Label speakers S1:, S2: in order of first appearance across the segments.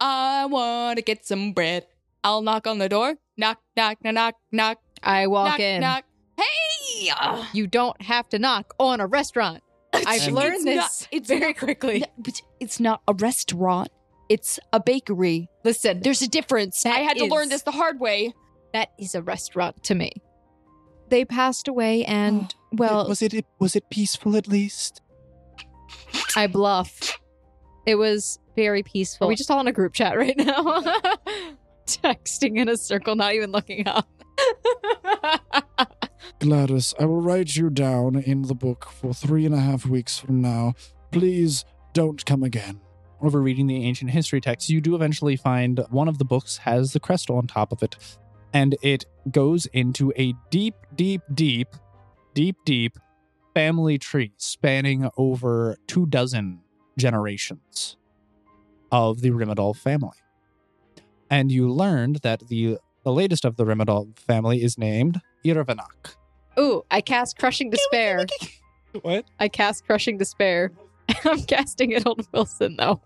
S1: I want to get some bread. I'll knock on the door. Knock, knock, knock, knock, knock.
S2: I walk
S1: knock,
S2: in.
S1: knock. Hey! Ugh.
S2: You don't have to knock on a restaurant. I've
S1: It's
S2: learned
S1: not-
S2: this
S1: it's
S2: very quickly.
S1: not- but it's not a restaurant. It's a bakery.
S2: Listen,
S1: There's a difference.
S2: That
S1: I had to
S2: is-
S1: learn this the hard way.
S2: that is a restaurant to me. They passed away, and well,
S3: was it, it was it peaceful at least?
S2: I bluff. It was very peaceful. Are we just all in a group chat right now, texting in a circle, not even looking up.
S3: Gladys, I will write you down in the book for three and a half weeks from now. Please don't come again.
S4: Over reading the ancient history texts, you do eventually find one of the books has the crest on top of it, and it goes into a deep, deep, deep, deep, deep family tree spanning over two dozen generations of the Rimadol family. And you learned that the, the latest of the Rimadol family is named Irvanak.
S2: Ooh, I cast crushing despair.
S4: What?
S2: I cast crushing despair. I'm casting it on Wilson though.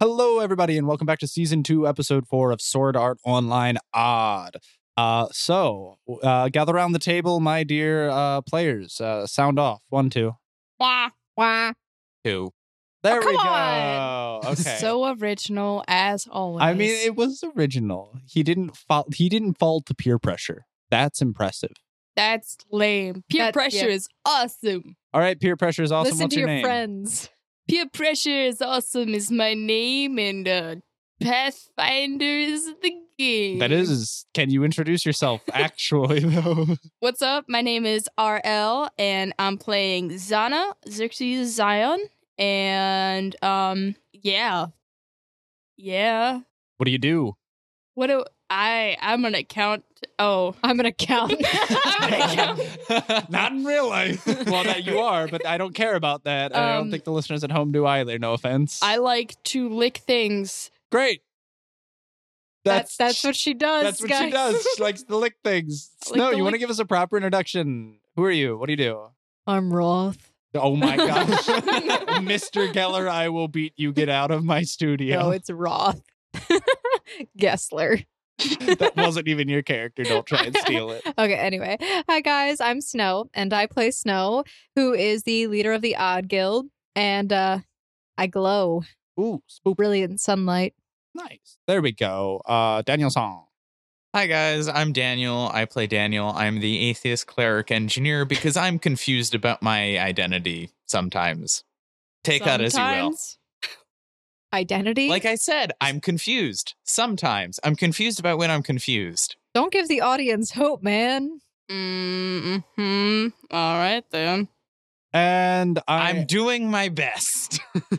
S4: Hello, everybody, and welcome back to season two, episode four of Sword Art Online Odd. Uh, so, uh, gather around the table, my dear uh, players. Uh, sound off. One, two,
S1: Wah.
S2: Wah.
S4: two. There
S2: Oh,
S4: we
S1: come
S4: go.
S1: on.
S4: Okay.
S1: So original as always.
S4: I mean, it was original. He didn't fall. He didn't fall to peer pressure. That's impressive.
S1: that's lame. Peer
S2: That-
S1: pressure
S2: yeah.
S1: is awesome.
S4: All right, peer pressure is awesome.
S2: Listen
S4: What's
S2: to your,
S4: name?
S2: friends.
S1: Peer pressure is awesome is my name and uh Pathfinder is the game.
S4: That is. Can you introduce yourself? Actually, though.
S1: What's up? My name is RL and I'm playing Zana, Xerxes Zion, and um yeah. Yeah.
S4: What do you do?
S1: What do I I'm an account oh
S2: I'm gonna count.
S4: Not in real life. well, that you are, but I don't care about that. and I don't
S1: Um,
S4: think the listeners at home do either. No offense.
S1: I like to lick things.
S4: Great.
S2: That's that's what she does.
S4: that's what she
S2: guys.
S4: does. She likes to lick things.
S1: I like
S4: no,
S1: to
S4: you want to
S1: lick-
S4: give us a proper introduction. Who are you? What do you do?
S2: I'm Roth.
S4: Oh my gosh, Mr. Geller, I will beat you. Get out of my
S2: No,
S4: studio.
S2: it's Roth. Gessler.
S4: that wasn't even your character. Don't try and steal it.
S2: Okay, anyway. Hi, guys. I'm Snow, and I play Snow, who is the leader of the Odd Guild. And uh, I glow
S4: Ooh, spoop.
S2: brilliant sunlight.
S4: Nice. There we go. Uh, Daniel Song.
S5: Hi guys, I'm Daniel. I play Daniel. I'm the atheist cleric engineer because I'm confused about my identity sometimes. Take that as you will.
S1: Sometimes.
S2: Identity.
S5: Like I said, I'm confused sometimes. I'm confused about when I'm confused.
S2: Don't give the audience hope, man.
S1: Mm-hmm. All right then.
S4: And I
S5: I'm doing my best.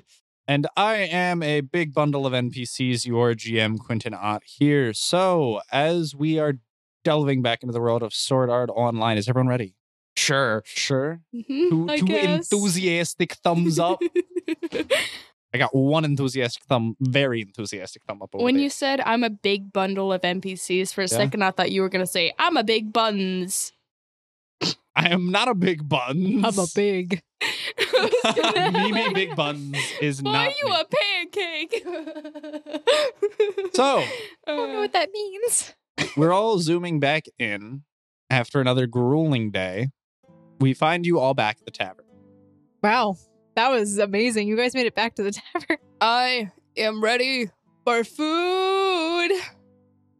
S4: And I am a big bundle of NPCs, your GM, Quentin Ott, here. So, as we are delving back into the world of Sword Art Online, is everyone ready?
S5: sure.
S4: Sure.
S1: Mhm,
S4: Two,
S1: I
S4: two
S1: guess.
S4: enthusiastic thumbs up. I got one enthusiastic thumb, very enthusiastic thumb up over
S1: when
S4: there.
S1: you said I'm a big bundle of NPCs for a second, I thought you were gonna say I'm a big buns.
S4: I am not a big buns.
S2: I'm a big.
S1: I was gonna-
S4: Mimi Big Buns is
S1: Why
S4: not.
S1: are you
S4: me.
S1: a pancake?
S4: So,
S2: I don't know
S1: Uh,
S2: what that means.
S4: We're all zooming back in after another grueling day. We find you all back at the tavern.
S2: Wow. That was amazing. You guys made it back to the tavern.
S1: I am ready for food.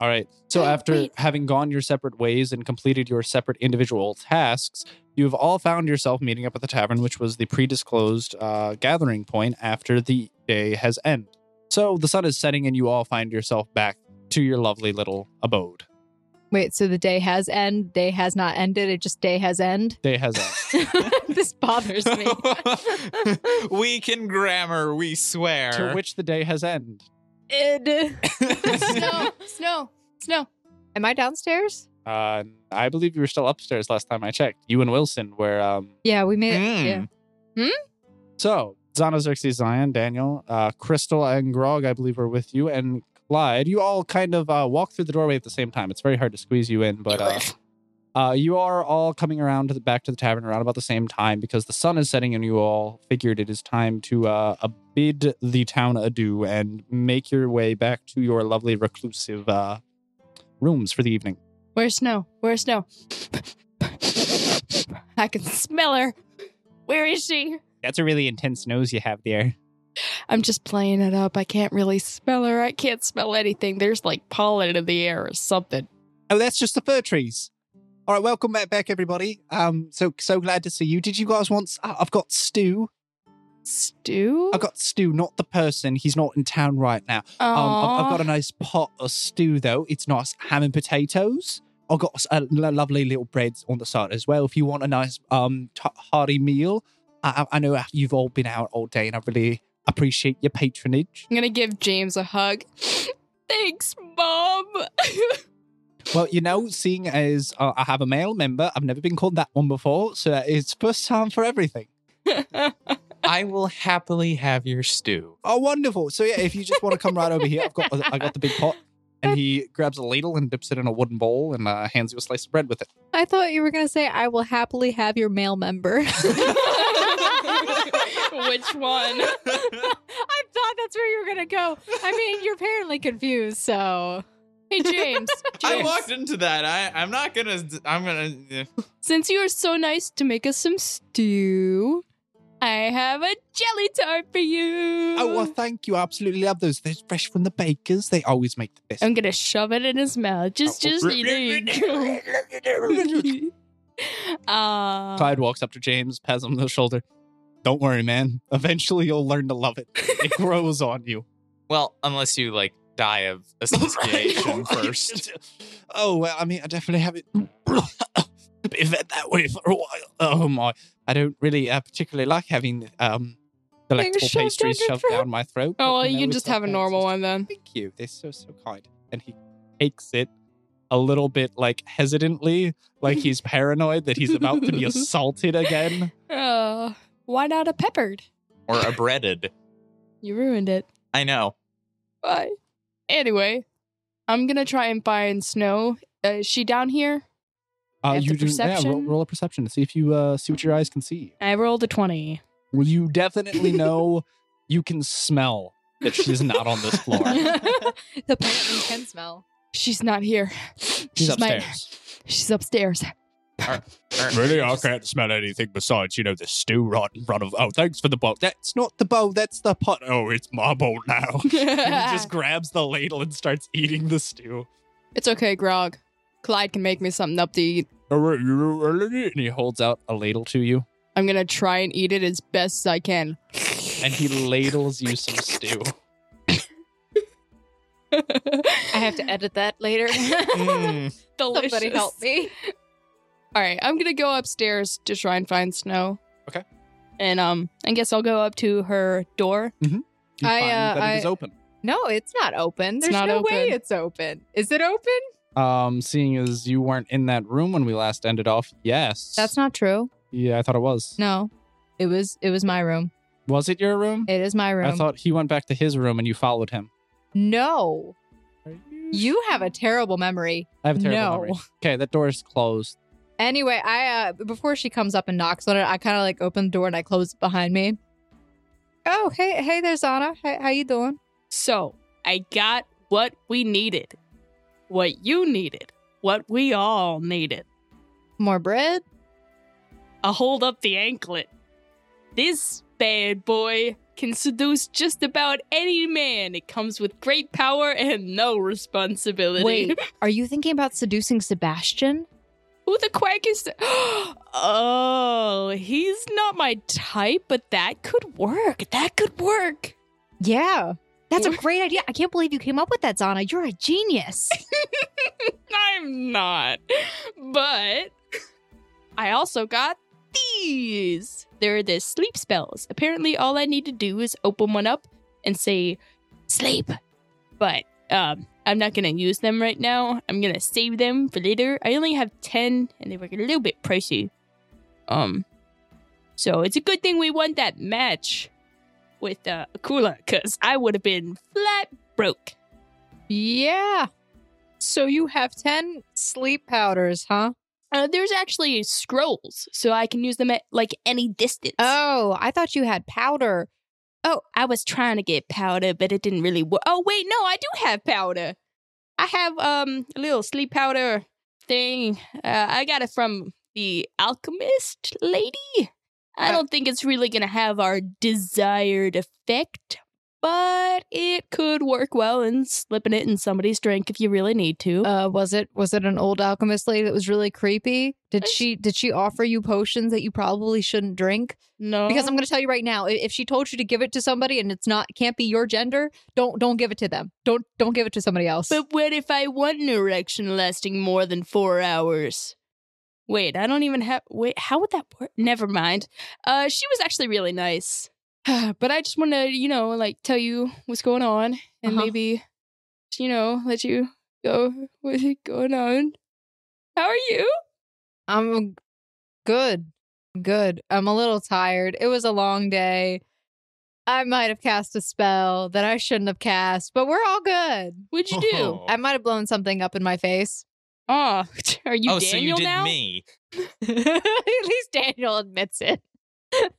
S4: All right. So
S1: Wait,
S4: after
S1: wait.
S4: having gone your separate ways and completed your separate individual tasks, you have all found yourself meeting up at the tavern, which was the pre-disclosed uh, gathering point after the day has ended. So the sun is setting, and you all find yourself back to your lovely little abode.
S6: Wait, so the day has end. Day has not ended. It just day has end.
S4: Day has ended.
S6: this bothers me.
S5: we can grammar, we swear.
S4: to which the day has ended.
S6: Id.
S1: snow, snow, snow.
S6: Am I downstairs?
S4: Uh, I believe you were still upstairs last time I checked. You and Wilson were. Um,
S6: Yeah, we made it.
S1: Hmm.
S5: Mm.
S6: Yeah.
S4: So, Xanaxerxes, Zion, Daniel, uh, Crystal, and Grog, I believe, are with you, and Clyde. You all kind of uh, walk through the doorway at the same time. It's very hard to squeeze you in, but uh, uh, you are all coming around to the back to the tavern around about the same time because the sun is setting, and you all figured it is time to uh, uh, bid the town adieu and make your way back to your lovely reclusive uh, rooms for the evening.
S1: Where's snow? Where's snow? I can smell her. Where is she?
S4: That's a really intense nose you have there.
S1: I'm just playing it up. I can't really smell her. I can't smell anything. There's like pollen in the air or something.
S4: Oh, that's just the fir trees. All right, welcome back, back everybody. Um, so so glad to see you. Did you guys want? s- uh, I've got Stu.
S1: Stew?
S4: I've got Stu, not the person. He's not in town right now. Um, I've, I've got a nice pot of stew though. It's nice ham and potatoes. I've got s- a lo- lovely little breads on the side as well. If you want a nice um t- hearty meal, I, I I know you've all been out all day, and I really appreciate your patronage.
S1: I'm gonna give James a hug. Thanks, Mom.
S4: Well, you know, seeing as uh, I have a male member, I've never been called that one before, so it's first time for everything.
S5: I will happily have your stew.
S4: Oh, wonderful! So yeah, if you just want to come right over here, I've got I got the big pot, and he grabs a ladle and dips it in a wooden bowl and uh, hands you a slice of bread with it.
S6: I thought you were gonna say I will happily have your male member. Which
S1: Which one?
S6: I thought that's where you were gonna go. I mean, you're apparently confused, so
S1: Hey, James.
S5: I
S1: James,
S5: walked into that. I, I'm not gonna. I'm gonna. eh.
S1: Since you are so nice to make us some stew, I have a jelly tart for you.
S4: Oh, well, thank you. I absolutely love those. They're fresh from the bakers. They always make the best. Oh,
S1: I'm gonna shove it in his mouth. Just, just eat it. Uh,
S4: Clyde walks up to James, pats him on the shoulder. Don't worry, man. Eventually, you'll learn to love it. It grows on you.
S5: Well, unless you like die of asphyxiation first.
S4: Oh well, I mean, I definitely haven't been fed that way for a while. Oh my, I don't really uh, particularly like having um
S6: Things
S4: delectable
S6: shoved down
S4: pastries
S6: your
S4: shoved
S6: throat.
S4: down my throat. but,
S1: oh, well, you can
S4: know,
S1: just
S4: it's
S1: have a
S4: okay.
S1: normal
S4: It's
S1: one then.
S4: just- Thank you. They're so so kind. And he takes it a little bit like hesitantly, like he's paranoid that he's about to be assaulted again.
S1: Uh, why not a peppered?
S5: or a breaded.
S1: You ruined it.
S5: I know.
S1: Bye. Anyway, I'm gonna try and find Snow. Uh, is she down here?
S4: Uh,
S1: Have
S4: you
S1: the
S4: do yeah, roll,
S1: perception?
S4: roll a perception to see if you uh, see what your eyes can see.
S1: I rolled a twenty.
S4: Well, you definitely know you can smell that she's not on this floor.
S6: the plant can smell.
S1: She's not here. She's,
S4: She's
S1: my-
S4: upstairs.
S1: she's upstairs.
S4: Really, I can't smell anything besides, you know, the stew right in front of. Oh, thanks for the bowl. That's not the bowl. That's the pot. Oh, it's my bowl now. And he just grabs the ladle and starts eating the stew.
S1: it's okay, Grog. Clyde can make me something up to eat.
S4: And he holds out a ladle to you,
S1: I'm gonna try and eat it as best as I can.
S4: and he ladles you some stew.
S6: I have to edit that later.
S5: Mm.
S1: Delicious.
S6: Somebody help me.
S1: All right, I'm gonna go upstairs to try and find Snow.
S4: Okay.
S1: And um, I guess I'll go up to her door.
S4: You
S6: I,
S4: find
S6: uh,
S4: that it
S6: I-
S4: is open.
S6: No, it's not open.
S1: It's
S6: There's
S1: not
S6: no
S1: open.
S6: way it's open. Is it open?
S4: Um, seeing as you weren't in that room when we last ended off, yes.
S6: That's not true.
S4: Yeah, I thought it was.
S6: No. It was it was my room.
S4: Was it your room?
S6: It is my room.
S4: I thought he went back to his room and you followed him.
S6: no. You have a terrible memory.
S4: I have a terrible
S6: No.
S4: memory. Okay, that door is closed.
S6: Anyway, I uh before she comes up and knocks on it, I kind of like open the door and I close it behind me. Oh, hey, hey there, Zana. Hey, how you doing?
S1: So I got what we needed, what you needed, what we all needed.
S6: More bread?
S1: A hold up the anklet. This bad boy can seduce just about any man. It comes with great power and no responsibility.
S2: Wait, are you thinking about seducing Sebastian?
S1: Who the quack is? th- oh, he's not my type, but that could work. That could work.
S2: Yeah. That's a great idea. I can't believe you came up with that, Zana. You're a genius.
S1: I'm not. But I also got these. They're the sleep spells. Apparently, all I need to do is open one up and say, sleep. But um, I'm not going to use them right now. I'm going to save them for later. I only have 10 and they were a little bit pricey. Um, So it's a good thing we won that match with uh, Akula because I would have been flat broke.
S2: yeah. So you have 10 sleep powders, huh?
S1: Uh, there's actually scrolls, so I can use them at like any distance.
S2: Oh, I thought you had powder.
S1: oh, I was trying to get powder, but it didn't really work. Oh, wait, no, I do have powder. I have um a little sleep powder thing. Uh, I got it from the alchemist lady. I
S2: Uh,
S1: don't think it's really gonna have our desired effect, but it could work well in slipping it in somebody's drink if you really need to.
S2: Uh was it was it an old alchemist lady that was really creepy? Did
S1: I-
S2: she did she offer you potions that you probably shouldn't drink?
S1: no,
S2: Because I'm going to tell you right now, i- if she told you to give it to somebody and it's not can't be your gender, don't don't give it to them. Don't don't give it to somebody else.
S1: But what if I want an erection lasting more than four hours? Wait, I don't even have. Wait, how would that work? Never mind. Uh, she was actually really nice, but I just want to, you know, like tell you what's going on and
S2: Uh-huh.
S1: maybe, you know, let you go. What's going on? How are you?
S2: I'm good. Good. I'm a little tired. It was a long day. I might have cast a spell that I shouldn't have cast, but we're all good.
S1: What'd you do?
S5: Oh.
S2: I might have blown something up in my face.
S1: Oh, are you
S5: oh, so you
S1: Daniel
S5: did
S1: now?
S5: me.
S2: At least Daniel admits it.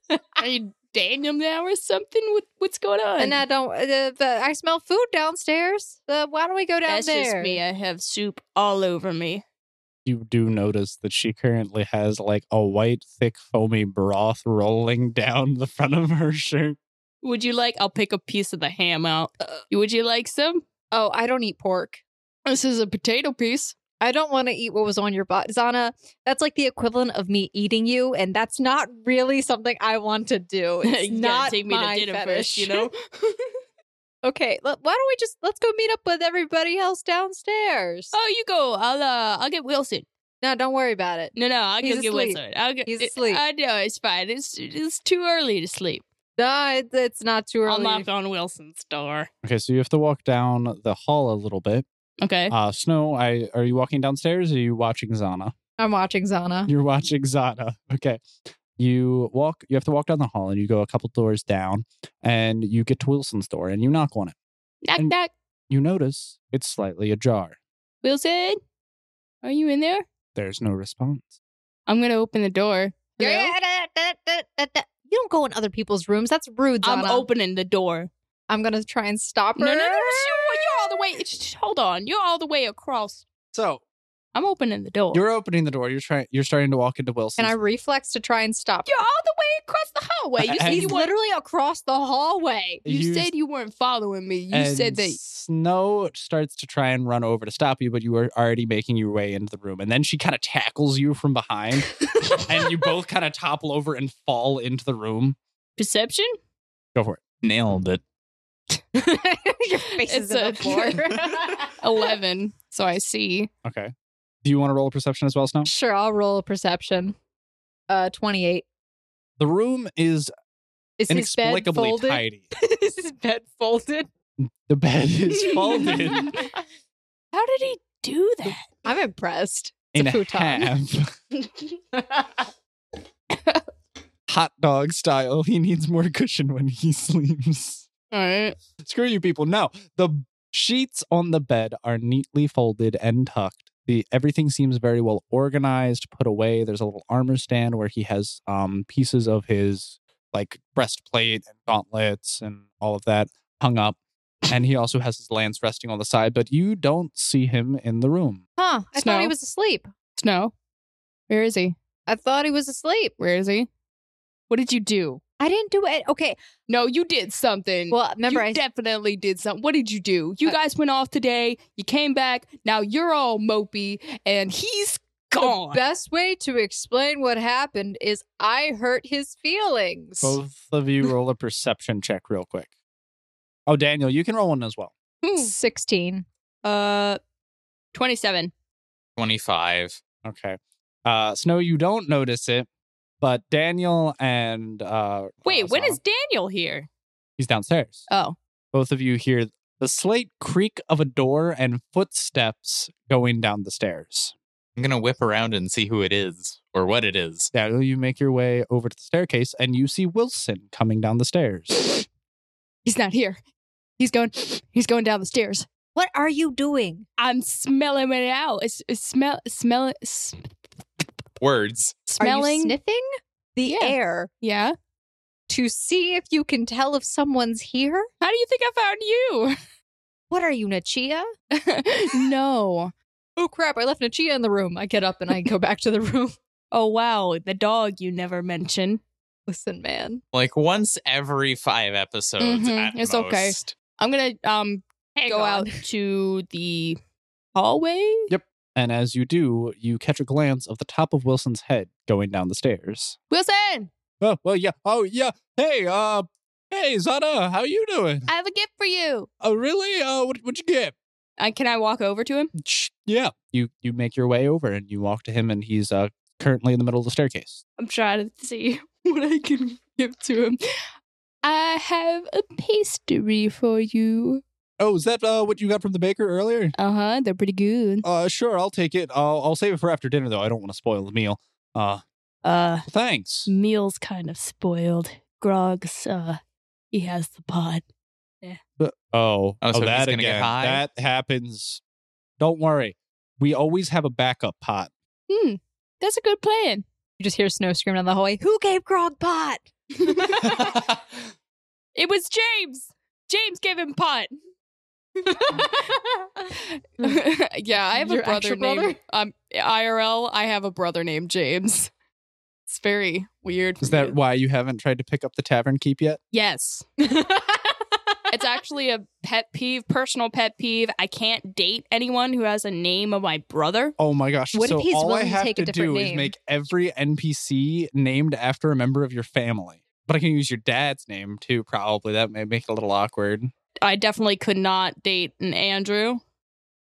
S1: Are you Daniel now or something? What, what's going on?
S2: And I don't. Uh, the, I smell food downstairs. Uh, why don't we go down
S1: That's
S2: there?
S1: just me. I have soup all over me.
S4: You do notice that she currently has like a white, thick, foamy broth rolling down the front of her shirt.
S1: Would you like? I'll pick a piece of the ham out. Would you like some?
S2: Oh, I don't eat Uh. pork.
S1: This is a potato piece.
S2: I don't want to eat what was on your butt, Zana. That's like the equivalent of me eating you, and that's not really something I want to do. It's
S1: You gotta
S2: not
S1: take me to
S2: my
S1: dinner
S2: fetish.
S1: first, you know.
S2: okay, let, why don't we just let's go meet up with everybody else downstairs?
S1: oh, you go. I'll uh, I'll get Wilson.
S2: No, don't worry about it.
S1: No, no, I'll
S2: He's
S1: go get
S2: asleep.
S1: Wilson. I'll get,
S2: He's asleep.
S1: I know it's fine. It's it's too early to sleep.
S2: No, it, it's not too
S1: I'll
S2: early.
S1: knock on Wilson's door.
S4: Okay, so you have to walk down the hall a little bit.
S1: Okay.
S4: Uh, Snow, I are you walking downstairs or are you watching Zana?
S2: I'm watching Zana.
S4: You're watching Zana. Okay. You walk you have to walk down the hall and you go a couple doors down and you get to Wilson's door and you knock on it.
S1: knock
S4: and-
S1: knock.
S4: You notice it's slightly ajar.
S1: Wilson, are you in there?
S4: There's no response.
S1: I'm gonna open the door. Hello?
S2: Yeah, da- da- da- da- da. You don't go in other people's rooms. That's rude, Zana.
S1: I'm opening the door.
S2: I'm gonna try and stop her.
S1: No, no, no. no, You're, you're all the way. Shh, Hold on. You're all the way across.
S4: So
S1: I'm opening the door.
S4: you're opening the door. You're trying you're starting to walk into
S2: Can
S4: Wilson's
S2: I reflex to try and stop?
S1: You're all the way across the hallway. You
S4: And-
S1: said
S2: He's
S1: you weren't.
S2: literally across the hallway.
S1: You
S4: Use-
S1: said you weren't following me. You
S4: and
S1: said that.
S4: Snow starts to try and run over to stop you, but you are already making your way into the room. And then she kind of tackles you from behind, and you both kind of topple over and fall into the room.
S1: Perception?
S4: Go for it.
S5: Nailed it.
S2: Your face
S1: It's
S2: is in the
S1: a-
S2: floor.
S1: 11. So I see.
S4: Okay. Do you want to roll a perception as well, Snow?
S2: sure, I'll roll a perception. Uh, twenty-eight.
S4: The room is
S2: Is his bed
S4: inexplicably
S2: folded?
S4: tidy.
S2: is his bed folded?
S4: The bed is folded
S1: How did he do that?
S2: I'm impressed.
S4: in
S2: a futon.
S4: half, hot dog style. He needs more cushion when he sleeps.
S1: All right.
S4: Screw you people. No, the sheets on the bed are neatly folded and tucked. The everything seems very well organized, put away. There's a little armor stand where he has um pieces of his like breastplate and gauntlets and all of that hung up. And he also has his lance resting on the side, but you don't see him in the room.
S2: Huh? I thought he
S1: Snow.
S2: was asleep.
S1: Snow. Where is he?
S2: I thought he was asleep.
S1: Where is he? What did you do?
S6: I didn't do it. Okay.
S1: No, you did something.
S6: Well, remember
S1: you
S6: I
S1: definitely did something. What did you do? You
S6: I-
S1: guys went off today. You came back. Now you're all mopey, and he's gone.
S6: best way to explain what happened is I hurt his feelings.
S4: Both of you roll a perception check real quick. Oh, Daniel, you can roll one as well.
S2: Hmm.
S6: Sixteen.
S1: Uh, twenty-seven.
S5: 25.
S4: Okay. Uh, Snow, you don't notice it, but Daniel and uh,
S1: Wait,
S4: uh,
S1: when
S4: Snow-
S1: is Daniel here?
S4: he's downstairs?
S1: Oh,
S4: Both of you hear the slight creak of a door and footsteps going down the stairs.
S5: I'm going to whip around and see who it is or what it is.
S4: Daniel, you make your way over to the staircase and you see Wilson coming down the stairs.
S1: he's not here. He's going. He's going down the stairs.
S6: What are you doing?
S1: I'm smelling it out. It's, it's smell, smell, s-
S5: Words.
S1: smelling.
S6: Are you sniffing the
S1: Yeah.
S6: air
S1: yeah.
S6: to see if you can tell if someone's here?
S1: How do you think I
S6: What are you, Nachia?
S1: found you? no.
S6: Oh crap! I left Nachia in the room. I get up and I go back to the room.
S1: Oh wow, the dog you never mention.
S6: Listen, man.
S5: Like once every five episodes.
S1: Mhm,
S5: at
S1: it's okay.
S5: most.
S1: I'm gonna um go out to the hallway.
S4: And as you do, you catch a glance of the top of Wilson's head going down the stairs.
S1: Wilson,
S4: Oh, well, yeah. Oh, yeah. Hey, uh, hey, Zana, how you doing?
S1: I have a gift for you.
S4: Oh, really? Uh, what, what'd you get?
S1: Uh, can I walk over to him?
S4: Ch- yeah you you make your way over and you walk to him and he's uh currently in the middle of the staircase
S1: I'm trying to see what I can give to him. I have a pastry for you.
S4: oh is that uh what you got from the baker earlier
S1: Uh huh. They're pretty good.
S4: uh sure i'll take it i'll, I'll save it for after dinner though i don't want to spoil the meal uh
S1: Uh,
S4: thanks
S1: meal's kind of spoiled. Grog's uh, he has the pot.
S4: oh
S5: Oh, so he's
S4: that
S5: gonna get
S4: again
S5: high?
S4: that happens don't worry we always have a backup pot
S1: Hmm, that's a good plan.
S6: You just hear Snow screaming down the hallway. Who gave Grog pot?
S1: It was James. James gave him pot. Hmm. yeah, I have
S6: Your
S1: a brother
S6: actual
S1: named
S6: brother?
S1: um IRL. I have a brother named James. It's very weird.
S4: is that why you haven't tried to pick up the tavern keep yet
S1: yes? It's actually a pet peeve, personal pet peeve. I can't date anyone who has a name of my brother.
S4: Oh my gosh!
S6: What if
S4: so
S6: he's
S4: all I
S6: willing to
S4: have
S6: take a different
S4: do is
S6: name?
S4: make every NPC named after a member of your family. But I can use your dad's name too. Probably that may make it a little awkward.
S1: I definitely could not date an Andrew.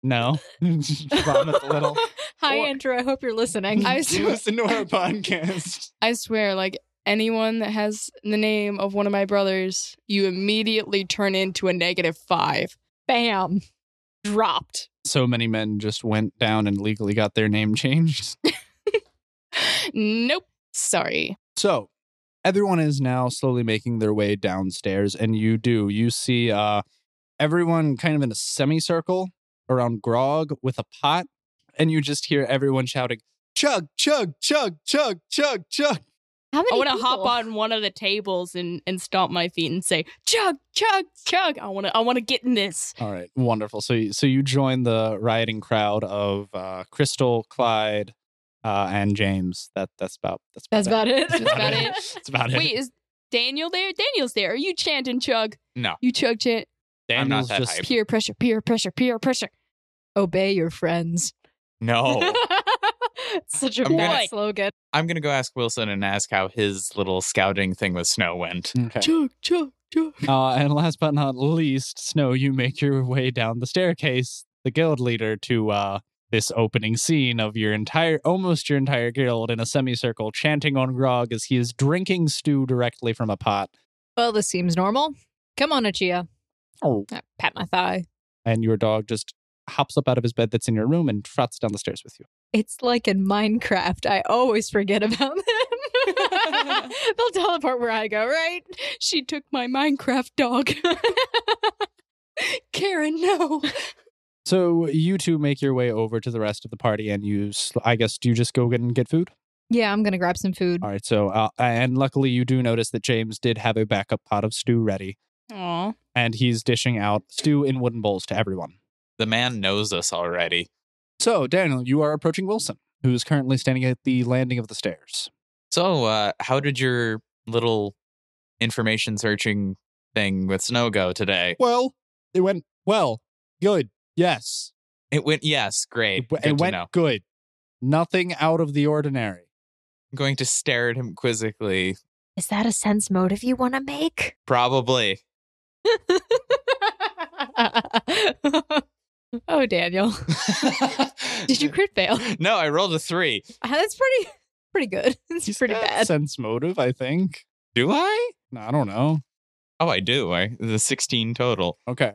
S4: No, vomit a little.
S6: Hi,
S1: Or-
S6: Andrew. I hope you're listening.
S1: I
S4: You Listen to our podcast.
S1: I swear, like anyone that has the name of one of my brothers, you immediately turn into a negative five.
S6: Bam.
S1: Dropped.
S4: So many men just went down and legally got their name changed.
S1: Nope. Sorry.
S4: So everyone is now slowly making their way downstairs, and you do. You see uh, everyone kind of in a semicircle around Grog with a pot, and you just hear everyone shouting, Chug, chug, chug, chug, chug, chug.
S6: How many
S1: I want to
S6: people?
S1: hop on one of the tables and and stomp my feet and say chug chug chug. I want to I want to get in this.
S4: All right, wonderful. So, you- so you join the rioting crowd of uh, Crystal, Clyde, uh, and James. That that's about that's,
S6: That's about it.
S4: That's
S1: about it.
S4: That's about it.
S1: Wait, is Daniel there? Daniel's there. Are you chanting chug?
S5: No,
S1: You chug chant.
S5: I'm
S4: Daniel's
S5: not that
S4: just-
S5: hype.
S1: Peer pressure. Peer pressure. Peer pressure.
S6: Obey your friends.
S5: No.
S6: Such a
S5: I'm
S6: bad
S1: gonna-
S6: slogan.
S5: I'm going to go ask Wilson and ask how his little scouting thing with Snow went.
S4: Okay.
S1: Chug chug chug.
S4: Uh, and last but not least, Snow, you make your way down the staircase, the guild leader, to uh, this opening scene of your entire, almost your entire guild in a semicircle chanting on Grog as he is drinking stew directly from a pot.
S6: Well, this seems normal. Come on, Achia.
S4: Oh.
S6: I pat my thigh.
S4: And your dog just hops up out of his bed that's in your room and trots down the stairs with you.
S6: It's like in Minecraft. I always forget about them. They'll teleport where I go, right?
S1: She took my Minecraft dog. Karen, no.
S4: So you two make your way over to the rest of the party, and you, sl- I guess, do you just go get and get food?
S6: Yeah, I'm gonna grab some food.
S4: All right. So, uh, and luckily, you do notice that James did have a backup pot of stew ready,
S1: Aw.
S4: and he's dishing out stew in wooden bowls to everyone.
S5: The man knows us already.
S4: So, Daniel, you are approaching Wilson, who is currently standing at the landing of the stairs.
S5: So, uh, how did your little information searching thing with Snowgo today.
S4: Well, it went well. Good. Yes.
S5: It went yes, great.
S4: It, w-
S5: Good
S4: it
S5: to
S4: went
S5: know.
S4: good. Nothing out of the ordinary.
S5: I'm going to stare at him quizzically.
S2: Is that a sense motive you want to make?
S5: Probably.
S6: oh, Daniel. Did you crit fail?
S5: No, I rolled a three.
S6: Uh, That's pretty pretty good. It's
S4: He's
S6: pretty
S4: got
S6: bad.
S4: Sense motive, I think.
S5: Do I?
S4: I don't know.
S5: Oh, I do. I the sixteen total.
S4: Okay.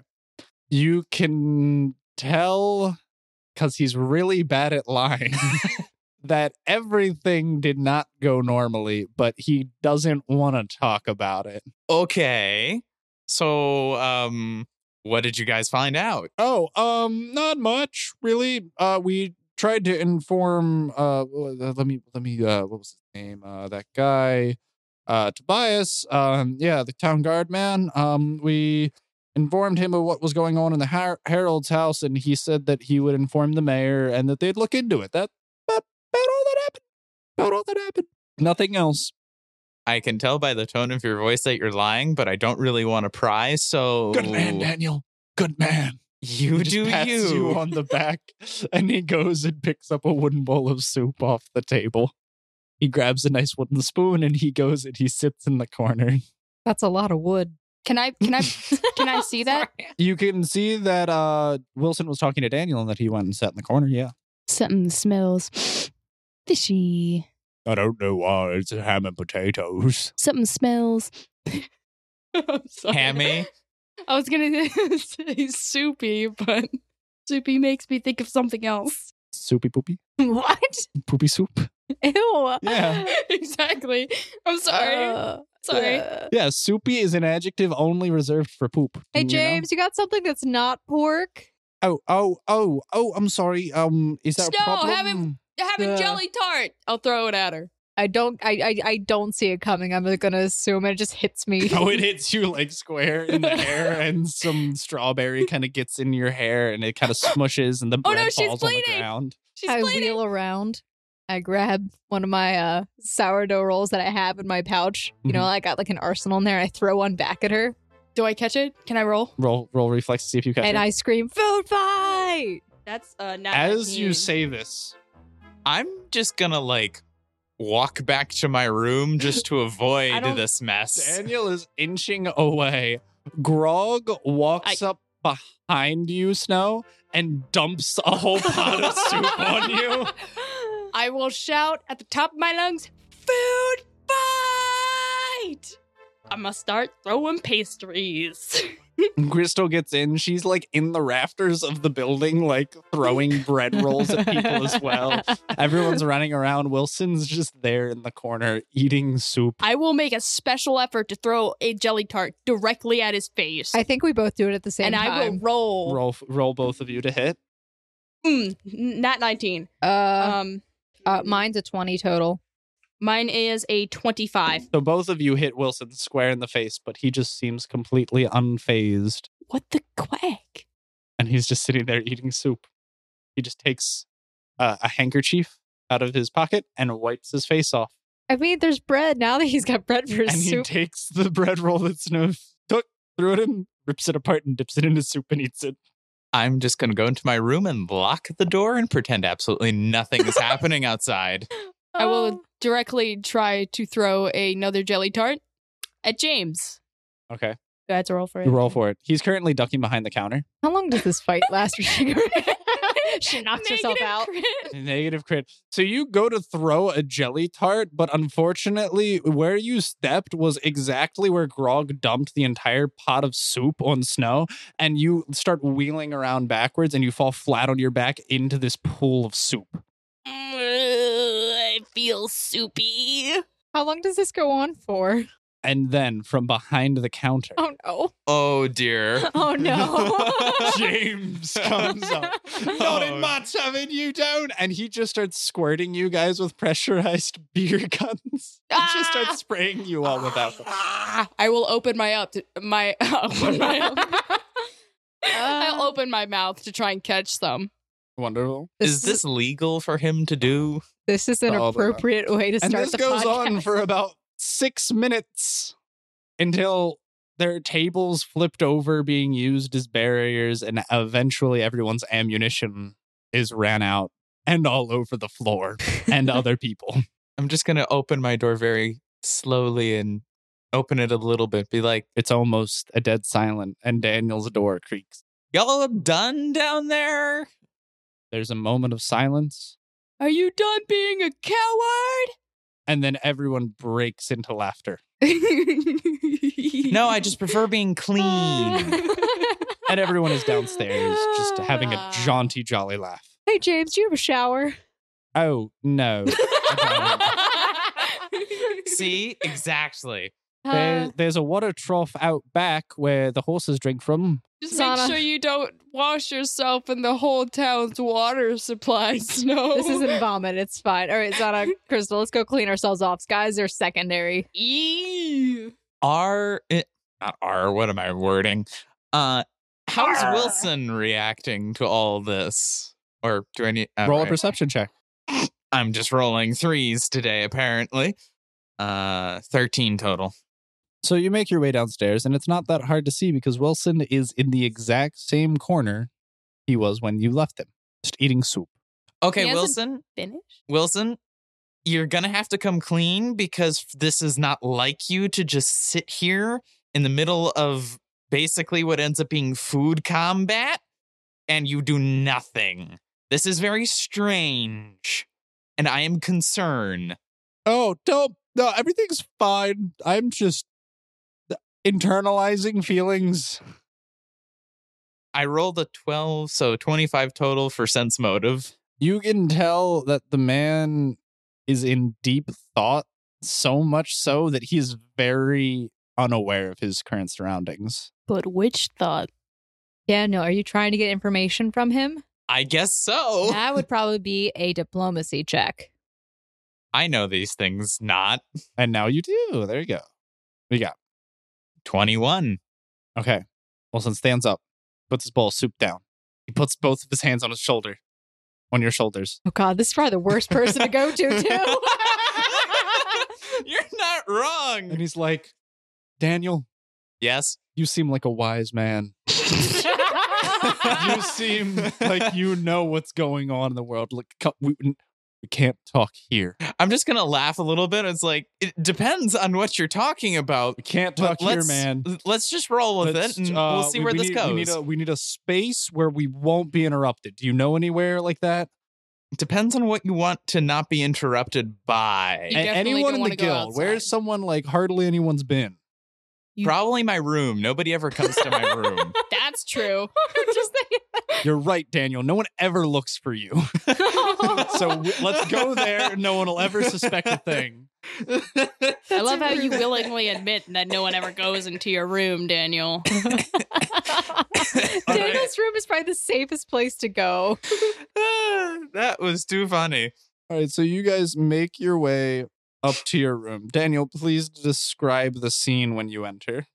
S4: You can tell because he's really bad at lying that everything did not go normally, but he doesn't want to talk about it.
S5: Okay. So, um, what did you guys find out?
S4: Oh, um, not much really. Uh, we tried to inform. Uh, uh, let me let me. Uh, what was his name? Uh, that guy, uh, Tobias. Um, yeah, the town guard man. Um, we informed him of what was going on in the Har- Harold's house, and he said that he would inform the mayor and that they'd look into it. That about, about all that happened. About all that happened. Nothing else.
S5: I can tell by the tone of your voice that you're lying, but I don't really want to pry. So,
S4: Good man, Daniel. Good man.
S5: you
S4: He just
S5: do
S4: pats
S5: you.
S4: Oh. you on the back and he goes and picks up a wooden bowl of soup off the table he grabs a nice wooden spoon and he goes and he sits in the corner
S6: That's a lot of wood.
S1: Can I can I can I see that?
S4: you can see that uh wilson was talking to daniel and that he went and sat in the corner yeah
S1: Something smells fishy.
S4: i don't know why it's ham and potatoes
S1: Something smells. I'm sorry.
S5: Hammy.
S1: I was gonna say soupy, but soupy makes me think of something else.
S4: soupy poopy
S6: what?
S4: poopy soup
S6: Ew.
S4: Yeah.
S1: exactly. I'm sorry.
S6: Uh,
S1: sorry.
S6: uh.
S4: yeah soupy is an adjective only reserved for poop
S6: Hey
S4: you know?
S6: James, you got something that's not pork?
S4: oh oh oh oh i'm sorry um is that a
S1: No,
S4: problem
S1: have him- You're having
S6: Yeah.
S1: jelly tart. I'll throw it at her.
S6: I don't I, I I don't see it coming. I'm gonna assume it just hits me.
S4: Oh, it hits you like square in the air, and some strawberry kind of gets in your hair, and it kind of smushes, and the
S1: Oh,
S4: bread
S1: no, she's
S4: falls on the
S1: bleeding!
S4: ground.
S1: She's
S6: I
S1: bleeding.
S6: wheel around. I grab one of my uh, sourdough rolls that I have in my pouch. You know,
S4: Mhm.
S6: I got like an arsenal in there. I throw one back at her
S1: Do I catch it? Can I roll?
S4: Roll, roll reflex to see if you catch
S6: and
S4: it.
S6: I scream, "Food fight!"
S1: That's uh, not
S4: As you say this,
S5: I'm just gonna like walk back to my room just to avoid
S1: don't-
S5: this mess.
S4: Daniel is inching away. Grog walks up behind you, Snow, and dumps a whole pot of soup on you.
S1: I will shout at the top of my lungs, "Food fight!" I must start throwing pastries.
S4: Crystal gets in. She's like in the rafters of the building, like throwing bread rolls at people as well. Everyone's running around. Wilson's just there in the corner eating soup.
S1: I will make a special effort to throw a jelly tart directly at his face,
S6: I think we both do it at the same
S1: and
S6: time.
S1: I will roll.
S4: Roll, roll both of you to hit.
S1: Mm, n- not nineteen.
S6: Uh,
S1: Um,
S6: uh, mine's a twenty total.
S1: mine is a twenty-five.
S4: So both of you hit Wilson square in the face, but he just seems completely unfazed,
S1: What the quack?
S4: and he's just sitting there eating soup. He just takes uh, a handkerchief out of his pocket and wipes his face off,
S6: I mean, there's bread now that he's got bread for his
S4: and he
S6: soup.
S4: takes the bread roll that Snow took, threw at him, rips it apart, and dips it into soup and eats it.
S5: I'm just gonna go into my room and lock the door and pretend absolutely nothing is happening outside.
S1: I
S6: Oh.
S1: will directly try to throw another jelly tart at James.
S4: Okay.
S1: Do I have to roll for it?
S4: You roll for it. He's currently ducking behind the counter.
S6: How long does this fight last? she knocks herself
S1: Negative
S6: out.
S1: crit.
S4: Negative crit. So you go to throw a jelly tart, but unfortunately, where you stepped was exactly where Grog dumped the entire pot of soup on snow. And you start wheeling around backwards and you fall flat on your back into this pool of soup.
S1: I feel soupy.
S6: How long does this go on for?
S4: And then from behind the counter,
S6: Oh no!
S5: Oh dear.
S6: Oh no! Oh.
S4: James comes up. Not in my time, and you don't. And he just starts squirting you guys with pressurized beer guns. He just
S1: Ah!
S4: starts spraying you all with
S6: Ah.
S4: alcohol.
S1: I will open my up to, my open my
S5: Um.
S1: I'll open my mouth to try and catch some.
S4: Wonderful.
S5: Is this legal for him to do?
S6: This is an
S4: Probably not.
S6: appropriate way to
S4: And
S6: start
S4: this
S6: the
S4: goes on
S6: podcast.
S4: for about six minutes. until their tables flipped over, being used as barriers, and eventually everyone's ammunition is ran out and all over the floor and other people.
S5: I'm just gonna open my door very slowly and open it a little bit. Be like,
S4: It's almost a dead silent, and Daniel's door creaks.
S5: y'all done down there?
S4: There's a moment of silence,
S1: Are you done being a coward?
S4: and then everyone breaks into laughter.
S5: No, I just prefer being clean.
S4: And everyone is downstairs just having a jaunty, jolly laugh.
S6: Hey, James, do you have a shower?
S4: Oh, no.
S5: See, exactly.
S6: Uh,
S4: There, there's a water trough out back where the horses drink from.
S1: Just
S6: Zana.
S1: make sure you don't wash yourself in the whole town's water supply, Snow.
S6: this isn't vomit. It's fine. All right, Zana, Crystal, let's go clean ourselves off. Skies are secondary.
S5: E.
S1: Ew.
S5: Are eh, not are. What am I wording? Uh, how's
S1: Arr.
S5: Wilson reacting to all this? Or do I need oh,
S4: Roll
S5: right.
S4: a perception check.
S5: I'm just rolling threes today, apparently. Uh, thirteen total.
S4: So you make your way downstairs, and it's not that hard to see because Wilson is in the exact same corner he was when you left him, just eating soup.
S5: Okay,
S1: He hasn't-
S5: Wilson.
S1: Finish?
S5: Wilson, you're gonna have to come clean because this is not like you to just sit here in the middle of basically what ends up being food combat and you do nothing. This is very strange, and I am concerned.
S4: Oh, don't. No, everything's fine. I'm just internalizing feelings.
S5: I rolled a 12, so 25 total for sense motive.
S4: You can tell that the man is in deep thought, so much so that he is very unaware of his current surroundings.
S1: But which thought?
S6: Yeah, no. Are you trying to get information from him?
S5: I guess
S4: Oh.
S5: so.
S6: That would probably be a diplomacy check.
S5: I know these things not.
S4: And now you do. There you go. We got
S5: 21.
S4: Okay. Wilson stands up, puts his bowl of soup down. He puts both of his hands on his shoulder, on your shoulders.
S6: Oh God, this is probably the worst person to go to, too.
S5: You're not
S4: And
S5: wrong.
S4: he's like, Daniel,
S5: Yes.
S4: you seem like a wise man. You seem like you know what's going on in the world. Like, co- we, we can't talk here.
S5: I'm just gonna laugh a little bit. It's like it depends on what you're talking about.
S4: We can't
S5: but
S4: talk here,
S5: let's-
S4: man.
S5: l- Let's just roll with
S4: Let's,
S5: it, and
S4: uh,
S5: we'll see
S4: we-
S5: where
S4: we
S5: this
S4: need-
S5: goes.
S4: We need, a, we need a space where we won't be interrupted. Do you know anywhere like that?
S5: depends on what you want to not be interrupted
S1: You
S4: A-
S5: by.
S1: definitely
S4: anyone
S1: don't
S4: in the
S1: wanna go
S4: guild? Where's
S1: outside.
S4: someone like hardly anyone's been?
S1: you-
S5: Probably my room. Nobody ever comes to my room.
S1: That's true.
S6: Just
S4: You're right, Daniel. No one ever looks for you. So w- let's go there. No one will ever suspect a thing.
S1: I love how you willingly admit that no one ever goes into your room, Daniel.
S6: thinking- Daniel's room is probably the safest place to go.
S5: Ah, that was too funny.
S4: All right. So you guys make your way up to your room. Daniel, please describe the scene when you enter.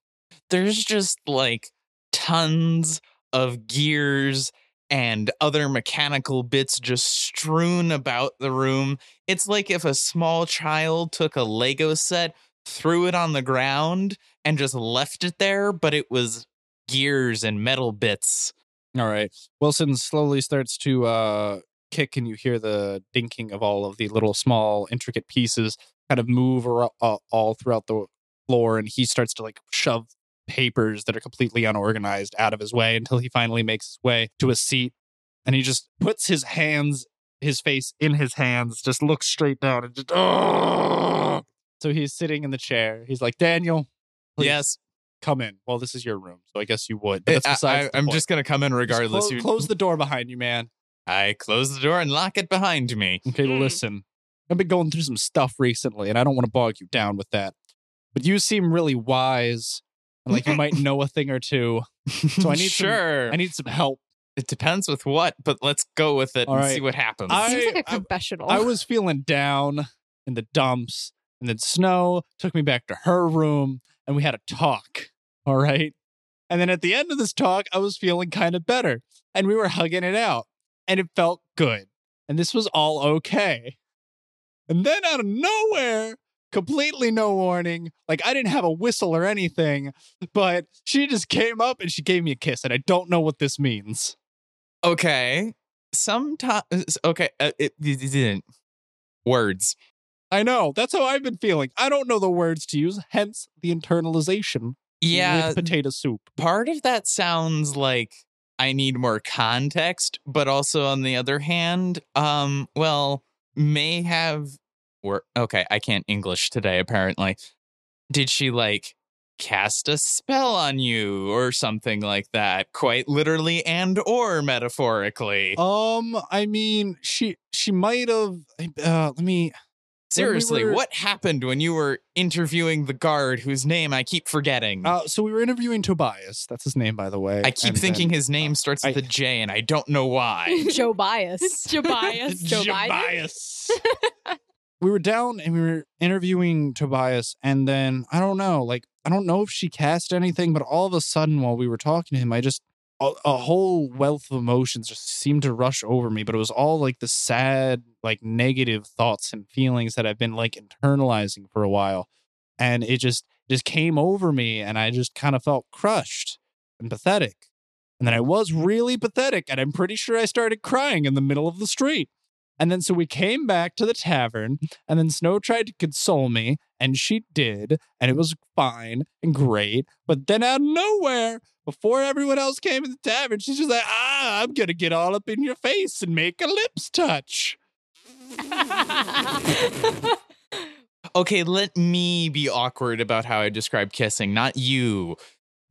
S5: There's just like tons of gears and other mechanical bits just strewn about the room. It's like if a small child took a Lego set, threw it on the ground, and just left it there, but it was gears and metal bits.
S4: All right. Wilson slowly starts to uh, kick, and you hear the dinking of all of the little small intricate pieces kind of move ar- uh, all throughout the floor, and he starts to like shove papers that are completely unorganized out of his way until he finally makes his way to a seat, and he just puts his hands, his face in his hands, just looks straight down, and just. "Ugh." So he's sitting in the chair. He's like, Daniel, Please.
S5: Yes, eh,
S4: come in. Well, this is your room, so I guess you would. But that's
S5: I-
S4: besides the
S5: I, am
S4: point.
S5: just gonna come in
S4: Just
S5: regardless.
S4: clo-
S5: You-
S4: close the door behind you, man.
S5: I close the door and lock it behind me.
S4: Okay,
S1: Mm.
S4: listen. I've been going through some stuff recently, and I don't want to bog you down with that. But you seem really wise, and like you might know a thing or two. So I need some-
S5: sure.
S4: I need some help.
S5: it depends with what, but let's go with it
S4: All
S5: and
S4: right.
S5: see what happens.
S4: I-
S6: Seems like a
S4: I-
S6: confessional.
S4: I was feeling down in the dumps, and then Snow took me back to her room, and we had a talk. All right. And then at the end of this talk, I was feeling kind of better, and we were hugging it out, and it felt good. And this was all okay. And then out of nowhere, completely no warning. Like I didn't have a whistle or anything, but she just came up and she gave me a kiss, and I don't know what this means.
S5: Okay. Sometimes, okay, uh, it, it didn't. Words.
S4: I know. That's how I've been feeling. I don't know the words to use, hence the internalization
S5: Yeah,
S4: with potato soup.
S5: part of that sounds like I need more context, but also on the other hand, um, well, may have or okay, I can't English today apparently. Did she like cast a spell on you or something like that? Quite literally and or metaphorically.
S4: Um, I mean, she she might have. Uh, let me.
S5: Seriously,
S4: were-
S5: what happened when you were interviewing the guard whose name I keep forgetting?
S4: Uh, so we were interviewing Tobias. That's his name, by the way.
S5: I keep
S4: And
S5: thinking
S4: then-
S5: his name starts with
S4: Oh, I-
S5: a J and I don't know why.
S6: Joe Bias.
S1: Tobias.
S6: Joe Biden?
S4: Tobias. we were down and we were interviewing Tobias, and then I don't know, like I don't know if she cast anything, but all of a sudden while we were talking to him, I just a, a whole wealth of emotions just seemed to rush over me, but it was all like the sad, like negative thoughts and feelings that I've been like internalizing for a while, and it just just came over me, and I just kind of felt crushed and pathetic. And then I was really pathetic, and I'm pretty sure I started crying in the middle of the street. And then so we came back to the tavern, and then Snow tried to console me, and she did, and it was fine and great. But then out of nowhere, before everyone else came in the tavern, she's just like, ah, I'm gonna get all up in your face and make a lips touch.
S5: Okay, let me be awkward about how I describe kissing, not you.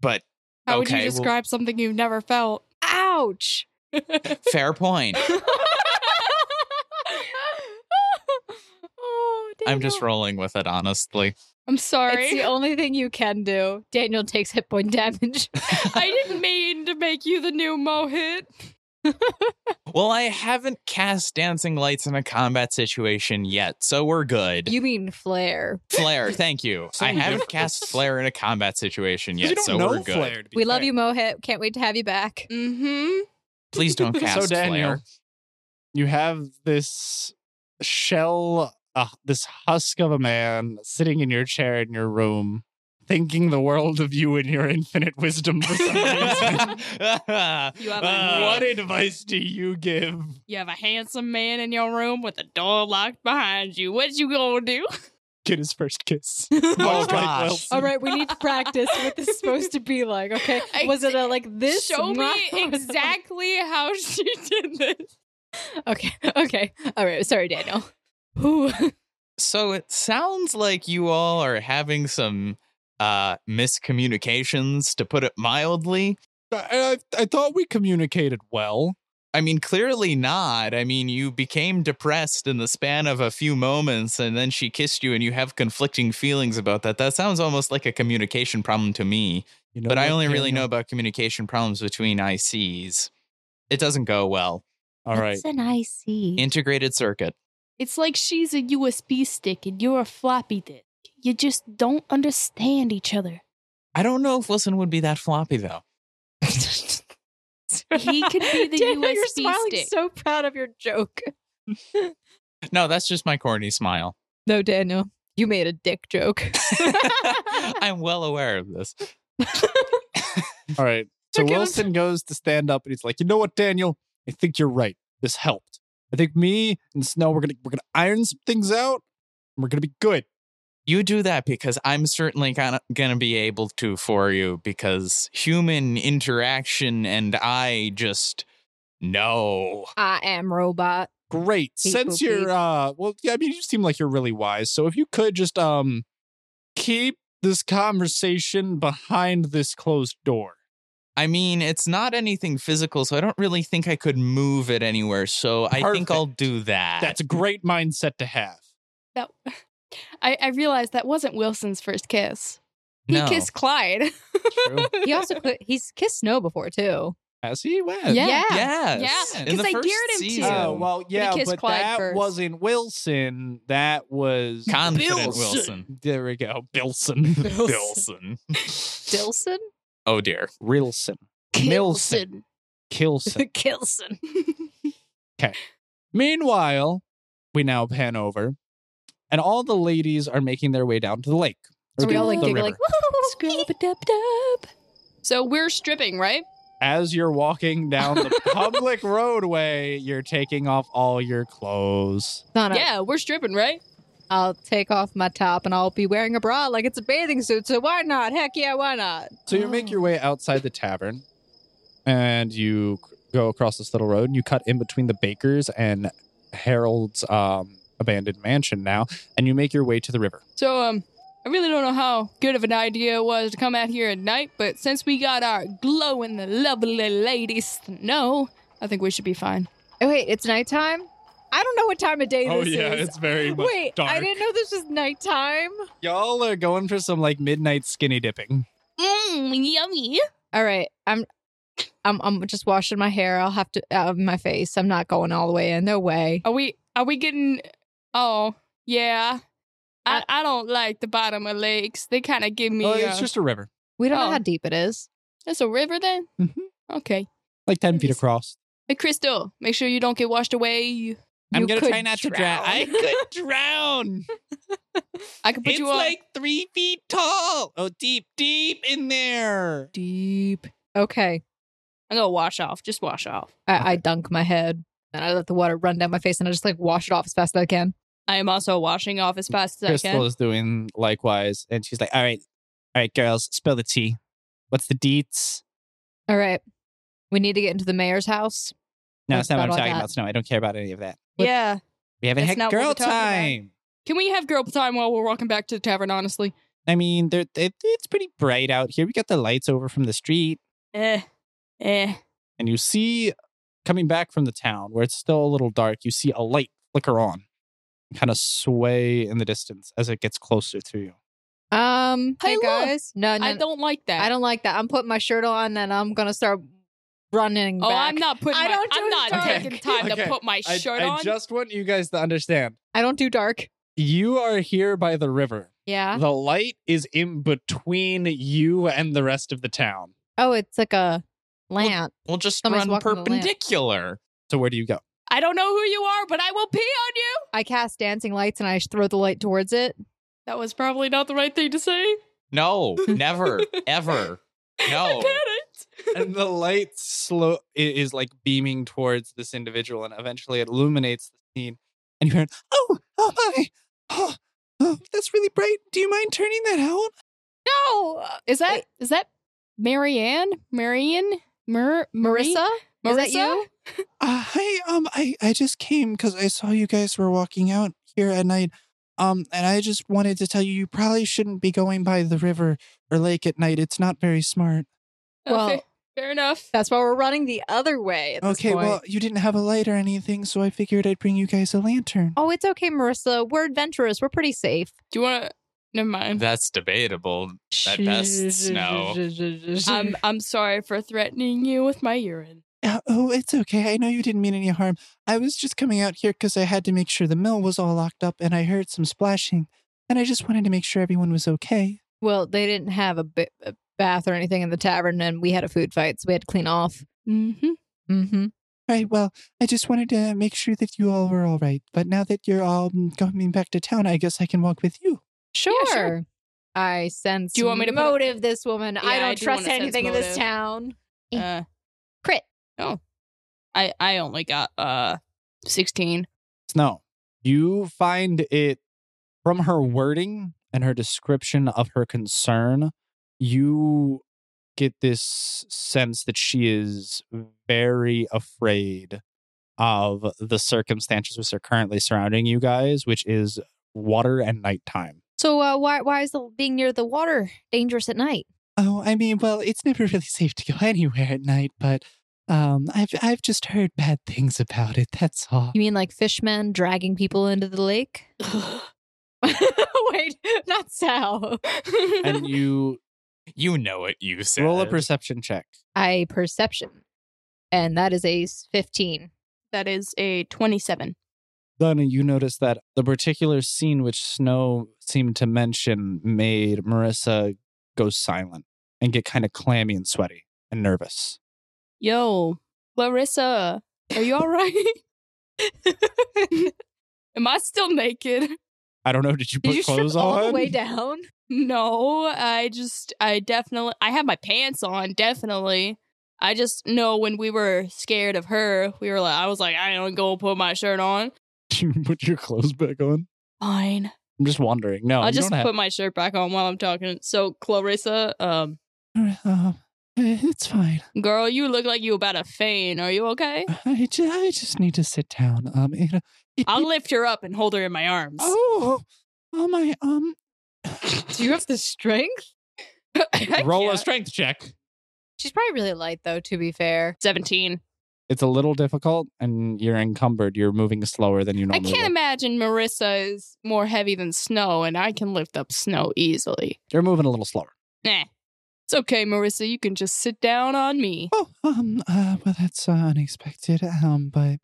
S5: But
S1: How would
S5: okay,
S1: you
S5: well,
S1: describe something you've never felt?
S6: Ouch.
S5: fair point.
S1: oh,
S5: I'm just
S1: Daniel.
S5: rolling with it, honestly.
S1: I'm
S6: It's the
S1: sorry.
S6: only thing you can do. Daniel takes hit point damage.
S1: I didn't mean to make you the new mohit.
S5: Well, I haven't cast dancing lights in a combat situation yet, so we're good.
S6: you mean flare.
S5: Flare, thank you. I
S4: Something
S5: haven't
S4: different.
S5: cast flare in a combat situation
S4: you
S5: yet,
S4: don't
S5: so
S4: know
S5: we're good.
S4: Flair, to be
S6: We love
S4: fair.
S6: you, Mohit. Can't wait to have you back.
S1: Mm-hmm.
S5: Please don't cast
S4: so Daniel,
S5: flare.
S4: you have this shell, uh, this husk of a man sitting in your chair in your room, thinking the world of you and your infinite wisdom. For some reason.
S1: You have a
S5: Uh,
S4: what advice do you give?
S1: You have a handsome man in your room with a door locked behind you. What you gonna do?
S4: Get his first kiss.
S5: oh
S4: Mike
S5: gosh.
S4: Wilson.
S6: All right, we need to practice what this is supposed to be like, okay?
S1: I-
S6: Was it a like this?
S1: Show me
S6: much?
S1: exactly how she did this.
S6: Okay, okay. All right, sorry, Daniel. Ooh.
S5: So it sounds like you all are having some uh miscommunications to put it mildly.
S4: I, I, I thought we communicated well.
S5: I mean clearly not. I mean you became depressed in the span of a few moments and then she kissed you and you have conflicting feelings about that. That sounds almost like a communication problem to me.
S4: You know
S5: but I
S4: what,
S5: only really know
S4: Daniel?
S5: about communication problems between ICs. It doesn't go well.
S4: All right.
S2: It's an
S1: Mm.
S2: IC.
S5: Integrated circuit.
S1: It's like she's a USB stick and you're a floppy disk. You just don't understand each other.
S5: I don't know if Wilson would be that floppy though.
S1: He could be the
S6: Daniel, you're
S1: USB
S6: smiling
S1: stick.
S6: so proud of your joke.
S5: No, that's just my corny smile.
S6: No, Daniel, you made a dick joke.
S5: I'm well aware of this.
S4: All right. So
S6: Okay, let's-
S4: Wilson goes to stand up and he's like, "You know what, Daniel? I think you're right. This helped. I think me and Snow we're gonna we're gonna iron some things out. And we're gonna be good."
S5: You do that because I'm certainly gonna, gonna be able to for you because human interaction and I just no.
S6: I am robot.
S4: Great.
S6: Beep,
S4: Since
S6: boop,
S4: you're
S6: beep.
S4: uh well, yeah, I mean, you seem like you're really wise. So if you could just um keep this conversation behind this closed door.
S5: I mean, it's not anything physical, so I don't really think I could move it anywhere. So I think I'll
S4: Perfect.
S5: do that.
S4: That's a great mindset to have.
S1: That, I, I realized that wasn't Wilson's first kiss. He
S5: no.
S1: kissed Clyde.
S4: True.
S6: He also quit, he's kissed snow before too.
S4: As he was.
S1: Yeah.
S5: Yes.
S1: Yeah,
S5: In the
S1: 'cause I
S5: first
S1: dared him to.
S5: season.
S4: Oh
S1: too.
S4: well, yeah,
S6: kissed
S4: but
S6: Clyde
S4: that
S6: first.
S4: wasn't Wilson. That was
S5: Confident Wilson.
S4: There we go, Bilson,
S5: Bilson.
S6: Dilson?
S5: Oh dear.
S4: Rilson, Milson,
S1: Wilson.
S4: Kilson.
S6: Kilson.
S4: Meanwhile, we now pan over, and all the ladies are making their way down to the lake. or
S2: So we
S4: to
S2: all like
S4: the
S2: giggle,
S4: river.
S2: like,
S1: Scrub a dub dub. So we're stripping, right?
S4: as you're walking down the public roadway, you're taking off all your clothes.
S2: Sana,
S1: Yeah, we're stripping, right?
S2: I'll take off my top and I'll be wearing a bra like it's a bathing suit. So why not? Heck yeah, why not?
S4: So you make your way outside the tavern and you c- go across this little road and you cut in between the baker's and Harold's um, abandoned mansion now, and you make your way to the river.
S1: So, um, I really don't know how good of an idea it was to come out here at night, but since we got our glow in the lovely ladies snow, I think we should be fine.
S2: Oh, wait, it's nighttime? I don't know what time of
S4: Oh,
S2: day this is.
S4: very
S2: Wait, I didn't know this was nighttime.
S4: Y'all are going for some like midnight skinny dipping.
S1: Mmm, yummy.
S2: All right, I'm, I'm, I'm just washing my hair. I'll have to out of my face. I'm not going all the way in. No way.
S1: Are we? Are we getting? Oh, yeah. I,
S2: Uh,
S1: I don't like the bottom of lakes. They kind of give me.
S4: Oh,
S1: uh,
S4: it's just a river,
S2: We don't
S1: Oh.
S2: know how deep it is.
S1: It's a river then.
S4: Mhm.
S1: Okay.
S4: like 10 feet across.
S1: Hey, Crystal, make sure you don't get washed away.
S2: You could drown.
S4: could drown.
S1: I could put you on
S4: three feet tall. Oh, deep, deep in there.
S1: deep.
S2: Okay,
S1: I'm gonna wash off. Just wash off.
S2: I, I dunk my head and I let the water run down my face and I just like wash it off as fast as I can.
S1: I am also washing off as fast as I
S4: Crystal
S1: can.
S4: is doing likewise, and she's like, "All right, all right, girls, spill the tea. What's the deets?
S2: All right, we need to get into the mayor's house.
S4: No,
S2: That's
S4: that's not what I'm
S2: about all
S4: talking
S2: that.
S4: about. So No, I don't care about any of that.
S1: Yeah.
S4: We haven't
S1: That's
S4: had
S1: not what
S4: girl
S1: we're talking about.
S4: time.
S1: Can we have girl time while we're walking back to the tavern? Honestly.
S4: I mean, there it, it's pretty bright out here. We got the lights over from the street,
S1: Eh. Eh.
S4: and you see coming back from the town where it's still a little dark. You see a light flicker on, kind of sway in the distance as it gets closer to you.
S2: Um,
S1: Hey,
S2: hey,
S1: look.
S2: guys, no, no,
S1: I don't like that.
S2: I don't like that. I'm putting my shirt on and I'm gonna start running.
S1: Oh,
S2: back.
S1: I'm not putting. my,
S2: I don't do
S1: I'm not
S2: dark.
S1: taking time
S4: Okay.
S1: to put my shirt on.
S4: just want you guys to understand.
S2: I don't do dark.
S4: You are here by the river.
S2: Yeah.
S4: The light is in between you and the rest of the town.
S2: Oh, it's like a lamp.
S5: We'll just
S2: Somebody's
S5: run
S2: walking the lamp.
S5: perpendicular.
S4: So where do you go?
S1: I don't know who you are, but I will pee on you.
S2: I cast dancing lights and I sh- throw the light towards it.
S1: That was probably not the right thing to say.
S5: No, never, ever. No.
S1: I panicked.
S4: And the light slow i- is like beaming towards this individual, and eventually it illuminates the scene. And you hear, "Oh, oh my, oh, oh, that's really bright. Do you mind turning that out?"
S1: No, is that is that Marianne, Marian, Mer, Marie?
S2: Marissa, is that
S1: Marissa?
S2: you?
S4: Uh, hi, um, I I just came because I saw you guys were walking out here at night, um, and I just wanted to tell you you probably shouldn't be going by the river or lake at night. It's not very smart.
S2: Well-
S1: okay, fair enough.
S2: That's why we're running the other way. At this
S4: Okay,
S2: point.
S4: well, you didn't have a light or anything, so I figured I'd bring you guys a lantern.
S2: Oh, it's okay, Marissa. We're adventurous. We're pretty safe.
S1: Do you want to? Never mind.
S5: That's debatable. At best, no.
S1: I'm I'm sorry for threatening you with my urine.
S4: Uh, oh, it's okay. I know you didn't mean any harm. I was just coming out here because I had to make sure the mill was all locked up and I heard some splashing, and I just wanted to make sure everyone was okay.
S2: well, they didn't have a, bi- a bath or anything in the tavern, and we had a food fight, so we had to clean off.
S1: Mm-hmm.
S2: Mm-hmm.
S4: Right, well, I just wanted to make sure that you all were all right. But now that you're all mm, coming back to town, I guess I can walk with you.
S2: Sure.
S1: sure.
S2: I sense.
S1: Do you want me to put a-
S2: motive this woman?
S1: Yeah,
S2: I don't
S1: I do
S2: trust
S1: wanna sense
S2: anything in this
S1: motive.
S2: town.
S1: Uh,
S2: Eh, Crit.
S1: Oh, I I only got uh sixteen.
S4: Snow, you find it from her wording and her description of her concern, you get this sense that she is very afraid of the circumstances which are currently surrounding you guys, which is water and nighttime.
S7: So uh, why why is the, being near the water dangerous at night?
S4: Oh, I mean, well, it's never really safe to go anywhere at night, but um, I've I've just heard bad things about it. That's all.
S7: You mean like fishmen dragging people into the lake?
S2: Wait, not Sal.
S4: And you
S5: You know what you said.
S4: roll a perception check.
S2: I perception, and that is a s- fifteen.
S1: that is a twenty-seven.
S4: Donna, you noticed that the particular scene which Snow seemed to mention made Marissa go silent and get kind of clammy and sweaty and nervous.
S1: Yo, Clarissa, are you all right? Am I still naked?
S4: I don't know. Did you put
S6: Did you strip
S4: clothes
S6: all
S4: on?
S6: the way down?
S1: No, I just, I definitely, I have my pants on, definitely. I just know when we were scared of her, we were like, I was like, I don't go put my shirt on.
S3: You put your clothes back on.
S1: Fine.
S4: I'm just wondering. No,
S1: I'll
S4: Oh, you
S1: just
S4: don't
S1: put
S4: have-
S1: my shirt back on while I'm talking. So, Clarissa, um,
S4: Uh, it's fine.
S1: girl, you look like you about to faint. Are you okay?
S4: I, ju- I just need to sit down. Um, it, it,
S1: I'll lift her up and hold her in my arms.
S4: oh, oh my. Um,
S6: Do you have the strength?
S1: I
S4: roll a
S1: can't.
S4: strength check.
S6: She's probably really light though, to be fair.
S1: 17.
S4: It's a little difficult, and you're encumbered. You're moving slower than you
S1: I
S4: normally.
S1: can't
S4: would.
S1: imagine Marissa is more heavy than snow, and I can lift up snow easily.
S4: You're moving a little slower.
S1: Nah. It's okay, Marissa. You can just sit down on me.
S4: Oh, um, uh, well, that's uh, unexpected. Um, but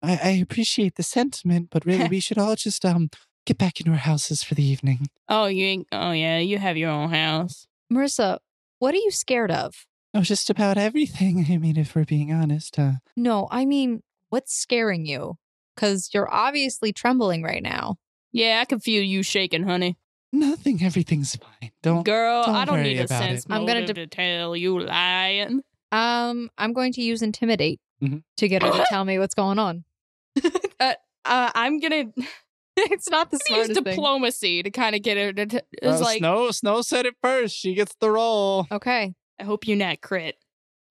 S4: I, I appreciate the sentiment, but really, we should all just um get back into our houses for the evening.
S1: Oh, you ain't. Oh, yeah. You have your own house.
S2: Marissa, what are you scared of?
S4: Oh, just about everything. I mean, if we're being honest, uh,
S2: No, I mean,
S6: What's scaring you? Because you're obviously trembling right now.
S1: Yeah, I can feel you shaking, honey.
S4: nothing. Everything's fine. Don't.
S1: Girl,
S4: don't
S1: I don't
S4: worry
S1: need a
S4: about
S1: sense.
S4: it.
S1: I'm
S6: I'm gonna
S1: going to tell you lying.
S6: Um, I'm going to use intimidate
S4: Mhm.
S6: to get her to tell me what's going on.
S1: Uh, I'm going to
S6: it's not the
S1: use
S6: smartest thing.
S1: diplomacy to kind of get her to. T-
S4: Uh,
S1: it's like,
S4: Snow, Snow said it first. She gets the roll.
S6: Okay.
S1: I hope you not crit.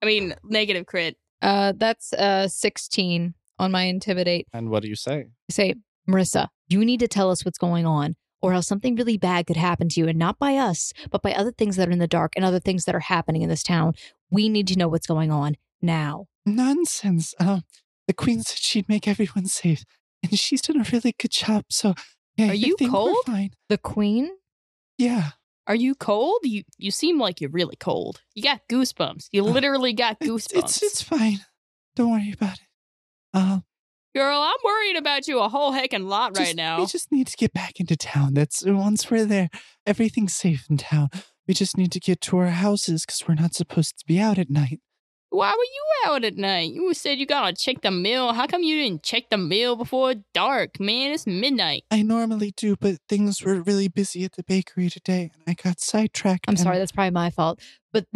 S1: I mean, negative crit.
S6: Uh, that's uh 16 on my intimidate.
S4: And what do you say?
S6: Say,
S2: Marissa, you need to tell us what's going on, or else something really bad could happen to you, and not by us, but by other things that are in the dark and other things that are happening in this town. We need to know what's going on now.
S4: Nonsense. Um, the queen said she'd make everyone safe, and she's done a really good job. So, yeah,
S1: Are
S4: I
S1: you
S4: think we're
S1: cold?
S4: Fine.
S2: The queen?
S4: Yeah.
S1: Are you cold? You you seem like you're really cold. You got goosebumps. You
S4: Uh,
S1: literally got
S4: It's-
S1: goosebumps.
S4: It's, it's fine. Don't worry about it. Um,
S1: Girl, I'm worried about you a whole heckin' lot right
S4: Just-
S1: now.
S4: We just need to get back into town. That's uh, once we're there, everything's safe in town. We just need to get to our houses because we're not supposed to be out at night.
S1: Why were you out at night? You said you gotta check the mill. How come you didn't check the mill before dark, man? It's midnight.
S4: I normally do, but things were really busy at the bakery today, and I got sidetracked.
S2: I'm
S4: and-
S2: sorry, that's probably my fault. But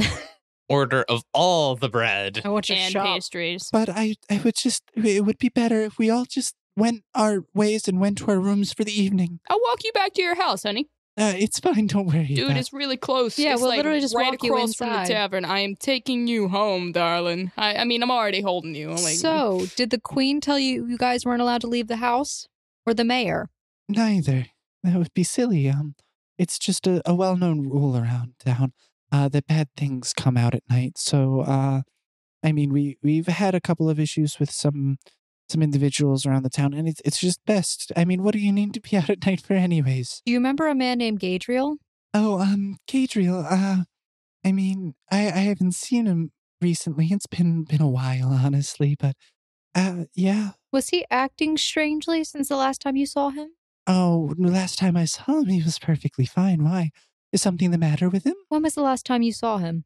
S5: Order of all the bread.
S6: I want your
S1: And
S6: shop.
S1: pastries.
S4: but I, I would just. It would be better if we all just went our ways and went to our rooms for the evening.
S1: I'll walk you back to your house, honey.
S4: Uh, it's fine. Don't worry.
S1: Dude,
S4: about
S1: it's really close.
S6: Yeah,
S1: It's,
S6: we'll
S1: like,
S6: literally just
S1: right
S6: walk you
S1: across from the
S6: inside.
S1: tavern. I am taking you home, darling. I, I mean, I'm already holding you.
S2: Oh
S1: I'm like,
S6: So, did the queen tell you you guys weren't allowed to leave the house, or the mayor?
S4: Neither. That would be silly. Um, it's just a, a well-known rule around town uh, that bad things come out at night. So, uh, I mean, we we've had a couple of issues with some some individuals around the town, and it's it's just best. I mean, what do you need to be out at night for, anyways?
S6: Do you remember a man named Gadriel?
S4: Oh, um, Gadriel. Uh, I mean, I I haven't seen him recently. It's been been a while, honestly. But, uh, yeah.
S6: Was he acting strangely since the last time you saw him?
S4: Oh, last time I saw him, he was perfectly fine. Why? Is something the matter with him?
S6: When was the last time you saw him?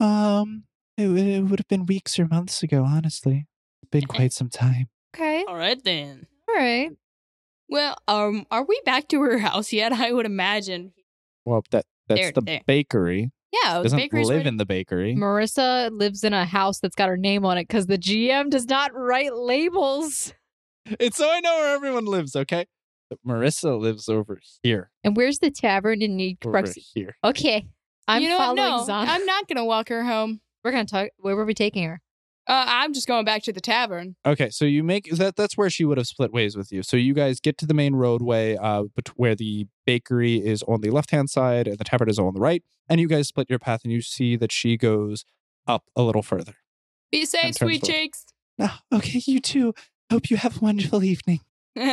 S4: Um, it, w- it would have been weeks or months ago, honestly. It's been quite some time.
S6: Okay,
S2: Uh,
S1: all right then.
S6: all right.
S1: Well, um, are we back to her house yet? I would imagine.
S4: Well, that
S1: that's There- the there.
S4: bakery.
S1: Yeah, bakery's right-
S4: the bakery.
S6: Marissa lives in a house that's got her name on it because the GM does not write labels.
S4: It's so I know where everyone lives. Okay, but Marissa lives over here.
S6: And where's the tavern in New
S4: Over
S6: Bruxy?
S4: here.
S6: Okay, I'm
S1: you know
S6: following
S1: what? No,
S6: Zana.
S1: I'm not gonna walk her home.
S6: We're gonna talk. Where were we taking her?
S1: Uh, I'm just going back to the tavern.
S4: Okay, so you make that. That's where she would have split ways with you. So you guys get to the main roadway, uh, bet- where the bakery is on the left hand side and the tavern is on the right, and you guys split your path, and you see that she goes up a little further.
S1: Be safe,
S4: And turns
S1: sweet
S4: away.
S1: cheeks.
S4: Ah, okay, you too. Hope you have a wonderful evening.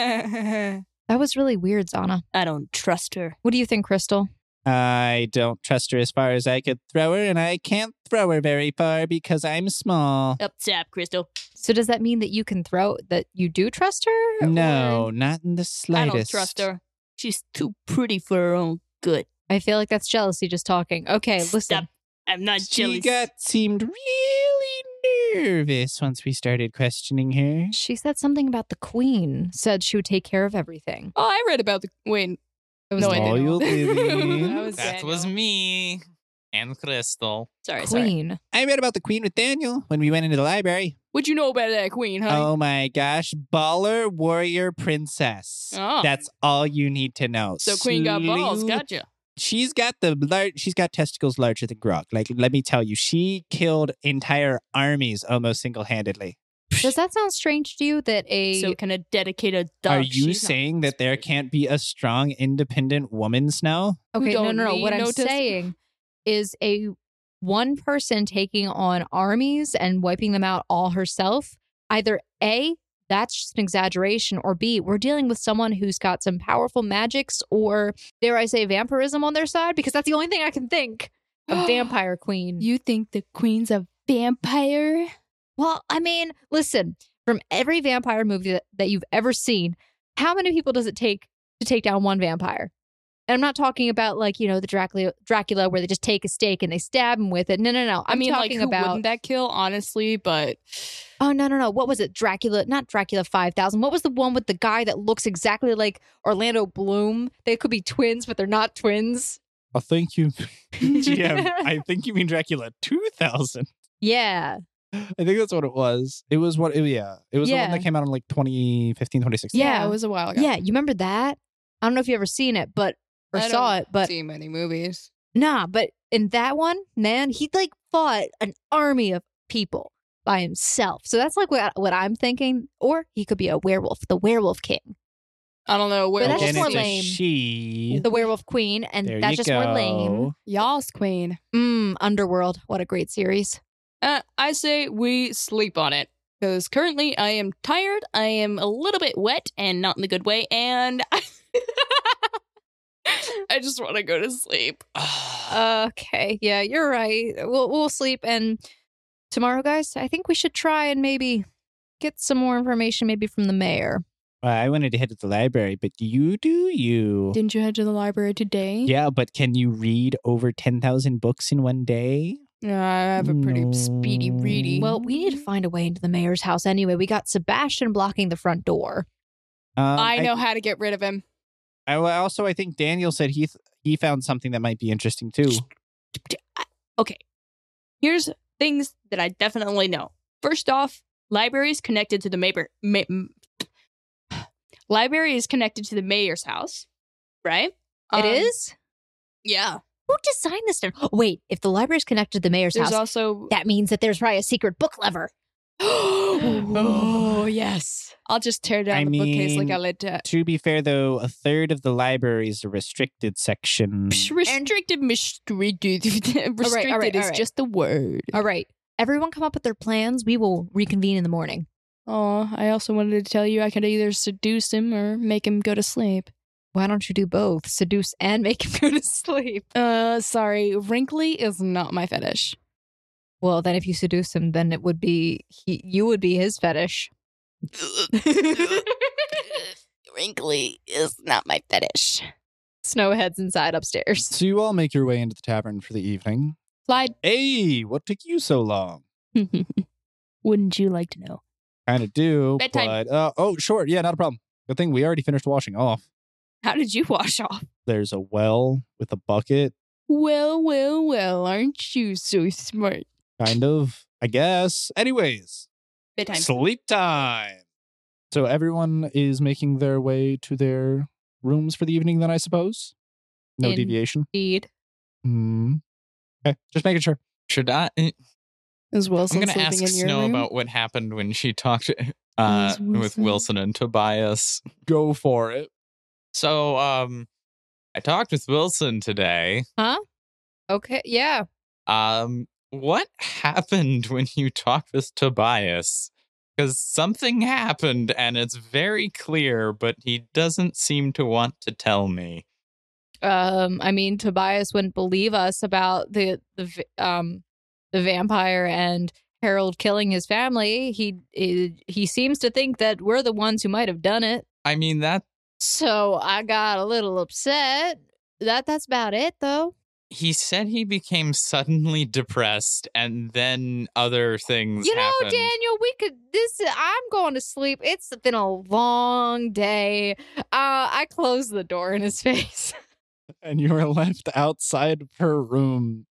S1: I
S2: that was really weird, Zana.
S1: don't trust her.
S2: What do you think, Crystal?
S4: I don't trust her as far as I could throw her, and I can't throw her very far because I'm small.
S1: Up top, Crystal.
S6: So does that mean that you can throw that you do trust her?
S4: No,
S6: or-
S4: not in the slightest.
S1: I don't trust her. She's too pretty for her own good.
S6: I feel like that's jealousy just talking. Okay, listen.
S1: Stop. I'm not
S4: She
S1: jealous.
S4: got seemed really nervous once we started questioning her.
S2: She said something about the queen, said she would take care of everything.
S1: Oh, I read about the wait.
S6: It was
S1: No, I didn't.
S4: Royal Lily.
S1: That was
S5: That was
S1: Daniel.
S5: me and Crystal.
S1: Sorry, sorry.
S2: queen.
S4: I read about the queen with Daniel when we went into the library.
S1: What you know about that queen, huh?
S4: Oh my gosh. Baller, warrior, princess.
S1: Oh.
S4: That's all you need to know.
S1: so queen got balls.
S4: Slew-
S1: Gotcha.
S4: she's got the lar- she's got testicles larger than Grog. Like, let me tell you, she killed entire armies almost single handedly.
S2: Does that sound strange to you that a
S1: So can a dedicated dog?
S4: Are you
S1: she's not-
S4: saying that there can't be a strong, independent woman now?
S2: okay, no,
S1: don't
S2: no, no. What
S1: we
S2: I'm
S1: notice?
S2: saying is a one person taking on armies and wiping them out all herself. Either a that's just an exaggeration, or b we're dealing with someone who's got some powerful magics, or dare I say vampirism on their side, because that's the only thing I can think of vampire queen.
S1: You think the queen's a vampire?
S2: Well, I mean, listen, from every vampire movie that, that you've ever seen, how many people does it take to take down one vampire? And I'm not talking about like, you know, the Dracula, Dracula where they just take a stake and they stab him with it. No, no, no.
S1: I
S2: I'm
S1: mean, like,
S2: talking
S1: who
S2: about
S1: wouldn't that kill? Honestly, but
S2: Oh, no, no, no. What was it? Dracula, not Dracula 5000. What was the one with the guy that looks exactly like Orlando Bloom? They could be twins, but they're not twins.
S4: I think you, GM. I think you mean Dracula 2000.
S2: Yeah.
S4: I think that's what it was. It was what, yeah. It was the
S2: Yeah.
S4: one that came out in like 2015, 2016.
S1: yeah,
S2: Yeah.
S1: it was a while ago.
S2: Yeah, you remember that? I don't know if you ever seen it, but or
S1: I
S2: saw
S1: don't
S2: it, but
S1: see many movies.
S2: Nah, but in that one, man, he like fought an army of people by himself. So that's like what what I'm thinking. Or he could be a werewolf, the werewolf king,
S1: I don't know where
S2: But that's
S4: Again,
S2: just more
S4: it's a
S2: lame.
S4: She.
S2: the werewolf queen, and
S4: There
S2: that's
S4: you
S2: just
S4: go.
S2: more lame.
S1: y'all's queen.
S2: Mm, Underworld, what a great series.
S1: Uh, I say we sleep on it because currently I am tired. I am a little bit wet and not in a good way, and I, just want to go to sleep.
S2: Okay, yeah, you're right. We'll we'll sleep and tomorrow, guys. I think we should try and maybe get some more information, maybe from the mayor.
S4: Well, I wanted to head to the library, but you do you.
S1: Didn't you head to the library today?
S4: Yeah, but can you read over 10,000 books in one day?
S1: Yeah, I have a pretty speedy
S4: No.
S1: reading.
S2: Well, we need to find a way into the mayor's house anyway. We got Sebastian blocking the front door.
S4: Um,
S1: I know how to get rid of him.
S4: I, I also I think Daniel said he th- he found something that might be interesting too.
S1: Okay, here's things that I definitely know. First off, library is connected to the mayor. Ma- m- library is connected to the mayor's house, right? Um,
S2: It is.
S1: Yeah.
S2: Who designed this? stuff? Wait, if the library's connected to the mayor's
S1: There's
S2: house,
S1: also
S2: that means that there's probably a secret book lever.
S1: oh yes. I'll just tear down
S4: I
S1: the bookcase like
S4: mean- Hmm.
S1: I let that.
S4: To be fair though, a third of the library is the restricted section.
S1: Psh, Restricted, restricted, restricted
S2: all right,
S1: is
S2: all right.
S1: just the word.
S2: All right, everyone, come up with their plans. We will reconvene in the morning.
S1: Oh, I also wanted to tell you I could either seduce him or make him go to sleep.
S2: Why don't you do both? Seduce and make him go to sleep.
S1: Uh, sorry, wrinkly is not my fetish.
S2: Well, then, if you seduce him, then it would be he, you would be his fetish.
S1: wrinkly is not my fetish.
S2: Snowhead's inside upstairs.
S4: So you all make your way into the tavern for the evening.
S1: Slide.
S4: Hey, what took you so long?
S1: Wouldn't you like to know?
S4: Kind of do,
S1: Bedtime.
S4: but uh, oh, sure, yeah, not a problem. Good thing we already finished washing off.
S1: How did you wash off?
S4: There's a well with a bucket,
S1: Well, well, well, aren't you so smart?
S4: kind of, I guess. Anyways,
S1: Bedtime.
S4: Sleep time. So everyone is making their way to their rooms for the evening, then I suppose. No
S2: In-
S4: deviation.
S2: Indeed.
S4: Hmm. Okay, just making sure.
S5: Should I? I'm
S1: As well,
S5: going to ask Snow about what happened when she talked uh,
S1: Is
S5: with
S1: Wilson-
S5: Wilson and Tobias.
S4: Go for it.
S5: So, um, I talked with Wilson today.
S2: Okay. Yeah.
S5: Um, what happened when you talked with Tobias? Because something happened and it's very clear, but he doesn't seem to want to tell me.
S2: Um. I mean, Tobias wouldn't believe us about the the v- um the vampire and Harold killing his family. He he, he seems to think that we're the ones who might have done it.
S5: I mean, that
S2: So I got a little upset. That that's about it, though.
S5: He said he became suddenly depressed, and then other things.
S2: You know,
S5: happened.
S2: Daniel, we could. This I'm going to sleep. It's been a long day. Uh, I closed the door in his face.
S4: and you are left outside of her room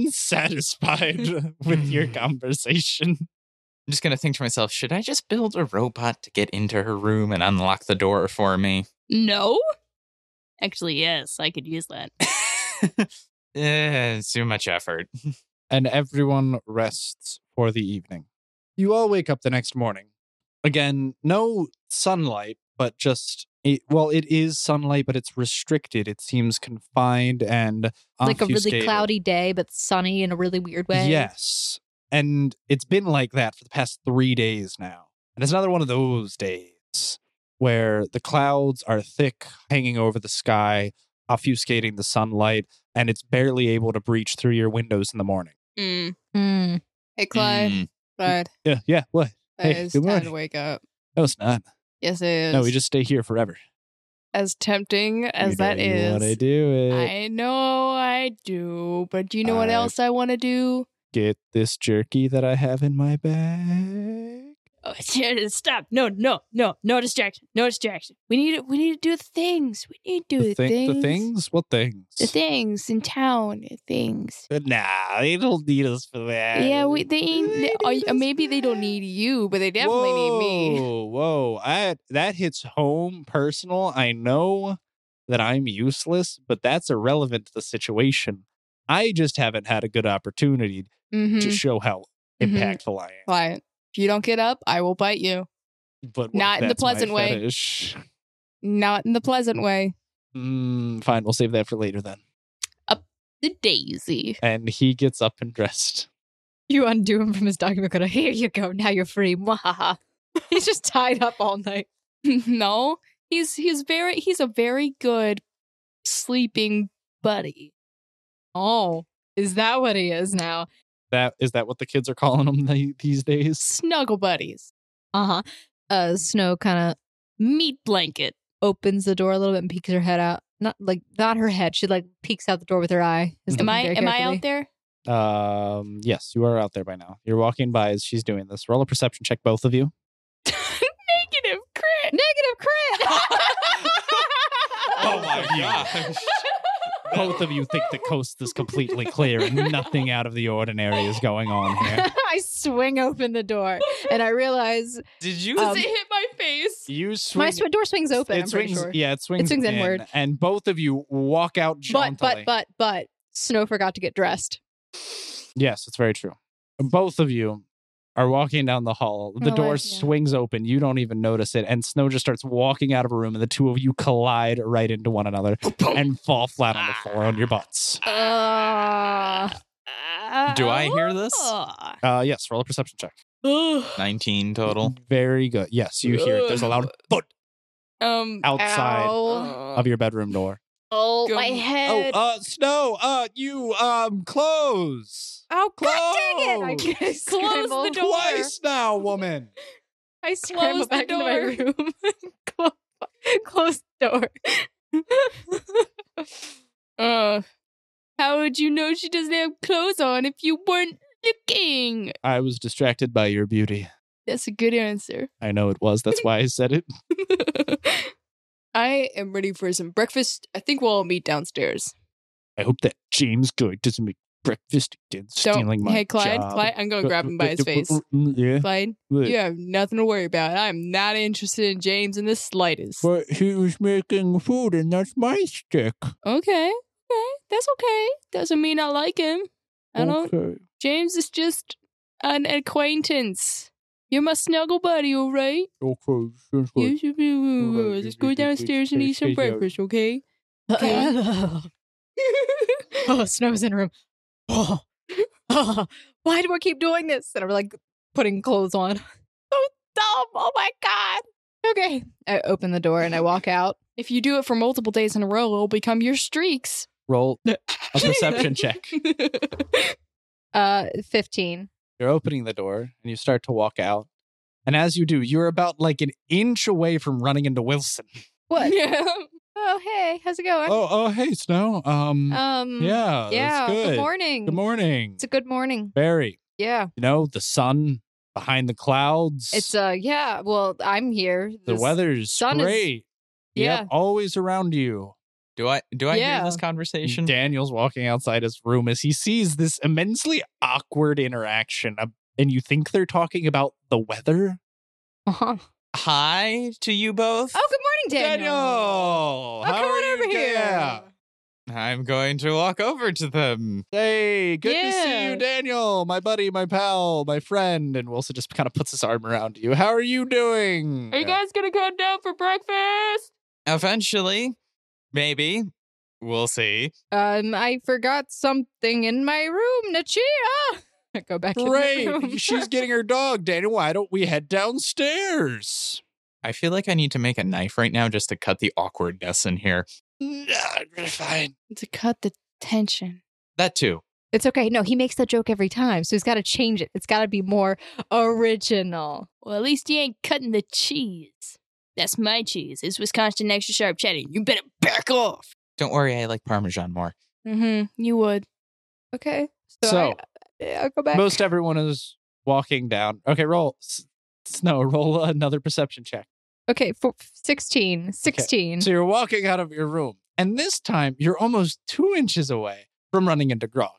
S4: unsatisfied with your conversation.
S5: I'm just gonna think to myself: Should I just build a robot to get into her room and unlock the door for me?
S1: No? Actually, yes, I could use that.
S5: Eh, it's too much effort.
S4: And everyone rests for the evening. You all wake up the next morning. Again, no sunlight, but just it, well, it is sunlight, but it's restricted. It seems confined and
S2: like a really
S4: obfuscated.
S2: cloudy day, but sunny in a really weird way.
S4: Yes. And it's been like that for the past three days now. And it's another one of those days where the clouds are thick, hanging over the sky, obfuscating the sunlight, and it's barely able to breach through your windows in the morning.
S1: Mm.
S2: Hmm.
S6: Hey, Clyde.
S5: Mm.
S6: Clyde,
S4: Yeah, yeah, what? Hey,
S6: it's
S4: good
S6: time
S4: morning.
S6: to wake up.
S4: No, it's not.
S6: Yes, it is.
S4: No, we just stay here forever.
S6: as tempting as that is.
S4: What I do it.
S6: I know I do, but you know what
S4: I-
S6: else I want to do?
S4: Get this jerky that I have in my bag.
S1: Oh, stop. No, no, no, no distraction. No distraction. We need to we need to do the things. We need to do the,
S4: the, thi-
S6: things.
S4: the things? What things? Uh,
S6: The things in town, the things.
S4: nah, they don't need us for that.
S6: Yeah, we, they ain't.
S4: They
S6: They,
S4: need
S6: or-
S4: us
S6: or maybe they don't
S4: back.
S6: need you, but they definitely
S4: whoa,
S6: need me.
S4: Whoa, I that hits home personal. I know that I'm useless, but that's irrelevant to the situation. I just haven't had a good opportunity
S6: Mm-hmm.
S4: to show how
S6: Mhm.
S4: impactful I am.
S6: Client, if you don't get up, I will bite you.
S4: But
S6: Not in the
S4: that's my
S6: pleasant way.
S4: fetish.
S6: Not in the pleasant way.
S4: Mm, fine, we'll save that for later then.
S1: the daisy.
S4: And he gets up and dressed.
S2: You undo him from his document. Go, here you go. Now you're free. Mwahaha. He's just tied up all night.
S6: no, he's he's very he's a very good sleeping buddy.
S2: Oh, is that what he is now?
S4: That is that what the kids are calling him the, these days?
S6: Snuggle buddies.
S2: Uh huh. Uh, Snow kind of
S1: Meat blanket.
S2: opens the door a little bit and peeks her head out. Not like not her head. She like peeks out the door with her eye. Is
S1: Am
S2: looking
S1: I
S2: very
S1: am I
S2: carefully.
S1: out there?
S4: Um, yes, you are out there by now. You're walking by as she's doing this. Roll a perception check, both of you.
S1: Negative crit.
S2: Negative crit.
S5: Oh my gosh!
S4: both of you think the coast is completely clear and nothing out of the ordinary is going on here.
S2: I swing open the door and I realize
S5: Did you?
S2: Um,
S1: It hit my face.
S4: You swing.
S2: my sw- door swings open.
S4: it
S2: I'm pretty
S4: swings,
S2: sure.
S4: Yeah, it swings.
S2: swings
S4: in,
S2: inward.
S4: and both of you walk out
S2: But
S4: jauntily.
S2: but but but Snow forgot to get dressed.
S4: Yes, it's very true. Both of you are walking down the hall. The
S2: Oh, I-
S4: door
S2: yeah.
S4: swings open. You don't even notice it, and Snow just starts walking out of a room, and the two of you collide right into one another and fall flat on the floor on your butts.
S2: Ah.
S6: Uh,
S5: Do I hear this?
S2: oh.
S1: Ah.
S4: Uh, yes, roll a perception check.
S5: Nineteen total.
S4: Very good. Yes, you hear it. There's a loud thud
S6: Um,
S4: outside
S5: Uh.
S6: ow.
S4: of your bedroom door.
S2: Oh,
S6: Go-
S2: my
S4: Oh,
S2: head.
S4: uh, Snow, uh, you, um, close.
S2: Oh,
S4: Close.
S2: dang it. I close
S1: the door.
S4: Twice now, woman.
S2: I
S1: Close
S2: scramble
S1: the
S2: back into my
S1: door.
S2: room. close, close the door.
S6: Uh,
S1: How would you know she doesn't have clothes on if you weren't looking?
S4: I was distracted by your beauty.
S6: that's a good answer.
S4: I know it was. That's why I said it.
S6: I am ready for some breakfast. I think we'll all meet downstairs.
S4: I hope that James Good doesn't make breakfast again,
S6: Don't.
S4: stealing my
S6: hey, Clyde.
S4: job.
S6: Clyde, I'm going to grab him by his face.
S4: mm, Yeah.
S6: Clyde, you have nothing to worry about. I'm not interested in James in the slightest.
S4: But he was making food, and that's my stick.
S6: Okay. Okay. That's okay. Doesn't mean I like him. I don't.
S4: Okay.
S6: James is just an acquaintance. You're my snuggle buddy, all right?
S4: Okay. sounds
S6: You
S4: good.
S6: should be.
S4: Alright,
S6: Let's
S4: you
S6: go
S4: should be
S6: downstairs and eat some
S4: safe out.
S6: breakfast, okay?
S2: oh, Snow's in a room. Oh, oh, why do I keep doing this? And I'm like putting clothes on. So dumb. Oh my god. Okay. I open the door and I walk out.
S6: If you do it for multiple days in a row, it'll become your streaks.
S4: Roll a perception check.
S2: Uh, fifteen.
S4: You're opening the door and you start to walk out. And as you do, you're about like an inch away from running into Wilson.
S2: What?
S6: yeah.
S2: Oh, hey, how's it going?
S4: Oh, oh, hey, Snow. Um,
S2: um,
S4: yeah, that's
S2: yeah.
S4: good.
S2: morning.
S4: Good morning,
S2: It's a good morning.
S4: Barry.
S2: Yeah,
S4: You know the sun behind the clouds.
S2: it's uh, yeah. Well, I'm here.
S4: the
S2: This-
S4: weather's
S2: sun is-
S4: great.
S2: Yeah.
S4: Yep, always around you.
S5: Do I do I
S2: Yeah.
S5: hear this conversation?
S4: Daniel's walking outside his room as he sees this immensely awkward interaction, uh, and you think they're talking about the weather.
S2: Uh-huh.
S5: Hi to you both.
S2: Oh, good morning, Daniel.
S4: Daniel,
S2: Oh,
S4: how
S2: come
S4: are
S2: on
S4: you
S2: over here.
S4: Yeah.
S2: Oh.
S5: I'm going to walk over to them.
S4: Hey, good to see
S2: Yeah.
S4: you, Daniel, my buddy, my pal, my friend. And Wilson just kind of puts his arm around you. How are you doing?
S1: Are you guys gonna come down for breakfast?
S5: Eventually, maybe. We'll see.
S2: Um, I forgot something in my room, Nachia. I go back in the room.
S4: Great. She's getting her dog, Daniel. Why don't we head downstairs?
S5: I feel like I need to make a knife right now just to cut the awkwardness in here.
S4: Nah, Fine.
S1: To cut the tension.
S5: That too.
S8: It's okay. No, he makes that joke every time. So he's got to change it. It's got to be more original.
S1: Well, at least you ain't cutting the cheese. That's my cheese. It's Wisconsin extra sharp cheddar. You better back off.
S5: Don't worry, I like Parmesan more.
S1: Mm-hmm. You would.
S2: Okay, so,
S4: So,
S2: I, I'll go back.
S4: most everyone is walking down. Okay, roll. S- Snow, roll another perception check.
S2: okay, for 16, 16.
S4: So you're walking out of your room, and this time you're almost two inches away from running into Grog.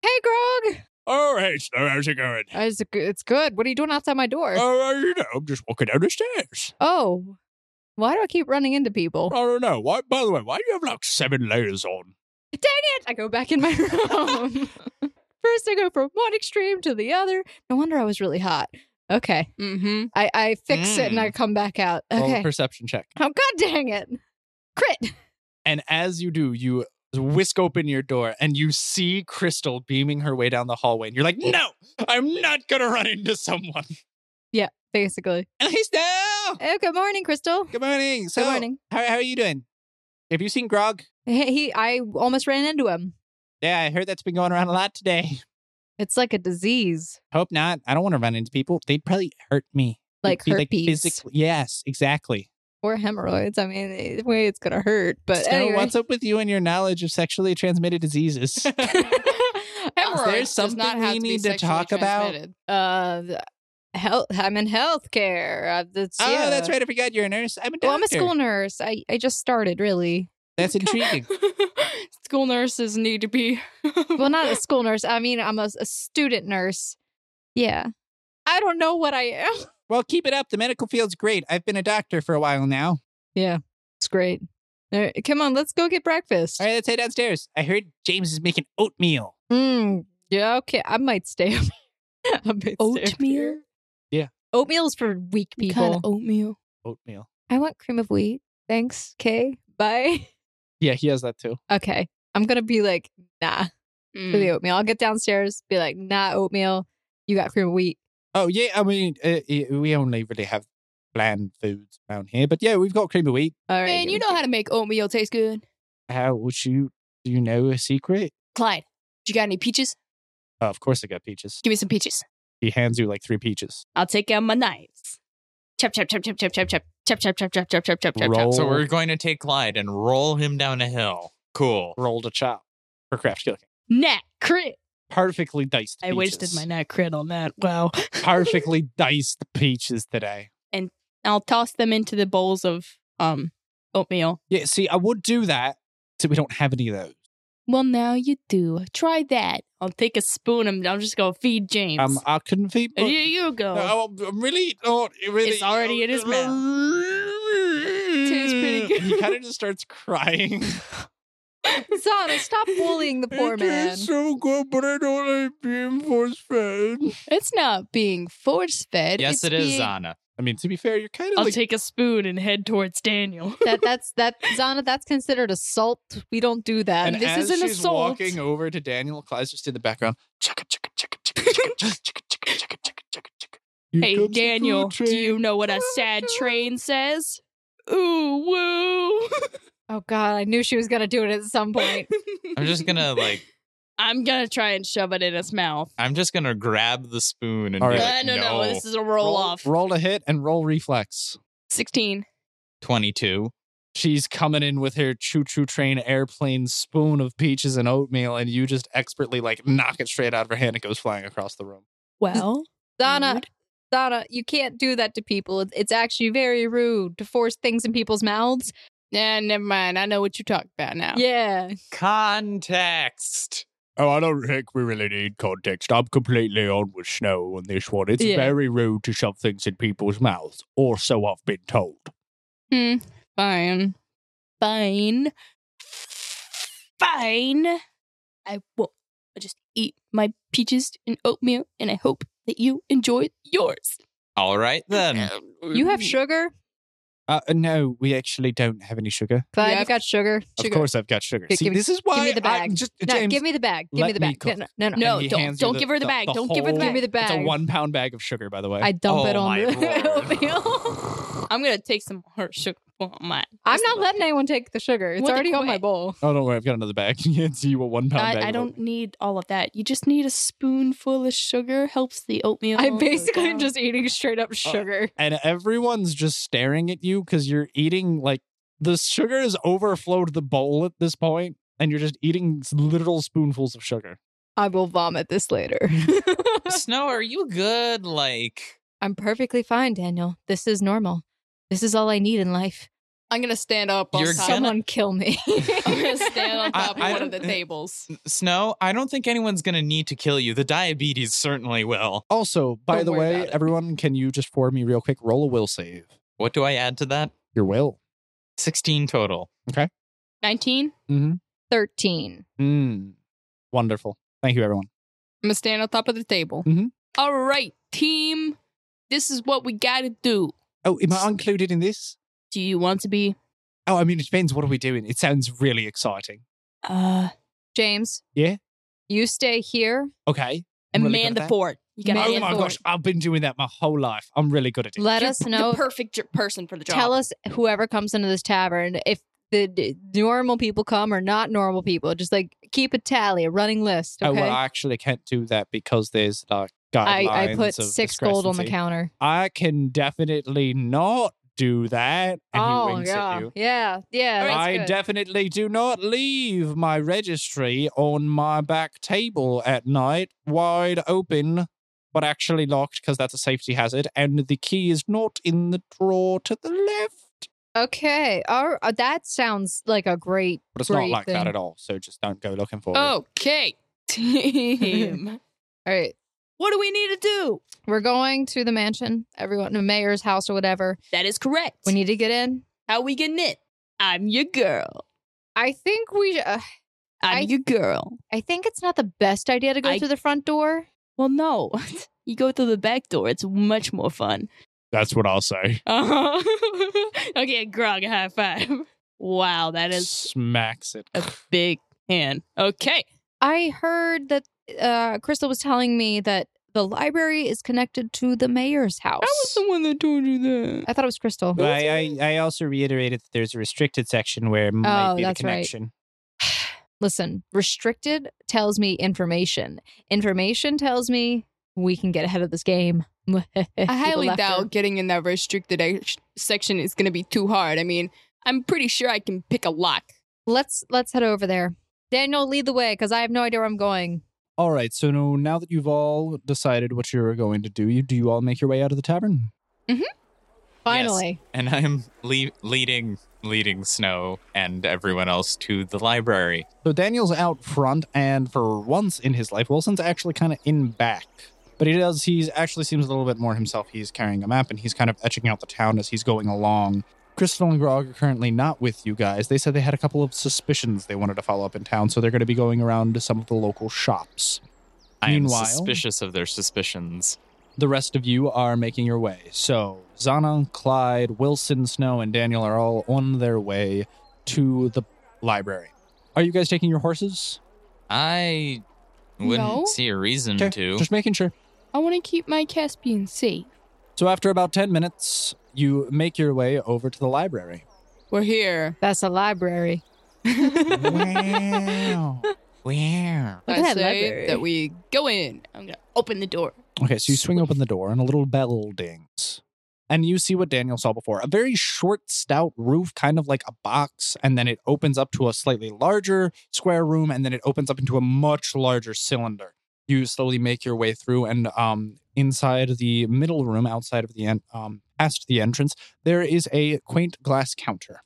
S2: Hey, Grog.
S4: All right, Snow, how's it going?
S2: Uh, It's, g- it's good. What are you doing outside my door?
S4: Oh, uh, you know, I'm just walking down the stairs.
S2: oh, why do I keep running into people?
S4: I don't know. Why, by the way, why do you have like seven layers on?
S2: Dang it! I go back in my room. First, I go from one extreme to the other. No wonder I was really hot. Okay,
S1: Mm-hmm.
S2: I, I fix it and I
S4: Mm.
S2: come back out.
S4: Roll
S2: Okay.
S4: a perception check.
S2: Oh god, dang it! Crit.
S4: And as you do, you whisk open your door and you see Crystal beaming her way down the hallway. And you're like, no, I'm not going to run into someone.
S2: Basically.
S4: And hey, Snow!
S2: Oh, good morning, Crystal.
S4: Good morning. So,
S2: Good morning.
S4: How, how are you doing? Have you seen Grog?
S2: He, he- I almost ran into him.
S4: Yeah, I heard that's been going around a lot today.
S2: It's like a disease.
S4: Hope not. I don't want to run into people. They'd probably hurt me.
S2: Like
S4: Be,
S2: herpes.
S4: physically. Yes, exactly.
S2: Or hemorrhoids. I mean, either way, it's gonna hurt. But
S4: Snow,
S2: anyway.
S4: what's up with you and your knowledge of sexually transmitted diseases? Oh,
S1: Hemorrhoids
S4: There's
S1: does not
S4: something
S1: have
S4: we
S1: be
S4: need to
S1: sexually
S4: talk about?
S1: transmitted.
S2: uh, the- health. I'm in healthcare. Uh, that's,
S4: Oh,
S2: yeah.
S4: that's right. I forgot you're a nurse. I'm a doctor.
S2: Well, I'm a school nurse. I, I just started, really.
S4: That's intriguing.
S1: School nurses need to be.
S2: Well, not a school nurse. I mean, I'm a, a student nurse. Yeah. I don't know what I am.
S4: Well, keep it up. The medical field's great. I've been a doctor for a while now.
S2: It's great. All right, come on, let's go get breakfast.
S4: All right, let's head downstairs. I heard James is making oatmeal.
S2: Mm, yeah, okay. I might stay up here. I might stay up here.
S1: Oatmeal?
S2: Oatmeal's for weak
S1: What
S2: people.
S1: kind of oatmeal?
S4: Oatmeal.
S2: I want cream of wheat. Thanks, Kay. Bye.
S4: Yeah, he has that too.
S2: Okay. I'm going to be like, nah,
S1: Mm.
S2: for the oatmeal. I'll get downstairs, be like, nah, oatmeal. You got cream of wheat.
S4: Oh yeah, I mean, uh, uh, we only really have bland foods around here, but yeah, we've got cream of wheat.
S2: All right.
S1: Man,
S2: here
S1: you
S2: we
S1: know how to make oatmeal taste good.
S4: How would you? Do you know a secret?
S1: Clyde, you got any peaches?
S4: Oh, of course, I got peaches.
S1: Give me some peaches.
S4: He hands you like three peaches.
S1: I'll take out my knives. Chop, chop, chop, chop, chop, chop, chop, chop, chop, chop, chop, chop, chop, chop, chop, chop.
S4: Roll,
S5: So we're going to take Clyde and roll him down a hill. Cool.
S4: roll to chop for craft cooking.
S1: Nat crit.
S4: Perfectly diced.
S1: I wasted
S4: peaches.
S1: my nat crit on that. Wow.
S4: Perfectly diced peaches today.
S1: I'll toss them into the bowls of um oatmeal.
S4: Yeah, see, I would do that. So we don't have any of those.
S1: Well, now you do. Try that. I'll take a spoon and I'm just gonna feed James.
S4: Um, oh, I couldn't feed.
S1: And here you go.
S4: No, I'm- I'm really not. Really,
S1: It's already in his Tastes pretty good.
S4: He kind of just starts crying.
S2: go. Zana, stop bullying the poor man.
S4: so good, but I don't like being force fed.
S1: It's not being force fed.
S5: Yes,
S1: it's
S5: it is,
S1: being-
S5: Zana.
S4: I mean, to be fair, you're kind of
S1: I'll
S4: like
S1: take a spoon and head towards Daniel.
S2: that that's that Zana, that's considered assault. We don't do that.
S4: And
S1: this
S4: as
S1: is an
S4: she's
S1: assault.
S4: walking over to Daniel, Clyde's just in the background. "Chugga, chugga, chugga, chugga, chugga, chugga, chugga, chugga, chugga, chugga, chugga." Here
S1: hey,
S4: comes the food
S1: Daniel, do
S4: train.
S1: you know what a sad train says? Ooh, woo.
S2: oh god, I knew she was gonna do it at some point.
S5: I'm just gonna like
S1: I'm gonna try and shove it in his mouth.
S5: I'm just gonna grab the spoon and
S4: All
S5: be
S4: right.
S5: like,
S1: no,
S5: no,
S1: no, this is a roll, off.
S4: Roll to hit and roll reflex.
S1: 16.
S5: 22.
S4: She's coming in with her choo choo train airplane spoon of peaches and oatmeal, and you just expertly like knock it straight out of her hand. It goes flying across the room.
S1: Well,
S2: Donna,
S1: Rude.
S2: Donna, you can't do that to people. It's, it's actually very rude to force things in people's mouths.
S1: nah, never mind. I know what you're talking about now.
S2: Yeah.
S5: Context.
S4: Oh, I don't think we really need context. I'm completely on with Snow on this one. It's
S1: Yeah.
S4: very rude to shove things in people's mouths, or so I've been told.
S1: Hmm. Fine. Fine. Fine. I will I'll just eat my peaches and oatmeal, and I hope that you enjoy yours.
S5: All right
S2: Um,
S5: then.
S2: You have sugar?
S4: Uh, no, we actually don't have any sugar.
S2: Glad
S1: Yeah.
S2: you got sugar.
S4: Of course, I've got sugar.
S2: Gi-
S4: See,
S2: give me-
S4: this is why
S2: me the
S4: I
S2: bag.
S4: just
S2: No,
S4: James,
S2: give me the bag. Give
S4: let
S2: me the
S4: me
S2: bag. No,
S4: cook.
S2: no, no, no.
S1: No,
S4: And he
S1: don't
S4: hands you
S1: don't give her the bag. don't give her the
S4: whole-
S1: bag.
S2: Give me the
S4: It's a
S2: bag.
S4: one pound bag of sugar, by the way.
S2: I dump
S5: Oh
S2: it on
S5: my lord.
S2: the oatmeal.
S1: I'm gonna take some of her sugar on mine.
S2: I'm
S1: Just
S2: not
S1: look.
S2: letting anyone take the sugar. It's
S1: What a
S2: already on my
S1: quit.
S2: bowl.
S4: oh, don't worry. I've got another bag. it's you a one pound bag.
S1: I, I
S4: of
S1: don't
S4: oatmeal.
S1: need all of that. You just need a spoonful of sugar. Helps the oatmeal.
S2: I'm
S1: go
S2: basically
S1: down.
S2: just eating straight up sugar.
S4: And everyone's just staring at you because you're eating like the sugar has overflowed the bowl at this point, and you're just eating s- literal spoonfuls of sugar.
S2: I will vomit this later.
S5: Snow, are you good? Like,
S2: I'm perfectly fine, Daniel. This is normal. This is all I need in life.
S1: I'm gonna stand up on
S5: You're
S1: top.
S5: gonna-
S2: Someone kill me.
S1: I'm gonna stand on
S5: I-
S1: top
S5: I
S1: of one of the
S5: don't- mm.
S1: tables.
S5: Snow, I don't think anyone's gonna need to kill you. The diabetes certainly will.
S4: Also, by
S1: Don't
S4: the
S1: worry
S4: way,
S1: about it.
S4: everyone, can you just for me real quick? Roll a will save.
S5: What do I add to that?
S4: Your will.
S5: 16 total.
S1: 19. I'm
S4: Mm-hmm.
S2: 13.
S4: Mm. Wonderful. Thank you, everyone.
S1: gonna stand on top of the table.
S4: Mhm.
S1: All right, team. This is what we gotta do.
S4: Oh, am I included in this?
S1: Do you want to be?
S4: Oh, I mean, it depends. What are we doing? It sounds really exciting.
S1: Uh,
S2: James.
S4: Yeah?
S2: You stay here.
S4: Okay. I'm
S1: and
S4: really
S1: man
S4: good
S1: the
S4: at that.
S1: fort. You gotta man
S2: Man
S4: oh
S1: the
S4: my
S1: fort.
S4: gosh, I've been doing that my whole life. I'm really good at it.
S2: Let
S1: You're
S2: us know.
S1: the perfect j- person for the job.
S2: Tell us whoever comes into this tavern if the d- normal people come or not normal people. Just like keep a tally, a running list. Okay.
S4: Oh well, I actually can't do that because there's like guidelines.
S2: I, I put
S4: of
S2: six gold on the
S4: discrepancy.
S2: counter.
S4: I can definitely not do that. And he
S2: oh
S4: winks
S2: yeah,
S4: at you.
S2: yeah, yeah. that's
S4: I
S2: good.
S4: definitely do not leave my registry on my back table at night, wide open, but actually locked because that's a safety hazard. And the key is not in the drawer to the left.
S2: okay. All right. That sounds like a great.
S4: But it's
S2: Great
S4: not like that
S2: thing.
S4: at all. So just don't go looking for
S2: Oh.
S4: it.
S1: okay, team.
S2: All right,
S1: what do we need to do?
S2: we're going to the mansion. Everyone, the mayor's house or whatever.
S1: That is correct.
S2: We need to get in.
S1: How we getting it? I'm your girl.
S2: I think we. Uh,
S1: I'm
S2: I-
S1: your girl.
S2: I think it's not the best idea to go
S1: I-
S2: through the front door.
S1: Well, no. you go through the back door. It's much more fun.
S4: That's what I'll say.
S1: Uh-huh. okay, Grog, high five. Wow, that is
S4: smacks it.
S1: a big hand. Okay.
S2: I heard that uh, Crystal was telling me that the library is connected to the mayor's house.
S1: one that told you that.
S2: I thought it was Crystal.
S4: Well, I, I, I also reiterated that there's a restricted section where it might
S2: Oh,
S4: be the
S2: that's right.
S4: connection.
S2: Listen, restricted tells me information. Information tells me we can get ahead of this game.
S1: I highly doubt getting in that restricted ex- section is going to be too hard. I mean, I'm pretty sure I can pick a lock.
S2: Let's let's head over there. Daniel, lead the way because I have no idea where I'm going.
S4: All right, so now, now that you've all decided what you're going to do, you do you all make your way out of the tavern?
S2: Finally,
S5: And I'm le- leading leading Snow and everyone else to the library.
S4: So Daniel's out front, and for once in his life, Wilson's actually kind of in back. But he does, he actually seems a little bit more himself. He's carrying a map and he's kind of etching out the town as he's going along. Crystal and Grog are currently not with you guys. They said they had a couple of suspicions they wanted to follow up in town, so they're going to be going around to some of the local shops.
S5: I am
S4: Meanwhile-
S5: suspicious of their suspicions.
S4: The rest of you are making your way. So, Zana, Clyde, Wilson, Snow, and Daniel are all on their way to the library. Are you guys taking your horses?
S5: I wouldn't
S1: No.
S5: see a reason
S4: Okay,
S5: to.
S4: Just making sure.
S1: I want to keep my Caspian safe.
S4: So, after about 10 minutes, you make your way over to the library.
S1: We're here.
S2: that's a library.
S4: wow.
S5: Where?
S2: Look
S1: I
S2: at that
S1: say
S2: library.
S1: that we go in. I'm going to open the door.
S4: Okay, so you swing open the door and a little bell dings. and you see what Daniel saw before a very short, stout roof, kind of like a box, and then it opens up to a slightly larger square room, and then it opens up into a much larger cylinder. You slowly make your way through, and um, inside the middle room, outside of the en- um, past the entrance, there is a quaint glass counter.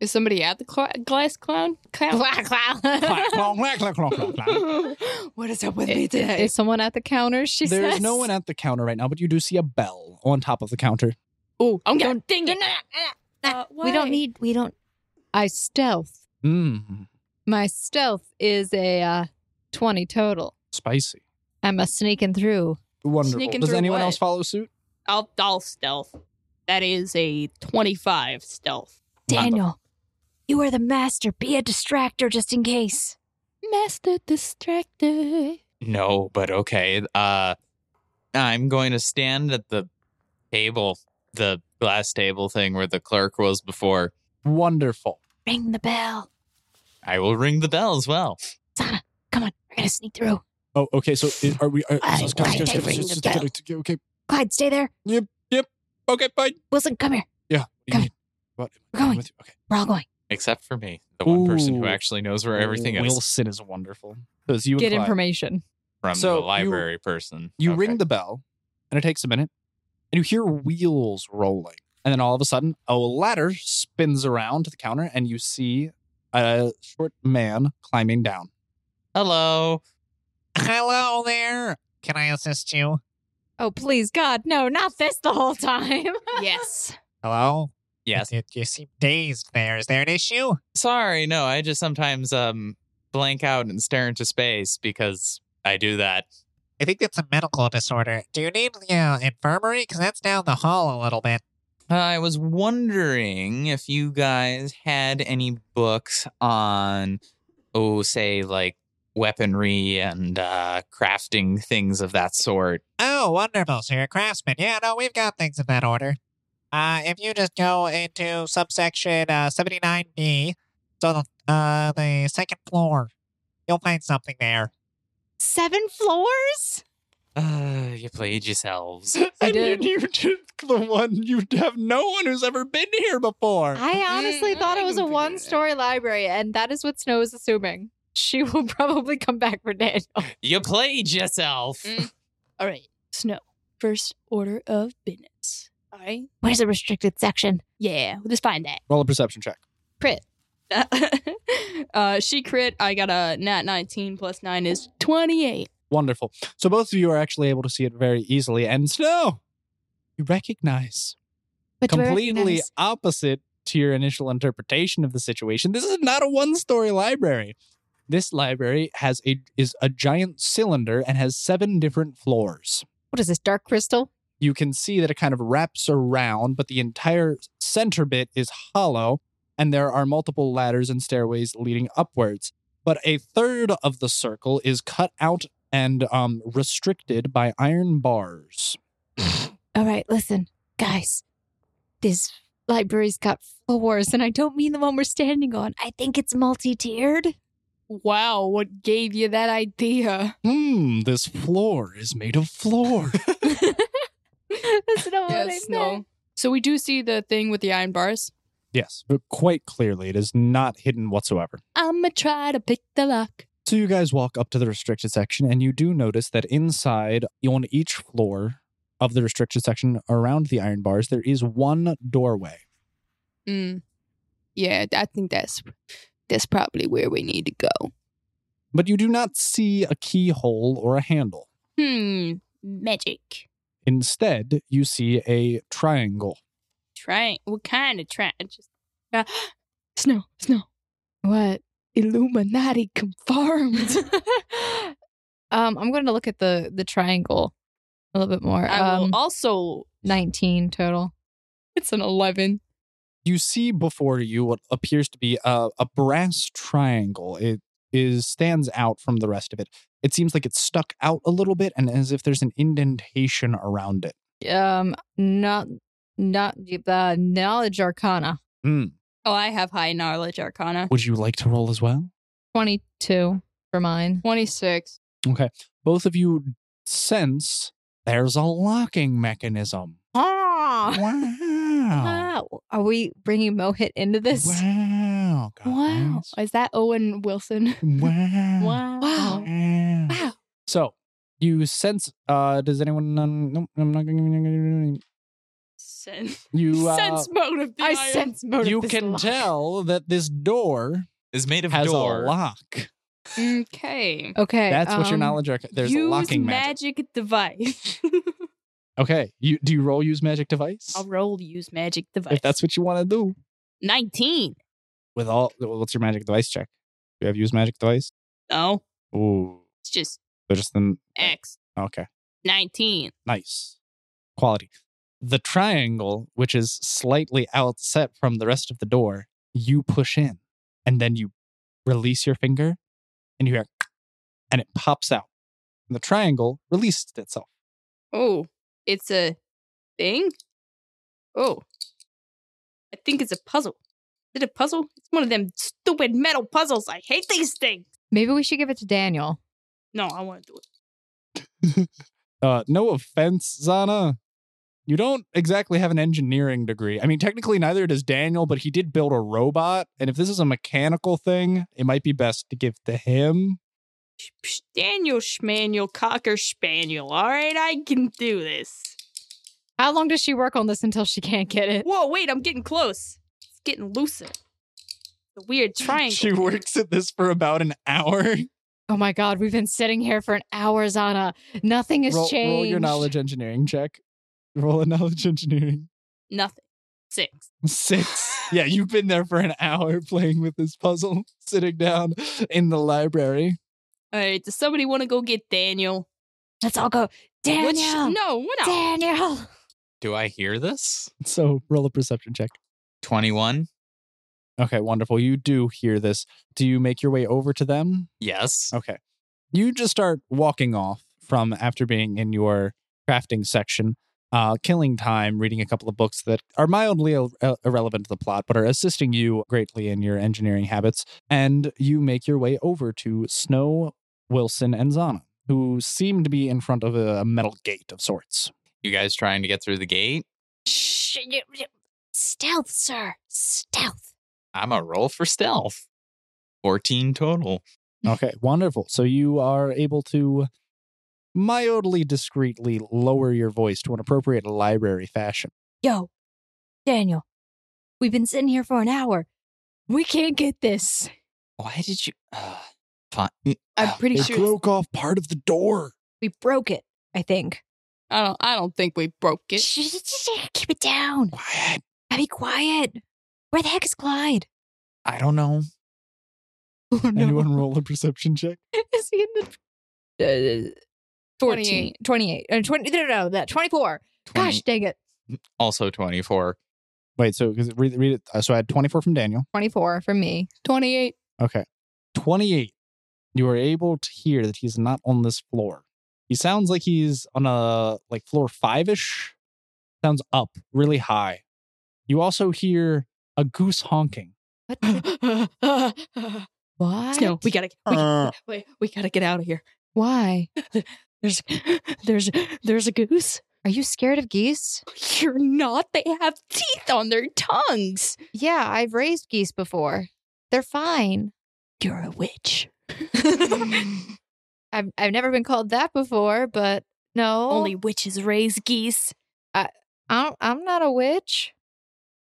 S1: Is somebody at the cla glass clown? Clown?
S4: Clack, clonk, clack, clack, clonk, clonk, clonk.
S1: what is up with
S2: Is-
S1: me today?
S2: Is someone at the counter? She
S4: There's
S2: says.
S4: no one at the counter right now, but you do see a bell on top of the counter.
S1: oh, I'm gonna ding it. Uh,
S2: We
S1: why?
S2: don't need. We don't.
S6: I stealth.
S4: Mmm,
S2: My stealth is a uh, twenty total.
S4: spicy.
S2: I'm a sneaking through.
S4: Wonderful.
S1: Sneaking
S4: Does
S1: through
S4: anyone
S1: what?
S4: else follow suit?
S1: I'll, I'll stealth. That is a 25 stealth.
S2: Daniel, you are the master. Be a distractor just in case.
S1: Master Distractor.
S5: No, but okay. Uh I'm going to stand at the table, the glass table thing where the clerk was before.
S4: Wonderful.
S2: Ring the bell.
S5: I will ring the bell as well.
S2: Come on, we're gonna sneak through.
S4: Oh, okay. So
S3: Is- Are we? Are,
S2: I-
S3: so-
S2: I- I ring the bell.
S3: okay, okay,
S2: Clyde, stay there.
S4: okay, fine.
S2: Wilson, come here.
S4: Yeah. you
S2: Okay.
S4: need- What?
S2: We're going.
S4: I'm with you. Okay.
S2: We're all going.
S5: Except for me, the one person who
S4: Ooh.
S5: actually knows where everything is
S4: Wilson is wonderful. Does you
S2: Get
S4: imply-
S2: information.
S5: from
S4: So
S5: the
S4: you-
S5: library person.
S4: You
S5: Okay.
S4: ring the bell, and it takes a minute, and you hear wheels rolling, and then all of a sudden, a ladder spins around to the counter, and you see a short man climbing down.
S5: Hello. Hello there. Can I assist you?
S2: Oh please, God, no, not this the whole time.
S1: Yes.
S5: Hello? Yes.
S9: You, you seem dazed there. Is there an issue?
S5: Sorry, no, I just sometimes um blank out and stare into space because I do that.
S9: I think that's a medical disorder. Do you need the uh, infirmary? Because that's down the hall a little bit.
S5: I was wondering if you guys had any books on, oh, say, like weaponry and uh, crafting things of that sort.
S9: Oh, wonderful. So you're a craftsman. Yeah, no, we've got things in that order. Uh, if you just go into subsection uh, 79B, so the, uh, the second floor, you'll find something there.
S2: Seven floors?
S5: Uh, you played yourselves.
S4: I did. You just the one you have no one who's ever been here before.
S2: I honestly
S1: Mm,
S2: thought
S1: I
S2: it was
S1: can
S2: a
S1: figure that out.
S2: one story library, and that is what Snow is assuming. She will probably come back for Daniel.
S5: you played yourself.
S1: Mm. All right. Snow. First order of business. All right.
S2: Where's the restricted section?
S1: Yeah. Let's find that.
S4: Roll a perception check.
S1: uh, she crit. I got a nat 19 plus 9 is 28.
S4: Wonderful. So both of you are actually able to see it very easily. And Snow, you recognize
S2: But do I
S4: completely
S2: recognize-
S4: opposite to your initial interpretation of the situation. This is not a one-story library. This library has a is a giant cylinder and has seven different floors.
S2: What is this, dark crystal?
S4: You can see that it kind of wraps around, but the entire center bit is hollow, and there are multiple ladders and stairways leading upwards. But a third of the circle is cut out and um, restricted by iron bars.
S2: All right, listen, guys. This library's got floors, and I don't mean the one we're standing on. I think it's multi tiered.
S1: Wow. What gave you that idea?
S4: Hmm, this floor is made of floor.
S2: That's
S1: Oh,
S2: not what I meant.
S1: So we do see the thing with the iron bars.
S4: yes, but quite clearly, it is not hidden whatsoever.
S1: I'm going to try to pick the lock.
S4: So you guys walk up to the restricted section, and you do notice that inside, on each floor of the restricted section around the iron bars, there is one doorway.
S1: Mm. Yeah. I think that's that's probably where we need to go.
S4: but you do not see a keyhole or a handle.
S1: Hmm. Magic.
S4: Instead, you see a triangle.
S1: Trying. What kind of trying? Just uh, snow, snow.
S2: What?
S1: Illuminati confirmed.
S2: um, I'm going to look at the the triangle a little bit more.
S1: I will
S2: Um,
S1: also.
S2: 19 total.
S1: It's an eleven.
S4: You see before you what appears to be a, a brass triangle. It is stands out from the rest of it. It seems like it's stuck out a little bit and as if there's an indentation around it.
S2: Um, not not uh, knowledge arcana.
S1: Oh, I have high knowledge arcana.
S4: Would you like to roll as well?
S2: 22 for mine.
S1: Twenty six.
S4: Both of you sense there's a locking mechanism.
S6: Wow.
S4: Wow.
S2: Wow. Are we bringing Mohit into this?
S4: Wow.
S1: Wow.
S4: guys.
S1: Is that Owen Wilson?
S4: Wow.
S1: Wow.
S2: Wow.
S4: Wow. Mm. So you sense uh does anyone um, nope, I'm not gonna
S1: Sense,
S4: you uh,
S1: sense mode of the
S6: I
S1: iron.
S6: sense motive.
S4: you can tell that this door
S5: is made of
S4: has
S5: door.
S4: a lock.
S1: Okay.
S2: Okay.
S4: That's what your
S2: um,
S4: knowledge arc there's a
S1: Use
S4: locking magic.
S1: magic, device.
S4: Okay. You do you roll use magic device?
S1: I'll roll use magic device.
S4: If that's what you want to do.
S1: 19.
S4: With all what's your magic device check? Do you have use magic device?
S1: No,
S4: Ooh.
S1: it's just
S4: So just then
S1: X.
S4: okay.
S1: 19.
S4: Nice. Quality. The triangle, which is slightly outset from the rest of the door, you push in and then you release your finger and you hear and it pops out. And the triangle released itself.
S1: Oh, it's a thing? Oh, I think it's a puzzle. Is it a puzzle? It's one of them stupid metal puzzles. I hate these things.
S2: Maybe we should give it to Daniel.
S1: No, I want to do it.
S4: Uh, no offense, Zana. You don't exactly have an engineering degree. I mean, technically, neither does Daniel, but he did build a robot. And if this is a mechanical thing, it might be best to give to him.
S1: Sh- psh, Daniel Schmanuel Cocker Spaniel. All right, I can do this.
S2: How long does she work on this until she can't get it?
S1: Whoa, wait, I'm getting close. It's getting looser. The weird triangle.
S4: She works at this for about an hour.
S2: Oh my God, we've been sitting here for an hour, Zana. Nothing has
S4: roll,
S2: changed.
S4: roll your knowledge engineering check. Roll a knowledge engineering.
S1: Nothing. Six.
S4: Six. yeah, you've been there for an hour playing with this puzzle, sitting down in the library.
S1: All right, does somebody want to go get Daniel?
S2: Let's all go. Daniel.
S1: Which- no, we're not.
S2: Daniel.
S5: Do I hear this?
S4: So roll a perception check.
S5: 21.
S4: Okay, wonderful. You do hear this. Do you make your way over to them?
S5: Yes.
S4: Okay. You just start walking off from after being in your crafting section, uh, killing time, reading a couple of books that are mildly ir- irrelevant to the plot, but are assisting you greatly in your engineering habits. And you make your way over to Snow, Wilson, and Zana, who seem to be in front of a metal gate of sorts.
S5: You guys trying to get through the gate?
S2: Shh. y- y- Stealth, sir. Stealth.
S5: I'm
S4: Mm-hmm.
S5: a roll for stealth. 14 total.
S4: Okay, wonderful. So you are able to mildly, discreetly lower your voice to an appropriate library fashion.
S2: Yo, Daniel, we've been sitting here for an hour. We can't get this.
S5: Why did you? Uh, fine.
S1: I'm pretty
S3: They
S1: sure.
S3: broke off part of the door.
S2: We broke it, I think.
S1: I don't. I don't think we broke it.
S2: Shh, shh, shh, shh, Keep it down.
S5: Quiet.
S2: I be quiet. Where the heck is Clyde?
S5: I don't know.
S2: Oh,
S4: Anyone roll a perception check?
S2: Is he in the. Uh, 14. 28. Uh, 20, no, no, no, that 24.
S5: 20,
S2: Gosh dang it.
S5: Also 24.
S4: Wait, so 'cause it- read, read it. uh, So I had 24 from Daniel.
S2: 24 from me.
S1: 28.
S4: Okay. 28. You are able to hear that he's not on this floor. He sounds like he's on a like floor 5ish. Sounds up, really high. You also hear a goose honking.
S2: What? the-
S1: no,
S2: Why?
S1: we gotta. We, wait, we gotta get out of here.
S2: Why?
S1: There's, there's, there's a goose.
S2: Are you scared of geese?
S1: You're not. They have teeth on their tongues.
S2: Yeah, I've raised geese before. They're fine.
S1: You're a witch.
S2: I've I've never been called that before, but no,
S1: Only witches raise geese.
S2: I'm I'm not a witch.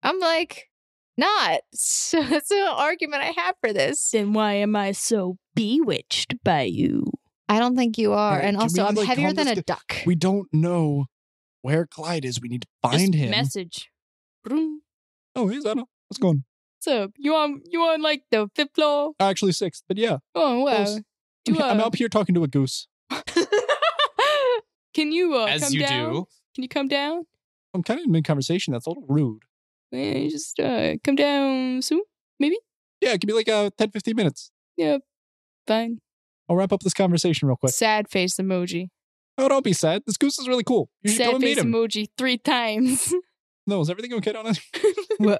S2: I'm like not. So that's an argument I have for this.
S1: Then why am I so bewitched by you?
S2: I don't think you are,
S3: Alright,
S2: and
S3: can
S2: also
S3: we,
S2: I'm
S3: like,
S2: heavier
S3: calm
S2: than
S3: this
S2: a
S3: d-
S2: duck.
S3: We don't know where Clyde is. We need to
S1: Just
S3: find him.
S1: Message. Vroom.
S4: Oh, he's I don't. What's going?
S1: What's up? You on? You on like the fifth floor?
S4: on? Uh, Actually, sixth, but yeah,
S1: Oh
S4: close.
S1: wow.
S4: I'm,
S1: Do,
S4: he- I'm
S1: uh,
S4: up here talking to a goose.
S1: Can you
S4: Oh,
S1: uh,
S5: As
S1: come
S5: you
S1: down?
S5: do.
S1: Can you come down?
S4: I'm kind of in mid conversation. That's a little rude.
S1: Eh, just uh, come down soon.
S4: Yeah, it could be like uh, 10, 15 minutes.
S1: Fine.
S4: I'll wrap up this conversation real quick.
S1: Sad face emoji.
S4: Oh, don't be sad. This goose is really cool. You should
S1: Sad
S4: come and meet
S1: face
S4: him.
S1: emoji three times.
S4: No, is everything okay, Donna?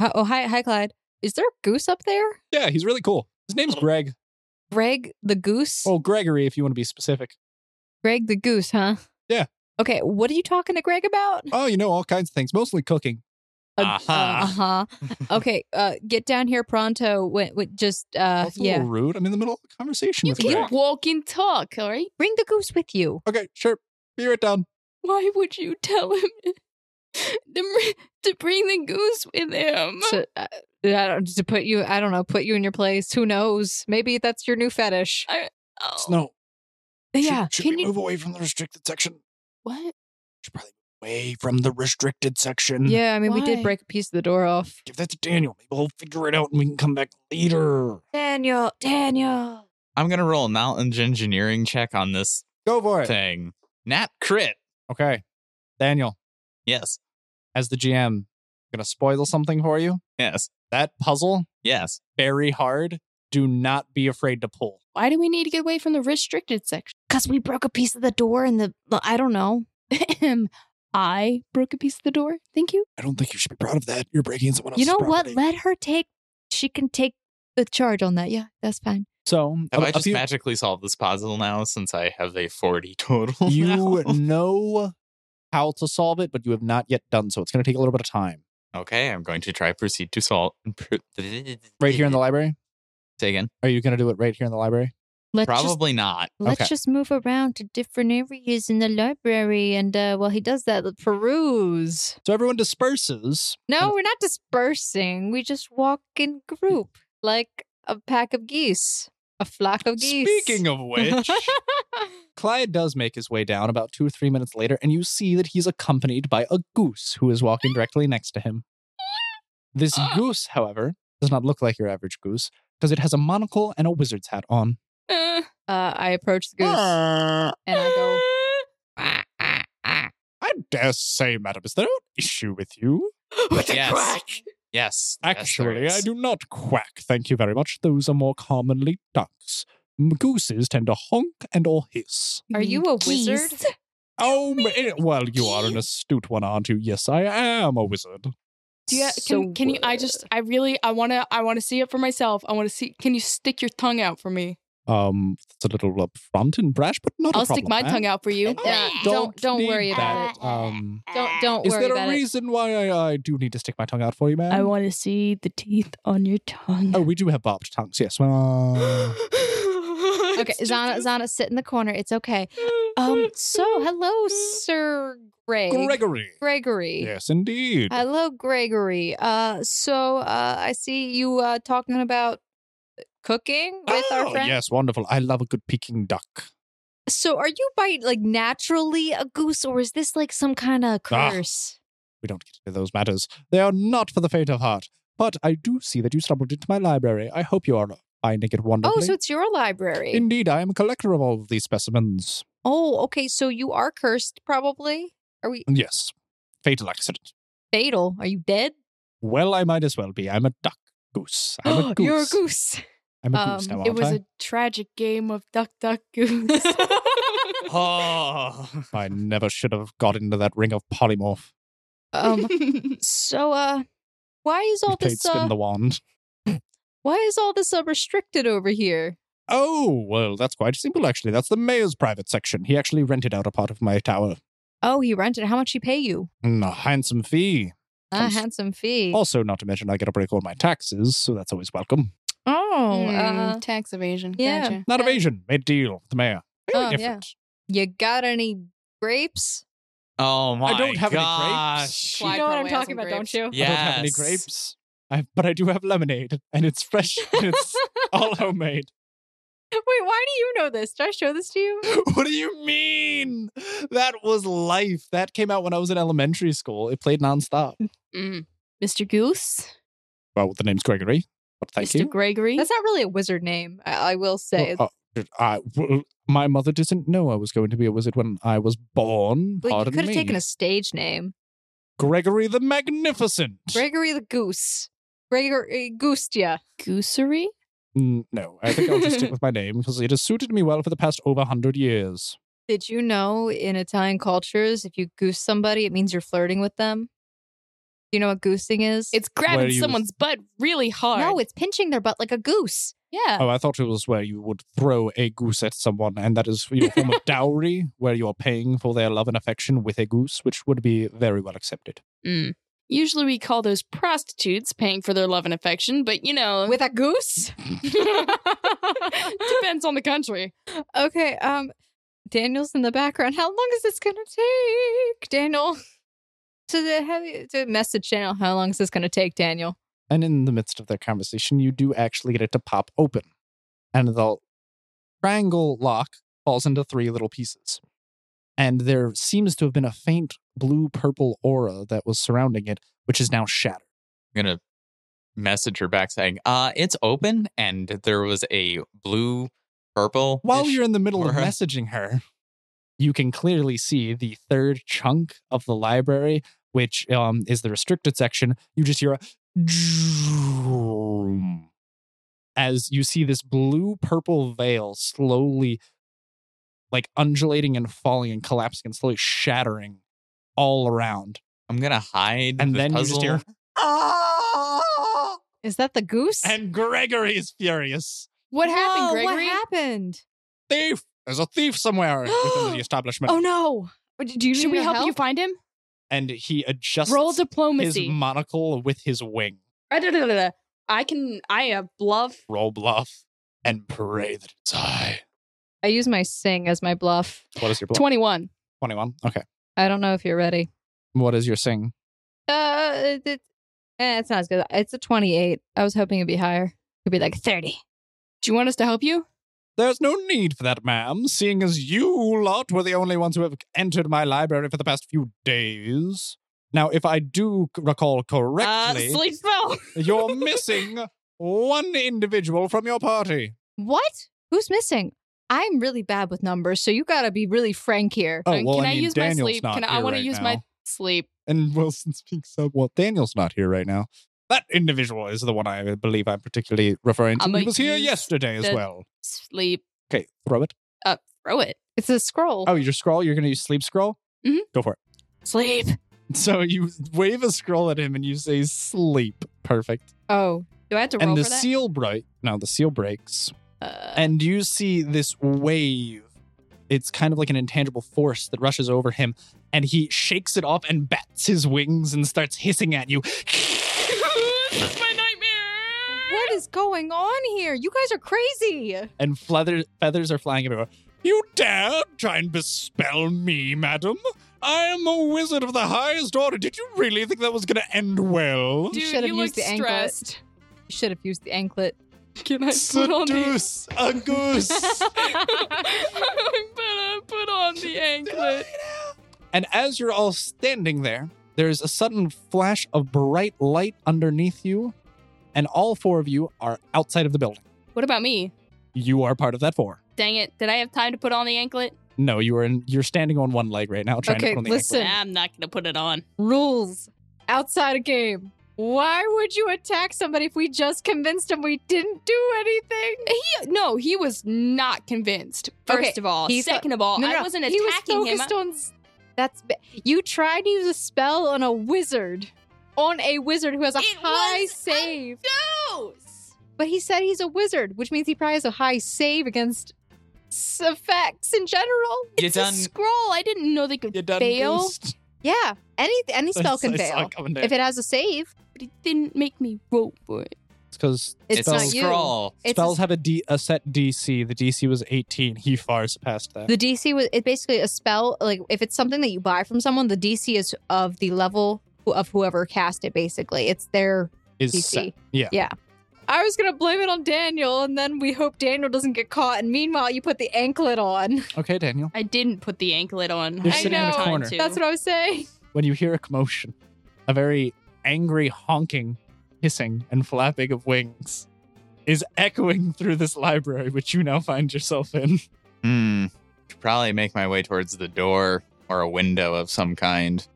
S2: Hi- oh hi hi Clyde. Is there a goose up there?
S4: yeah, he's really cool. His name's Greg.
S2: Greg the goose.
S4: Oh, Gregory, if you want to be specific.
S2: Greg the goose, huh?
S4: Yeah.
S2: Okay, what are you talking to Greg about?
S4: Oh, you know, all kinds of things, mostly cooking.
S5: Aha.
S2: Uh huh. okay, uh, get down here pronto. Wait, wait, just uh,
S4: That's a
S2: yeah,
S4: little rude. I'm in the middle of a conversation
S1: You
S4: with Greg.
S1: can walk and talk, all right?
S2: bring the goose with you.
S4: Okay, sure. Be right down.
S1: Why would you tell him to, to bring the goose with him?
S2: So, uh, I don't to put you. I don't know. Put you in your place. Who knows? Maybe that's your new fetish.
S1: Oh,
S3: Snow. should-
S2: Yeah.
S3: Should,
S2: Can
S3: we
S2: you?
S3: move away from the restricted section?
S1: What?
S3: Should probably move away from the restricted section.
S4: Mm.
S2: Yeah, I mean, we
S1: Why?
S2: did break a piece of the door off.
S3: Give that to Daniel. Maybe he'll figure it out and we can come back later.
S2: Daniel, Daniel.
S5: I'm gonna roll a knowledge engineering check on this
S4: Go for it.
S5: thing. Nat crit.
S4: Okay. Daniel,
S5: Yes.
S4: as the GM, gonna spoil something for you.
S5: Yes.
S4: That puzzle,
S5: Yes.
S4: very hard. Do not be afraid to pull.
S1: Why do we need to get away from the restricted section?
S2: Because we broke a piece of the door and the. I don't know.
S1: Ahem. I broke a piece of the door. Thank you.
S3: I don't think you should be proud of that. You're breaking someone
S2: you
S3: else's
S2: know what?
S3: property.
S2: Let her take. She can take the charge on that. Yeah, that's fine.
S4: So
S5: Have
S4: a-
S5: I
S4: a
S5: just
S4: few-
S5: magically solved this puzzle now since I have a 40 total?
S4: you
S5: now?
S4: know how to solve it, but you have not yet done so. It's going to take a little bit of time.
S5: Okay, I'm going to try proceed to solve.
S4: Right here in the library?
S5: Say again.
S4: Are you going to do it right here in the library?
S2: Let's just
S5: Probably not.
S2: Let's
S4: Okay.
S2: just move around to different areas in the library, and uh, while he does that, let's peruse.
S4: So everyone disperses.
S2: No, we're not dispersing. We just walk in group like a pack of geese, a flock of geese.
S4: Speaking of which, Clyde does make his way down about two or three minutes later, and you see that he's accompanied by a goose who is walking directly next to him. This goose, however, does not look like your average goose because it has a monocle and a wizard's hat on.
S1: Uh,
S2: uh, I approach the goose and I go,
S4: I dare say, madam, is there an issue with you?
S5: yes. Yes. yes, there
S4: Actually, I
S5: is.
S4: do not quack, thank you very much. Those are more commonly ducks. M- Gooses tend to honk and or hiss.
S2: "Are you a wizard?"
S1: Geese.
S4: Oh, m- eh, well, you are an astute one, aren't you? Yes, I am a wizard.
S1: Do you, can, can you? I just. I really. I wanna. I wanna see it for myself. I wanna see. Can you stick your tongue out for me?
S4: Um, it's a little upfront and brash, but not
S1: I'll
S4: a problem.
S1: stick my tongue out for you.
S2: Yeah, don't don't worry about it.
S4: Um,
S2: Don't don't
S4: is
S2: worry
S4: there
S2: about
S4: a
S2: it.
S4: reason why I, I do need to stick my tongue out for you, man?
S1: I want to see the teeth on your tongue.
S4: oh, we do have barbed tongues, yes. Well,
S2: Okay, Zana Zana, sit in the corner. It's okay.
S1: Oh.
S2: Um. So, hello, Sir Greg.
S4: Gregory.
S2: Gregory.
S4: Yes, indeed.
S2: Hello, Gregory. Uh, so uh, I see you uh, talking about cooking with our
S4: Oh,
S2: friend.
S4: Yes, wonderful. I love a good Peking duck.
S2: So are you by like naturally a goose, or is this like some kind of
S4: Ah.
S2: curse?
S4: We don't get into those matters. They are not for the faint of heart. But I do see that you stumbled into my library. I hope you are finding it wonderful.
S2: oh, so it's your library.
S4: Indeed, I am a collector of all of these specimens.
S2: oh, okay. So you are cursed, probably. Are we
S4: Yes, fatal accident.
S2: fatal? Are you dead?
S4: Well, I might as well be. I'm a duck goose. I'm a goose.
S2: You're a goose.
S4: I'm a goose
S2: Um,
S4: now,
S1: It
S4: aren't
S1: was
S4: I?
S1: a tragic game of duck, duck, goose.
S5: Oh.
S4: I never should have got into that ring of polymorph.
S2: Um. so uh, why is all
S4: We played
S2: this
S4: spin
S2: uh,
S4: the wand.
S2: why is all this uh, restricted over here?
S4: Oh well, that's quite simple actually. That's the mayor's private section. He actually rented out a part of my tower.
S2: Oh, he rented. How much he pay you? Oh,
S4: Mm, a handsome fee.
S2: A
S4: Comes-
S2: handsome fee.
S4: Also, not to mention, I get to break all my taxes, so that's always welcome.
S2: Oh, uh,
S1: tax evasion.
S2: yeah.
S1: Gotcha.
S4: Not
S2: Yeah.
S4: evasion. Made deal with the mayor. Very
S2: Oh, yeah.
S4: different.
S2: you got any grapes?
S5: Oh my
S4: I don't have any grapes.
S5: gosh.
S1: You know what I'm talking about, don't you?
S5: Yes.
S4: I don't have any grapes. I, but I do have lemonade, and it's fresh, and it's all homemade.
S2: Wait, why do you know this? Did I show this to you?
S4: What do you mean? That was life. That came out when I was in elementary school. It played nonstop.
S1: Mm. Mr. Goose,
S4: Well, the name's Gregory. But thank
S1: Mr.
S4: you.
S1: Gregory.
S2: That's not really a wizard name. I, I will
S4: Well,
S2: say.
S4: uh, I- well, my mother didn't know I was going to be a wizard when I was born.
S2: Like, you
S4: Pardon
S2: could have
S4: me.
S2: taken a stage name,
S4: Gregory the Magnificent.
S2: Gregory the Goose, Gregory eh, Goostia.
S1: Goosery.
S4: Mm, no, I think I'll just stick with my name because it has suited me well for the past over 100 years.
S2: Did you know in Italian cultures, if you goose somebody, it means you're flirting with them? Do you know what goosing is?
S1: It's
S4: Where
S1: grabbing
S4: you-
S1: someone's butt really hard.
S2: no, it's pinching their butt like a goose.
S1: Yeah.
S4: Oh, I thought it was where you would throw a goose at someone, and that is your form of dowry, where you are paying for their love and affection with a goose, which would be very well accepted.
S1: Mm. Usually we call those prostitutes paying for their love and affection, but you know,
S6: with a goose.
S1: depends on the country.
S6: Okay, um, Daniel's in the background. How long is this gonna take, Daniel? To the heavy to message Daniel. How long is this gonna take, Daniel?
S4: And in the midst of their conversation, you do actually get it to pop open, and the triangle lock falls into three little pieces. And there seems to have been a faint blue purple aura that was surrounding it, which is now shattered.
S5: I'm gonna message her back saying, "Uh, it's open," and there was a blue, purple.
S4: While you're in the middle of
S5: Aura.
S4: messaging her, you can clearly see the third chunk of the library, which um, is the restricted section. You just hear a droom as you see this blue purple veil slowly, like undulating and falling and collapsing and slowly shattering all around.
S5: I'm gonna hide
S4: And
S5: the
S4: then you
S5: puzzle.
S4: just hear, "Ah!"
S6: Is that the goose?
S4: and Gregory is furious.
S1: What happened,
S6: No,
S1: Gregory?
S6: What happened?
S4: Thief! There's a thief somewhere within the establishment.
S6: Oh no! Do you
S1: Should we help, you find him?
S4: and he adjusts
S1: Roll
S4: his
S1: diplomacy.
S4: monocle with his wing.
S1: I can. I have bluff.
S4: Roll bluff and pray that it's I.
S2: I use my sing as my bluff.
S4: What is your bluff?
S1: Twenty-one.
S4: 21. Okay.
S2: I don't know if you're ready.
S4: What is your sing?
S2: Uh, it, it- eh, it's not as good. It's a 28. I was hoping it'd be higher. It'd be like 30.
S1: Do you want us to help you?
S4: There's no need for that, ma'am, seeing as you lot were the only ones who have entered my library for the past few days. Now, if I do c- recall correctly,
S1: Uh, sleep spell.
S4: you're missing one individual from your party.
S2: What? Who's missing? I'm really bad with numbers, so you gotta be really frank here.
S4: Oh,
S1: Uh,
S4: well,
S1: can
S4: I
S1: I
S4: mean,
S1: use
S4: Daniel's
S1: my sleep?
S4: not
S1: Can I
S4: here
S1: want to
S4: right
S1: use
S4: now.
S1: my sleep?
S4: and Wilson speaks up. Well, Daniel's not here right now. That individual is the one I believe I'm particularly referring to.
S1: I'ma
S4: he was here
S1: use
S4: yesterday as
S1: the-
S4: well.
S1: Sleep.
S4: Okay, throw it.
S1: Throw it.
S2: It's a scroll.
S1: uh,
S4: Oh, your scroll. You're going to use sleep scroll.
S1: Mhm.
S4: Go for
S1: Sleep.
S4: it. So you wave a scroll at him and you say sleep. Perfect.
S2: Oh,
S1: Do I have to roll
S4: And the
S1: for that?
S4: seal break. No, the seal breaks,
S1: uh,
S4: and you see this wave. It's kind of like an intangible force that rushes over him, and he shakes it off and bats his wings and starts hissing at you.
S1: this is my nightmare.
S2: what is going on here? You guys are crazy.
S4: and feather, feathers are flying everywhere. You dare try and bespell me, madam? I am a wizard of the highest order. Did you really think that was going to end well?
S1: Dude,
S2: should've
S1: you look
S2: used the anklet.
S1: stressed.
S2: You should have used the anklet.
S1: Can I put on the
S4: Seduce a goose.
S1: I'm gonna put on the anklet.
S4: and as you're all standing there, there's a sudden flash of bright light underneath you, and all four of you are outside of the building.
S1: What about me?
S4: You are part of that four.
S1: Dang it! Did I have time to put on the anklet?
S4: No, you are in, you're standing on one leg right now trying
S2: Okay,
S4: to put on the
S2: listen.
S4: anklet.
S1: I'm not gonna put it on.
S6: rules outside a game? Why would you attack somebody if we just convinced him we didn't do anything?
S1: He no, Oh, he was not convinced. First
S2: Okay,
S1: of all,
S2: he's-
S1: second of all,
S2: no, no,
S1: I wasn't
S6: He was
S1: attacking him.
S6: focused on. s- That's ba- you tried to use a spell on a wizard, on a wizard who has a
S1: It
S6: high
S1: was a
S6: save.
S1: no,
S6: But he said he's a wizard, which means he probably has a high save against s- effects in general.
S5: You
S1: it's a
S5: done?
S1: scroll. I didn't know they could
S4: You done
S1: fail,
S4: goosed?
S6: Yeah, any any spell can
S4: I saw it
S6: fail
S4: coming down.
S6: if it has a save.
S1: but it didn't make me roll for it.
S4: It's because
S5: It's, a
S6: not you.
S5: scroll.
S6: It's a
S4: spells have a, D, a set DC. The DC was 18. He far surpassed that.
S2: The DC was it's basically a spell. Like if it's something that you buy from someone, the DC is of the level who- of whoever cast it. Basically, it's their
S4: Is
S2: DC.
S4: set. Yeah.
S6: I was gonna blame it on Daniel, and then we hope Daniel doesn't get caught. And meanwhile, you put the anklet on.
S4: Okay, Daniel.
S1: I didn't put the anklet on.
S4: You're
S1: I
S4: sitting
S6: in a
S1: know.
S4: corner.
S1: Time to.
S6: That's what I was saying.
S4: When you hear a commotion, a very angry honking, hissing, and flapping of wings is echoing through this library, which you now find yourself in.
S5: Hmm. Should probably make my way towards the door or a window of some kind.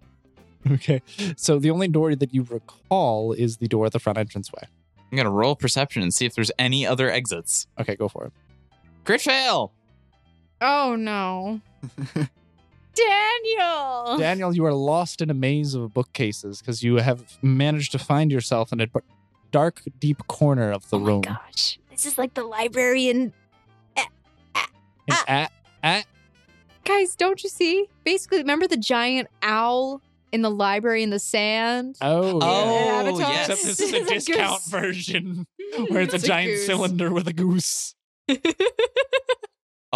S4: Okay. So the only door that you recall is the door at the front entranceway.
S5: I'm gonna roll perception and see if there's any other exits.
S4: Okay, go for it.
S5: Crit fail.
S6: Oh no. Daniel!
S4: Daniel, you are lost in a maze of bookcases because you have managed to find yourself in a dark, deep corner of the
S1: oh
S4: room.
S1: my gosh,
S10: This is like the librarian.
S4: An
S10: Ah.
S4: at-
S2: Guys, don't you see? Basically, remember the giant owl in the library in the sand?
S4: oh,
S5: Oh,
S4: yeah.
S2: Avatar.
S5: yes.
S4: Except this is a
S2: It's goose.
S4: discount version where it's a
S1: It's a
S4: giant
S1: goose.
S4: cylinder with a goose.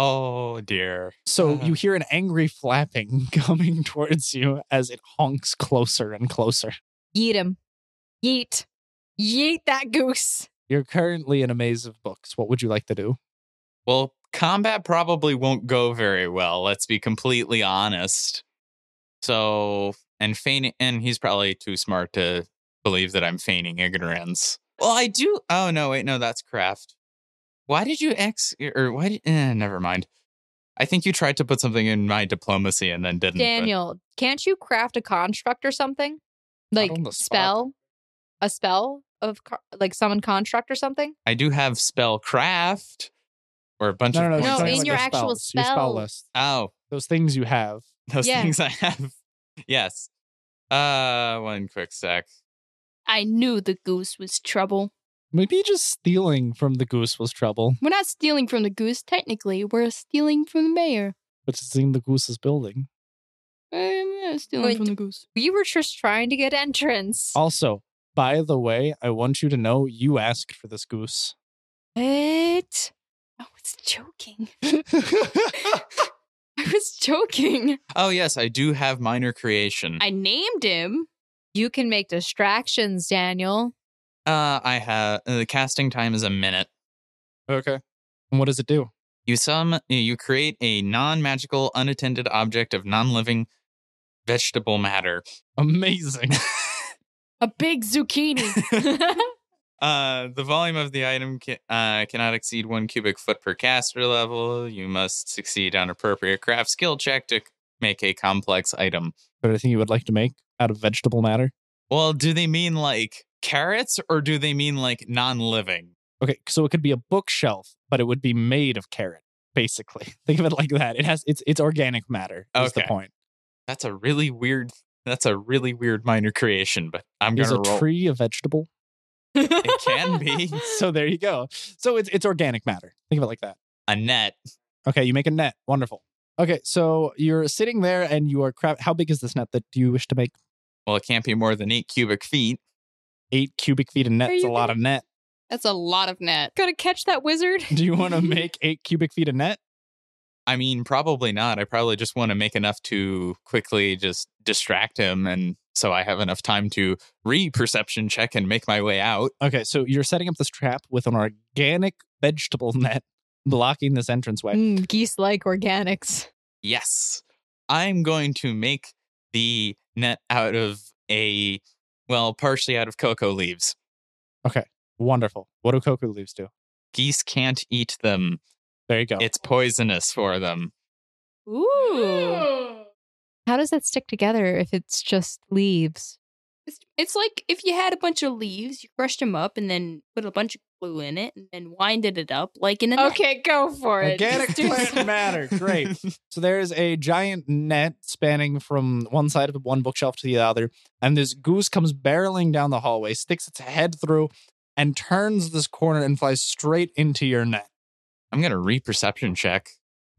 S5: Oh dear.
S4: So
S5: Ah.
S4: you hear an angry flapping coming towards you as it honks closer and closer.
S2: Yeet him. Yeet. Yeet that goose.
S4: You're currently in a maze of books. What would you like to do?
S5: Well, combat probably won't go very well. Let's be completely honest. So, and feigning, and he's probably too smart to believe that I'm feigning ignorance. Well, I do. Oh no, wait, no, that's craft. Why did you ex? Or why? Did, eh, never mind. I think you tried to put something in my diplomacy and then didn't. but-
S2: Daniel, can't you craft a construct or something? Like
S4: on the spot.
S2: spell? A spell of co- like summon construct or something?
S5: I do have spell craft or a bunch
S4: No,
S5: of
S4: no, no. she's
S5: points.
S2: No, in
S4: talking about
S2: your
S4: the
S2: actual
S4: spells, Your spell
S2: spell.
S4: list.
S5: Oh,
S4: Those things you have.
S5: those
S2: Yeah.
S5: things I have. yes. Uh, one quick sec.
S1: I knew the goose was trouble.
S4: Maybe just stealing from the goose was trouble,
S1: We're not stealing from the goose, technically. We're stealing from the mayor.
S4: which is in the goose's building.
S1: Um, yeah, stealing
S2: Wait,
S1: from the goose.
S2: You were just trying to get entrance.
S4: Also, by the way, I want you to know you asked for this goose.
S2: What?
S1: I was joking. I was joking.
S5: Oh yes, I do have minor creation.
S1: I named him.
S2: You can make distractions, Daniel.
S5: uh, I have uh, the casting time is a minute.
S4: Okay. And what does it do?
S5: You sum. You create a non-magical, unattended object of non-living vegetable matter.
S4: Amazing.
S1: A big zucchini.
S5: Uh, the volume of the item ca- uh, cannot exceed one cubic foot per caster level. You must succeed on appropriate craft skill check to c- make a complex item.
S4: but I think you would like to make out of vegetable matter.
S5: Well, do they mean like carrots or do they mean like non-living?
S4: Okay, so it could be a bookshelf, but it would be made of carrot, basically. Think of it like that. It has it's it's organic matter. Is the
S5: Okay.
S4: point.
S5: That's a really weird. That's a really weird minor creation, but I'm
S4: Is
S5: gonna
S4: a
S5: roll.
S4: tree a vegetable?
S5: It can be
S4: so there you go. So it's it's organic matter. Think of it like that.
S5: a net.
S4: Okay, you make a net. Wonderful. Okay, so you're sitting there and you are crap. How big is this net that you wish to make?
S5: Well, it can't be more than eight cubic feet.
S4: Eight cubic feet of net.
S2: Are
S4: It's a
S2: you
S4: lot of net.
S1: That's a lot of net.
S2: Gotta catch that wizard.
S4: Do you want to make eight cubic feet of net?
S5: I mean, probably not. I probably just want to make enough to quickly just distract him, and so I have enough time to re-perception check and make my way out.
S4: Okay, so you're setting up this trap with an organic vegetable net blocking this entranceway.
S2: Mm, geese like organics.
S5: Yes, I'm going to make the net out of a well, partially out of cocoa leaves.
S4: Wonderful. What do cocoa leaves do?
S5: Geese can't eat them.
S4: There you go.
S5: It's poisonous for them.
S1: Ooh.
S2: How does that stick together if it's just leaves?
S1: It's, it's like if you had a bunch of leaves, you crushed them up and then put a bunch of glue in it and then winded it up like in a net.
S10: Okay, go for it.
S4: Organic plant matter. Great. So there is a giant net spanning from one side of one bookshelf to the other, and this goose comes barreling down the hallway, sticks its head through, and turns this corner and flies straight into your net.
S5: I'm gonna re-perception check.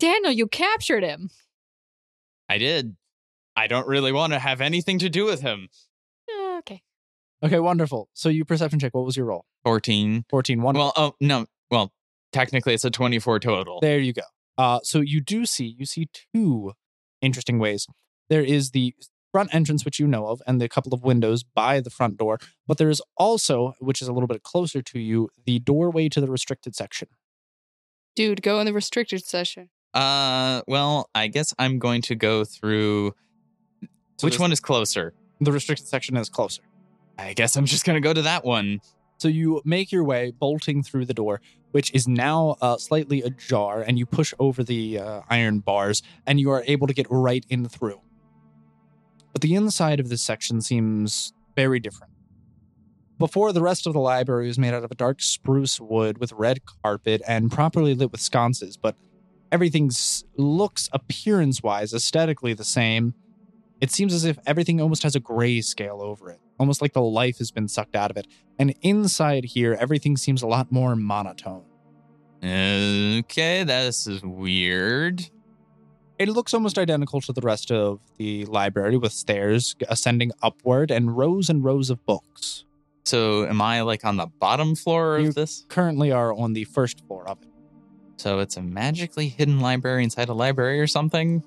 S2: Daniel, you captured him.
S5: I did. I don't really want to have anything to do with him.
S2: Uh, Okay.
S4: Okay, wonderful. So you perception check. What was your roll?
S5: 14.
S4: 14. Wonderful.
S5: Well, oh, no. Well, technically it's a 24 total.
S4: There you go. Uh, so you do see you see two interesting ways. There is the front entrance which you know of, and the couple of windows by the front door. But there is also, which is a little bit closer to you, the doorway to the restricted section.
S1: Dude, go in the restricted session.
S5: Uh, well, I guess I'm going to go through.
S4: So
S5: Which
S4: this-
S5: one is closer?
S4: The restricted section is closer.
S5: I guess I'm just going to go to that one.
S4: So you make your way bolting through the door, which is now uh, slightly ajar, and you push over the uh, iron bars, and you are able to get right in through. But the inside of this section seems very different. Before, the rest of the library was made out of a dark spruce wood with red carpet and properly lit with sconces, but everything s- looks appearance wise, aesthetically the same. It seems as if everything almost has a gray scale over it, almost like the life has been sucked out of it. And inside here, everything seems a lot more monotone.
S5: Okay, this is weird.
S4: It looks almost identical to the rest of the library with stairs ascending upward and rows and rows of books.
S5: So, am I like on the bottom floor of
S4: You-
S5: this?
S4: Currently are on the first floor of it.
S5: So, it's a magically hidden library inside a library or something?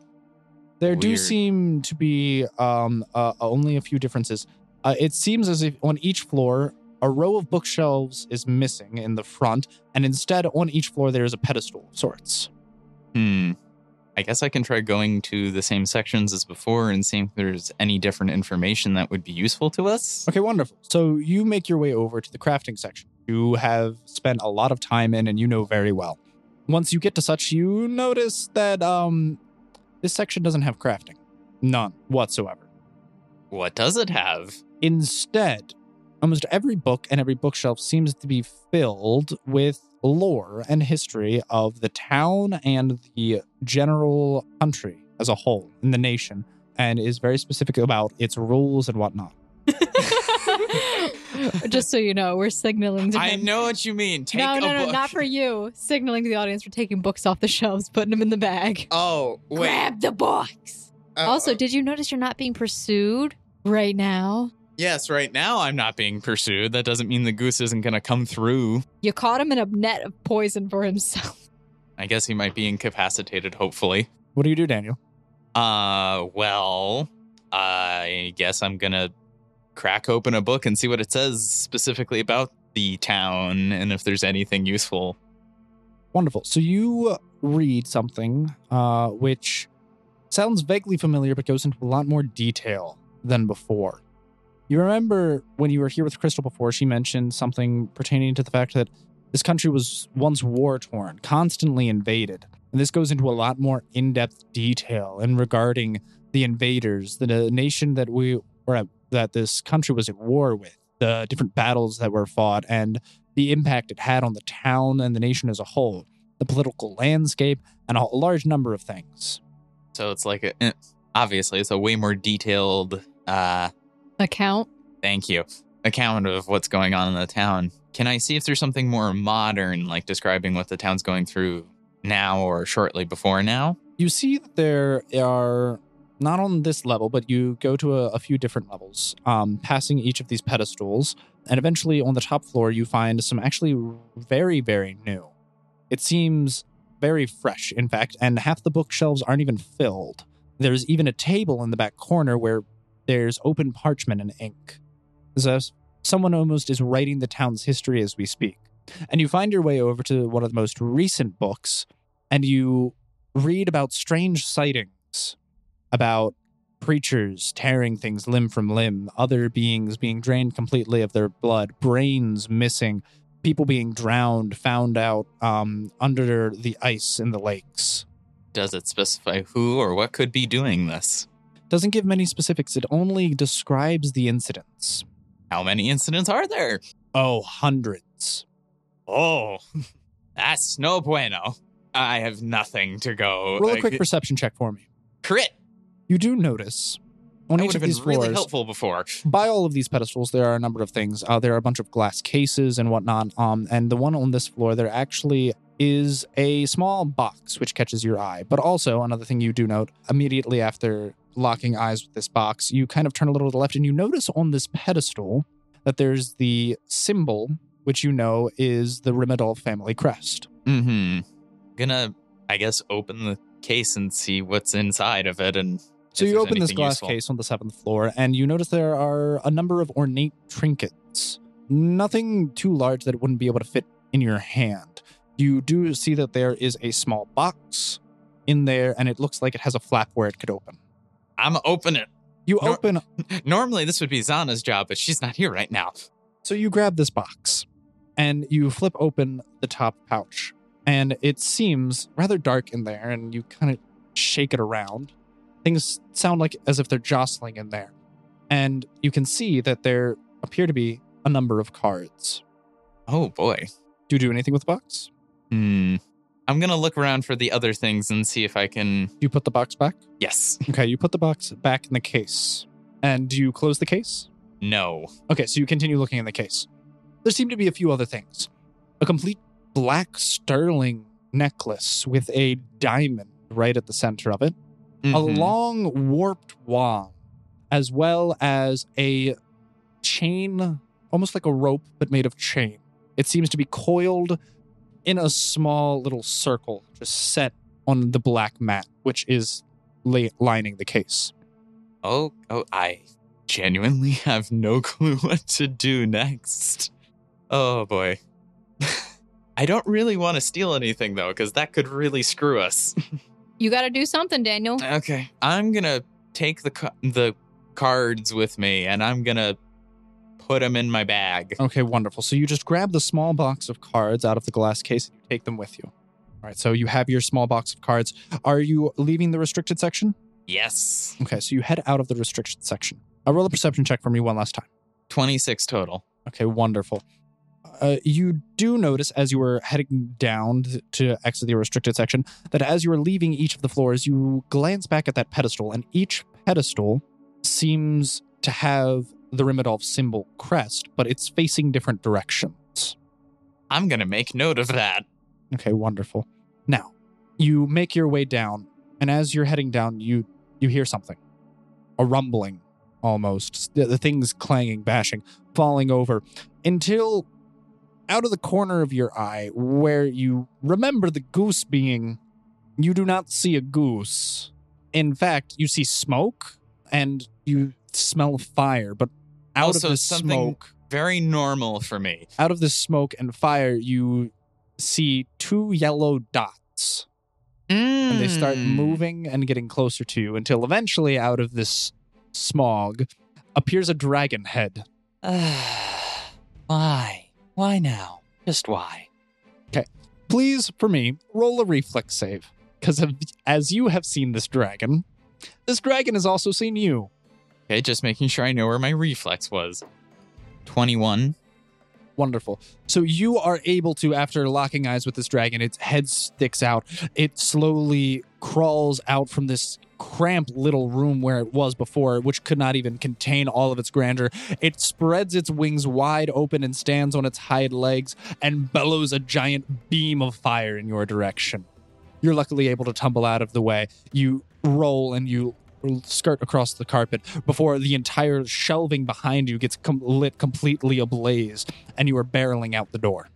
S4: There do
S5: Weird.
S4: seem to be um, uh, only a few differences. Uh, it seems as if on each floor, a row of bookshelves is missing in the front, and instead on each floor there is a pedestal of sorts.
S5: Hmm. I guess I can try going to the same sections as before and seeing if there's any different information that would be useful to us.
S4: Okay, wonderful. So you make your way over to the crafting section. You have spent a lot of time in and you know very well. Once you get to such, you notice that um this section doesn't have crafting. None whatsoever.
S5: What does it have?
S4: Instead, almost every book and every bookshelf seems to be filled with lore and history of the town and the general country as a whole in the nation and is very specific about its rules and whatnot.
S2: Just so you know, we're signaling to
S5: I
S2: him.
S5: know what you mean. Take
S2: no,
S5: a
S2: no, no,
S5: book.
S2: not for you. Signaling to the audience for taking books off the shelves, putting them in the bag.
S5: Oh, wait.
S10: Grab the box.
S5: Oh,
S2: also, did you notice you're not being pursued right now?
S5: yes, right now I'm not being pursued. That doesn't mean the goose isn't going to come through.
S2: You caught him in a net of poison for himself.
S5: I guess he might be incapacitated, hopefully.
S4: What do you do, Daniel?
S5: Uh, well, I guess I'm gonna crack open a book and see what it says specifically about the town and if there's anything useful.
S4: Wonderful. So you uh, read something uh, which sounds vaguely familiar, but goes into a lot more detail than before. You remember when you were here with Crystal before, she mentioned something pertaining to the fact that this country was once war torn, constantly invaded. And this goes into a lot more in depth detail in regarding the invaders, the, the nation that we were at, that this country was at war with, the different battles that were fought, and the impact it had on the town and the nation as a whole, the political landscape, and a large number of things.
S5: So it's like, a, eh, obviously, it's a way more detailed, uh,
S2: Account.
S5: thank you, account of what's going on in the town. Can I see if there's something more modern, like describing what the town's going through now or shortly before now?
S4: You see that there are not on this level, but you go to a, a few different levels, um, passing each of these pedestals, and eventually on the top floor you find some actually very, very new. It seems very fresh, in fact, and half the bookshelves aren't even filled. There's even a table in the back corner where there's open parchment and ink. So someone almost is writing the town's history as we speak. And you find your way over to one of the most recent books, and you read about strange sightings, about creatures tearing things limb from limb, other beings being drained completely of their blood, brains missing, people being drowned, found out um, under the ice in the lakes.
S5: Does it specify who or what could be doing this?
S4: Doesn't give many specifics, it only describes the incidents.
S5: How many incidents are there?
S4: Oh, hundreds.
S5: Oh, that's no bueno. I have nothing to go.
S4: Roll a
S5: I-
S4: quick perception check for me.
S5: crit.
S4: You do notice on
S5: That
S4: each
S5: would
S4: of
S5: have been
S4: these floors,
S5: really helpful before.
S4: by all of these pedestals, there are a number of things. Uh, there are a bunch of glass cases and whatnot. Um, and the one on this floor, there actually is a small box which catches your eye. But also, another thing you do note immediately after locking eyes with this box, you kind of turn a little to the left and you notice on this pedestal that there's the symbol, which you know is the Rimadol family crest.
S5: Mm-hmm. Gonna, I guess, open the case and see what's inside of it, and
S4: So you
S5: if there's
S4: open this
S5: anything
S4: glass
S5: useful.
S4: case on the seventh floor, and you notice there are a number of ornate trinkets. Nothing too large that it wouldn't be able to fit in your hand. You do see that there is a small box in there, and it looks like it has a flap where it could open.
S5: I'm open it.
S4: You
S5: Nor-
S4: open,
S5: Normally, this would be Zana's job, but she's not here right now.
S4: so you grab this box, and you flip open the top pouch, and it seems rather dark in there, and you kind of shake it around. Things sound like as if they're jostling in there. and you can see that there appear to be a number of cards.
S5: Oh boy.
S4: Do you do anything with the box?
S5: Hmm. I'm gonna look around for the other things and see if I can.
S4: You put the box back?
S5: Yes.
S4: Okay, you put the box back in the case. And do you close the case?
S5: No.
S4: Okay, so you continue looking in the case. There seem to be a few other things. A complete black sterling necklace with a diamond right at the center of it, a
S5: Mhm.
S4: long warped wand, as well as a chain, almost like a rope, but made of chain. It seems to be coiled in a small little circle, just set on the black mat, which is la- lining the case.
S5: Oh, oh, I genuinely have no clue what to do next. Oh boy. I don't really want to steal anything though, because that could really screw us.
S2: You got to do something, Daniel.
S5: okay, I'm gonna take the ca- the cards with me, and I'm gonna put them in my bag.
S4: Okay, wonderful. So you just grab the small box of cards out of the glass case and you take them with you. All right, so you have your small box of cards. Are you leaving the restricted section?
S5: Yes,
S4: Okay, so you head out of the restricted section. I roll a perception check for me one last time.
S5: twenty six total.
S4: Okay, wonderful. Uh, you do notice as you were heading down th- to exit the restricted section that as you were leaving each of the floors, you glance back at that pedestal, and each pedestal seems to have the Rimadolf symbol crest, but it's facing different directions.
S5: I'm gonna make note of that.
S4: Okay, wonderful. Now, you make your way down, and as you're heading down, you you hear something. A rumbling almost. The, the thing's clanging, bashing, falling over until out of the corner of your eye where you remember the goose being you do not see a goose. In fact, you see smoke and you smell fire, but out
S5: Also,
S4: of the
S5: something-
S4: smoke
S5: Very normal for me.
S4: out of the smoke and fire, you see two yellow dots, and they start
S5: Mm.
S4: moving and getting closer to you until eventually, out of this smog, appears a dragon head.
S5: why? Why now? Just why?
S4: Please, for me, roll a reflex save, because as you have seen this dragon, this dragon has also seen you.
S5: Okay, just making sure I know where my reflex was. 21.
S4: Wonderful. So you are able to, after locking eyes with this dragon, its head sticks out. It slowly crawls out from this cramped little room where it was before, which could not even contain all of its grandeur. It spreads its wings wide open and stands on its hind legs and bellows a giant beam of fire in your direction. You're luckily able to tumble out of the way. You roll and you skirt across the carpet before the entire shelving behind you gets com- lit completely ablaze and you are barreling out the door.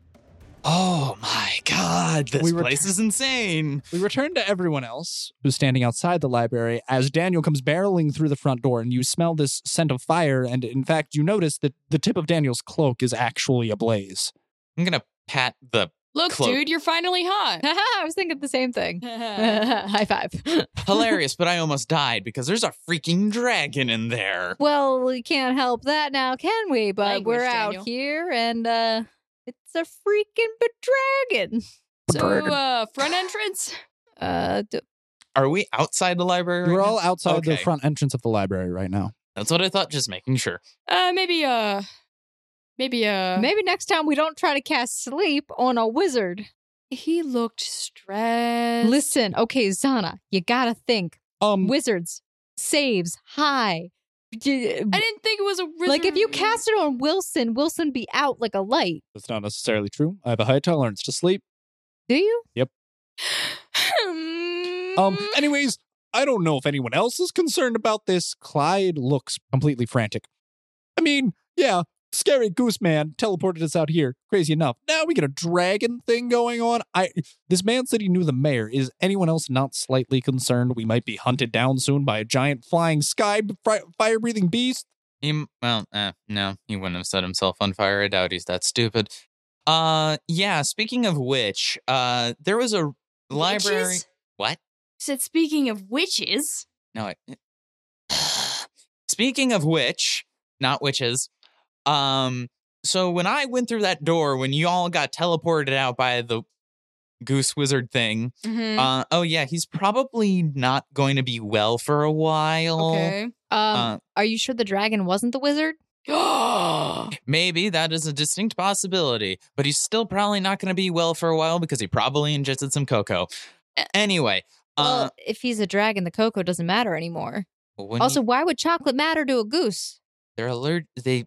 S5: Oh my god, this
S4: We were-
S5: place is insane.
S4: We return to everyone else who's standing outside the library as Daniel comes barreling through the front door and you smell this scent of fire. And in fact, you notice that the tip of Daniel's cloak is actually ablaze.
S5: I'm going to pat the
S1: Look,
S5: Cloak.
S1: dude, you're finally hot.
S2: I was thinking the same thing. High five.
S5: hilarious, but I almost died because there's a freaking dragon in there.
S2: well, we can't help that now, can we? But
S1: Language,
S2: we're out
S1: Daniel.
S2: here and uh it's a freaking dragon.
S1: so, uh, front entrance.
S2: Uh d-
S5: Are we outside the library? right
S4: You're
S5: now?
S4: all outside the
S5: Okay.
S4: front entrance of the library right now.
S5: That's what I thought, just making sure.
S1: Uh, maybe, uh, maybe, uh,
S2: maybe next time we don't try to cast sleep on a wizard.
S1: he looked stressed.
S2: Listen, okay, Zana, you gotta think.
S4: Um,
S2: Wizards, saves, high. D-
S1: Mm. I didn't think it was a wizard.
S2: Like if you cast it on Wilson, Wilson be out like a light.
S4: that's not necessarily true. I have a high tolerance to sleep.
S2: Do you?
S4: Um,
S1: Mm-hmm.
S4: anyways, I don't know if anyone else is concerned about this. Clyde looks completely frantic. I mean, yeah, scary goose man teleported us out here. Crazy enough. Now we get a dragon thing going on. I this man said he knew the mayor. Is anyone else not slightly concerned we might be hunted down soon by a giant flying sky fri- fire breathing beast?
S5: He, well, eh, no, he wouldn't have set himself on fire. I doubt he's that stupid. Uh, yeah, speaking of which, uh, there was a library.
S1: Witches?
S5: What?
S1: said, speaking of witches,
S5: No, I. Speaking of which, not witches. Um, so when I went through that door, when you all got teleported out by the goose wizard thing,
S1: Mm-hmm.
S5: uh, oh yeah, he's probably not going to be well for a while.
S1: okay.
S2: Um,
S5: Uh,
S2: are you sure the dragon wasn't the wizard?
S5: Maybe that is a distinct possibility, but he's still probably not going to be well for a while because he probably ingested some cocoa.
S1: Eh,
S5: A- Anyway, uh,
S2: well, if he's a dragon, the cocoa doesn't matter anymore.
S5: uh, when
S2: Also,
S5: you-
S2: why would chocolate matter to a goose?
S5: they're alert. They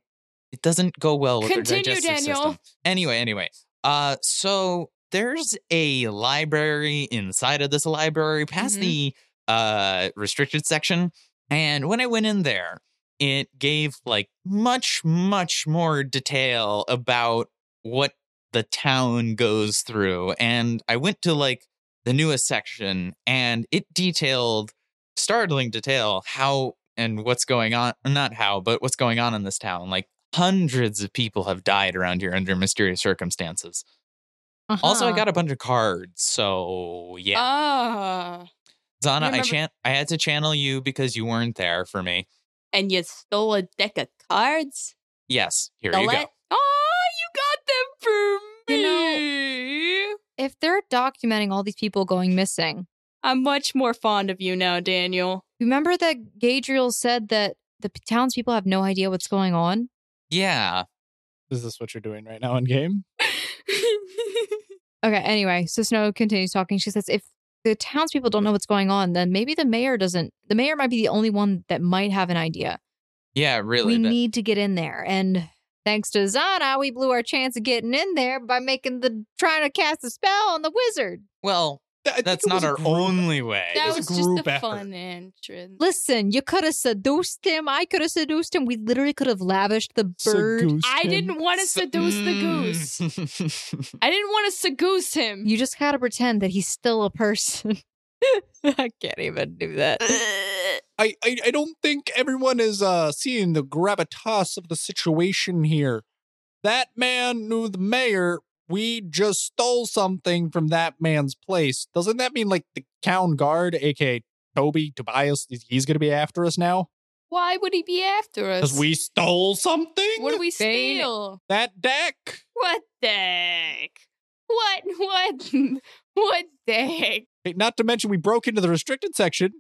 S5: it doesn't go well with
S1: Continue,
S5: their digestive
S1: Daniel.
S5: system. Anyway, anyway, uh, so there's a library inside of this library past
S1: Mhm.
S5: the uh restricted section and when i went in there it gave like much much more detail about what the town goes through and i went to like the newest section and it detailed startling detail how and what's going on not how but what's going on in this town like hundreds of people have died around here under mysterious circumstances also, I
S2: Uh-huh.
S5: got a bunch of cards, so yeah.
S1: Ah.
S5: Zana, I
S1: remember-
S5: chan- I had to channel you because you weren't there for me.
S1: And you stole a deck of cards?
S5: Yes, here
S1: The
S5: you go.
S1: let- Oh, you got them for
S2: You know-
S1: me.
S2: If they're documenting all these people going missing,
S1: I'm much more fond of you now, Daniel.
S2: remember that Gadriel said that the p- townspeople have no idea what's going on?
S5: Yeah.
S4: Is this what you're doing right now in game?
S2: Okay, anyway, so Snow continues talking. She says, if the townspeople don't know what's going on, then maybe the mayor doesn't. The mayor might be the only one that might have an idea.
S5: Yeah, really.
S2: we
S5: that-
S2: need to get in there. And thanks to Zana, we blew our chance of getting in there by making the trying to cast a spell on the wizard.
S5: well, that's not our only way.
S1: that
S4: was a
S1: was just
S4: group
S1: a
S4: effort.
S1: fun entrance.
S2: Listen, you could have seduced him. I could have seduced him. We literally could have lavished the bird.
S1: I didn't want to
S5: So-
S1: seduce the goose.
S5: Mm.
S1: I didn't want to seduce him.
S2: You just gotta pretend that he's still a person. I can't even do that.
S4: I, I I don't think everyone is uh seeing the gravitas of the situation here. That man knew the mayor. We just stole something from that man's place. Doesn't that mean like the town guard, aka Toby Tobias, is- he's gonna be after us now?
S1: Why would he be after us?
S4: Because we stole something?
S1: what do we
S2: Bane-
S1: steal?
S4: that deck?
S1: What the heck? What? What? What the heck?
S4: Hey, Not to mention we broke into the restricted section.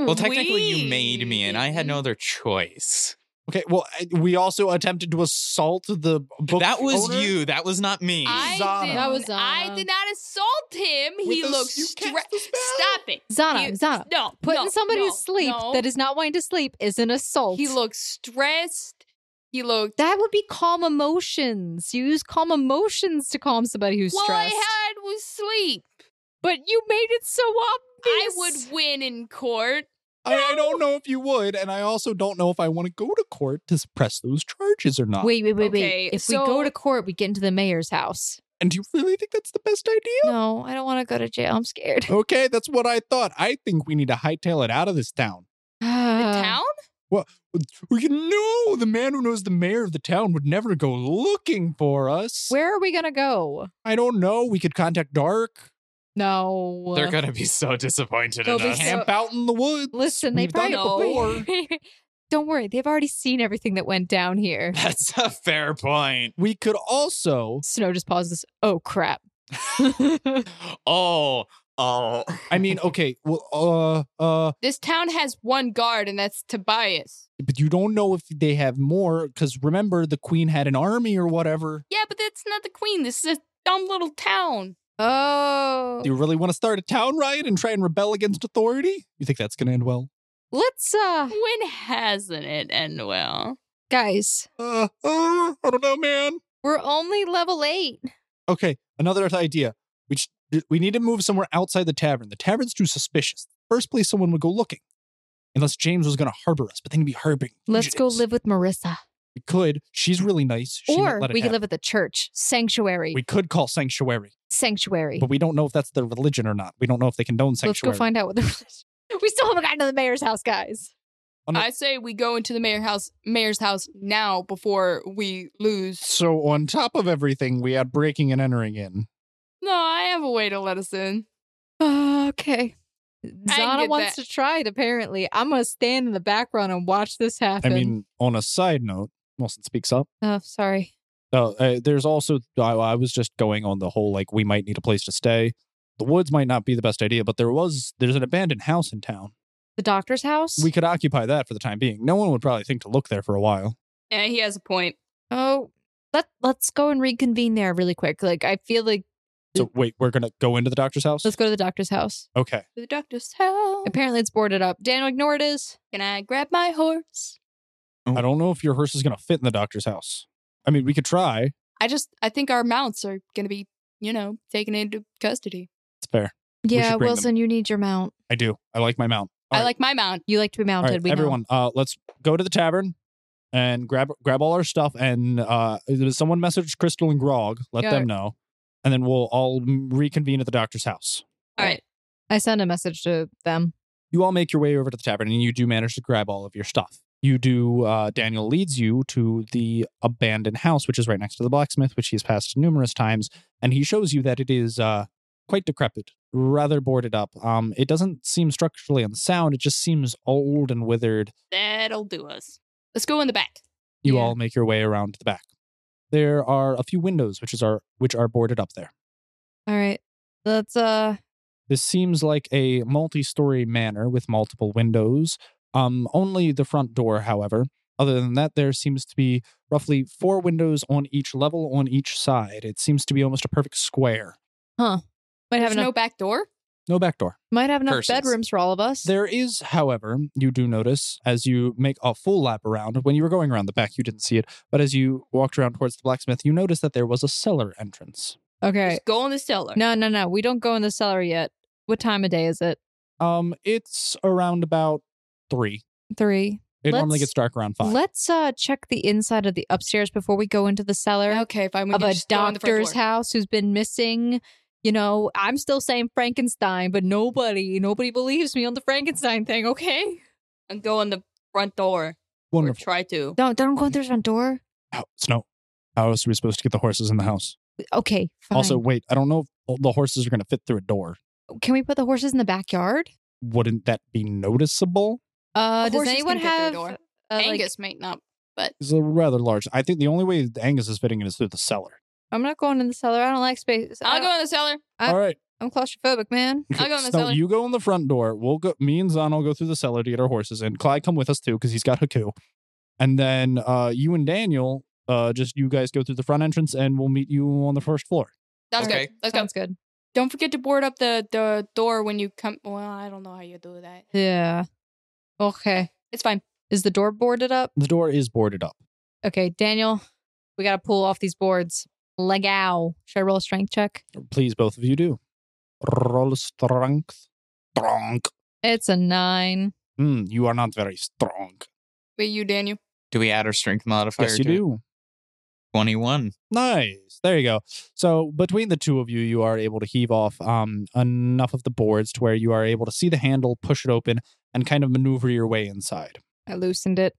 S5: well, technically, you made me, and I had no
S1: We-
S5: other choice.
S4: Okay, well, I- we also attempted to assault the book.
S5: that was
S4: owner.
S5: you. That was not me.
S1: I
S4: Zana.
S1: did,
S2: That was
S1: I
S2: Zana.
S1: did not assault him. he
S4: With the-
S1: looks
S4: you
S1: stra-
S4: cast the spell?
S1: Stop it.
S2: Zana,
S1: You-
S2: Zana,
S1: No.
S2: putting
S1: no,
S2: somebody
S1: no,
S2: to sleep
S1: no.
S2: that is not wanting to sleep is an assault.
S1: He looks stressed. He looked
S2: that would be calm emotions. You use calm emotions to calm somebody who's
S1: All I
S2: stressed.
S1: had was sleep.
S2: but you made it so
S1: I
S2: obvious.
S1: would win in court.
S4: I, I don't know if you would, and I also don't know if I want to go to court to press those charges or not.
S2: Wait, wait, wait,
S1: Okay,
S2: wait. If
S1: so-
S2: we go to court, we get into the mayor's house.
S4: And do you really think that's the best idea?
S2: No, I don't want to go to jail. I'm scared.
S4: Okay, that's what I thought. I think we need to hightail it out of this town.
S1: The town?
S4: We know the man who knows the mayor of the town would never go looking for us.
S2: Where are we gonna go?
S4: I don't know. We could contact Dark,
S2: No.
S5: They're gonna be so disappointed
S2: They'll
S5: in
S2: be
S5: us.
S2: so-
S4: camp out in the woods.
S2: Listen, they
S4: We've done
S2: probably
S4: it
S1: No.
S2: Don't worry, they've already seen everything that went down here.
S5: That's a fair point.
S4: We could also,
S2: Snow just pauses. Oh crap.
S5: Oh, oh.
S4: I mean, okay, well, uh, uh,
S1: This town has one guard, and that's Tobias.
S4: but you don't know if they have more because remember the queen had an army or whatever.
S1: Yeah, but that's not the queen. This is a dumb little town.
S2: Oh.
S4: Do you really want to start a town riot and try and rebel against authority? You think that's going to end well?
S2: Let's uh
S1: When hasn't it end well?
S2: guys,
S4: Uh, uh, I don't know, man.
S2: we're only level eight.
S4: Okay, another idea. We sh- we need to move somewhere outside the tavern. The tavern's too suspicious. First place someone would go looking, unless James was going to harbor us. But then he'd be harboring.
S2: Let's go
S4: fugitives.
S2: live with Marissa.
S4: We could. She's really nice. She
S2: or
S4: might let it
S2: we could
S4: happen.
S2: live at the church. Sanctuary.
S4: We could call sanctuary,
S2: Sanctuary.
S4: but we don't know if that's their religion or not. We don't know if they condone
S2: Let's
S4: sanctuary.
S2: go find out what the We still haven't gotten to the mayor's house, guys.
S4: I'm not-
S1: I say we go into the mayor house, mayor's house now before we lose.
S4: So on top of everything, we had breaking and entering in.
S1: No, I have a way to let us in.
S2: Uh, Okay.
S1: get
S2: Zana wants
S1: that.
S2: to try it, apparently. I'm going to stand in the background and watch this happen.
S4: I mean, on a side note, Wilson speaks up.
S2: oh, sorry.
S4: No, uh, there's also I, I was just going on the whole like we might need a place to stay. The woods might not be the best idea, but there was there's an abandoned house in town.
S2: The doctor's house?
S4: We could occupy that for the time being. No one would probably think to look there for a while.
S1: Yeah, he has a point.
S2: oh, let, let's go and reconvene there really quick. Like, I feel like
S4: So wait, we're gonna go into the doctor's house.
S2: Mm. let's go to the doctor's house.
S4: Okay,
S1: The doctor's house.
S2: Apparently, it's boarded up. Daniel, ignore it is.
S1: Can I grab my horse?
S4: I don't know if your hearse is gonna fit in the doctor's house. I mean, we could try.
S1: I just, I think our mounts are going to be you know, taken into custody.
S4: It's fair. should
S2: Yeah,
S4: bring them.
S2: Wilson, you need your mount.
S4: I do. I like my mount. All
S1: I
S4: right.
S1: like my mount.
S2: You like to be
S4: All
S2: mounted.
S4: right,
S2: we know.
S4: everyone. Uh, let's go to the tavern and grab grab all our stuff. And uh, does someone message Crystal and Grog. Let
S2: Yeah.
S4: them know, and then we'll all reconvene at the doctor's house.
S1: All right.
S2: I send a message to them.
S4: You all make your way over to the tavern, and you do manage to grab all of your stuff. You do. Uh, Daniel leads you to the abandoned house, which is right next to the blacksmith, which he's passed numerous times, and he shows you that it is uh, quite decrepit, rather boarded up. Um, it doesn't seem structurally unsound; it just seems old and withered.
S1: That'll do us. Let's go in the back.
S4: you
S2: Yeah.
S4: all make your way around to the back. There are a few windows which is are which are boarded up there.
S2: All right. Let's uh
S4: This seems like a multi-story manor with multiple windows. Um, only the front door, however. Other than that, there seems to be roughly four windows on each level on each side. It seems to be almost a perfect square.
S2: might have
S1: There's
S2: enough
S1: no back door.
S4: No back door.
S2: might have enough
S5: Persons.
S2: bedrooms for all of us.
S4: There is, however, you do notice as you make a full lap around, when you were going around the back, you didn't see it, but as you walked around towards the blacksmith, you noticed that there was a cellar entrance.
S2: okay.
S1: Just go in the cellar.
S2: No, no, no. We don't go in the cellar yet. What time of day is it?
S4: Um, it's around about three.
S2: Three.
S4: It normally
S2: Let's-
S4: gets dark around 5
S2: Let's uh check the inside of the upstairs before we go into the cellar
S1: Okay, fine. We
S2: of
S1: can
S2: a
S1: just go in the front
S2: doctor's
S1: door.
S2: house who's been missing. You know, I'm still saying Frankenstein, but nobody, nobody believes me on the Frankenstein thing. Okay.
S1: and go in the front door. Or
S4: Wonderful.
S1: try to.
S2: Don't don't go in through the front door.
S4: How, Snow, how else are we supposed to get the horses in the house?
S2: Okay. Fine.
S4: Also, wait, I don't know if the horses are going to fit through a door.
S2: can we put the horses in the backyard?
S4: Wouldn't that be noticeable?
S2: Uh,
S1: The
S2: does
S1: horses
S2: anyone
S1: can fit through
S2: have
S1: the door.
S2: uh, like-
S1: Angus may not.
S4: It's a rather large. I think the only way that Angus is fitting it is through the cellar.
S2: I'm not going in the uh, cellar. I don't like space. I
S1: I'll
S2: don't-
S1: go in the cellar.
S2: I-
S4: All right.
S2: I'm claustrophobic, man.
S1: I'll go in the
S4: Snow,
S1: cellar.
S4: you go in the front door. We'll go. Me and Zahn will go through the cellar to get our horses, and Clyde come with us too because he's got Haku. And then uh, you and Daniel, uh, just you guys go through the front entrance, and we'll meet you on the first floor.
S1: Sounds
S5: Okay.
S1: good. Let's go.
S2: Sounds good.
S1: Don't forget to board up the, the door when you come. Well, I don't know how you do that.
S2: Yeah. Okay.
S1: It's fine.
S2: Is the door boarded up?
S4: The door is boarded up.
S2: Okay, Daniel, we gotta pull off these boards. Leg out. Should I roll a strength check?
S4: Please, both of you do. Roll strength. Strong.
S2: It's a nine.
S4: Hmm, you are not very strong.
S1: Wait, you, Daniel.
S5: Do we add our strength modifier?
S4: yes, you
S5: to it?
S4: do.
S5: 21.
S4: Nice. There you go. So between the two of you, you are able to heave off um, enough of the boards to where you are able to see the handle, push it open, and kind of maneuver your way inside.
S2: I loosened it.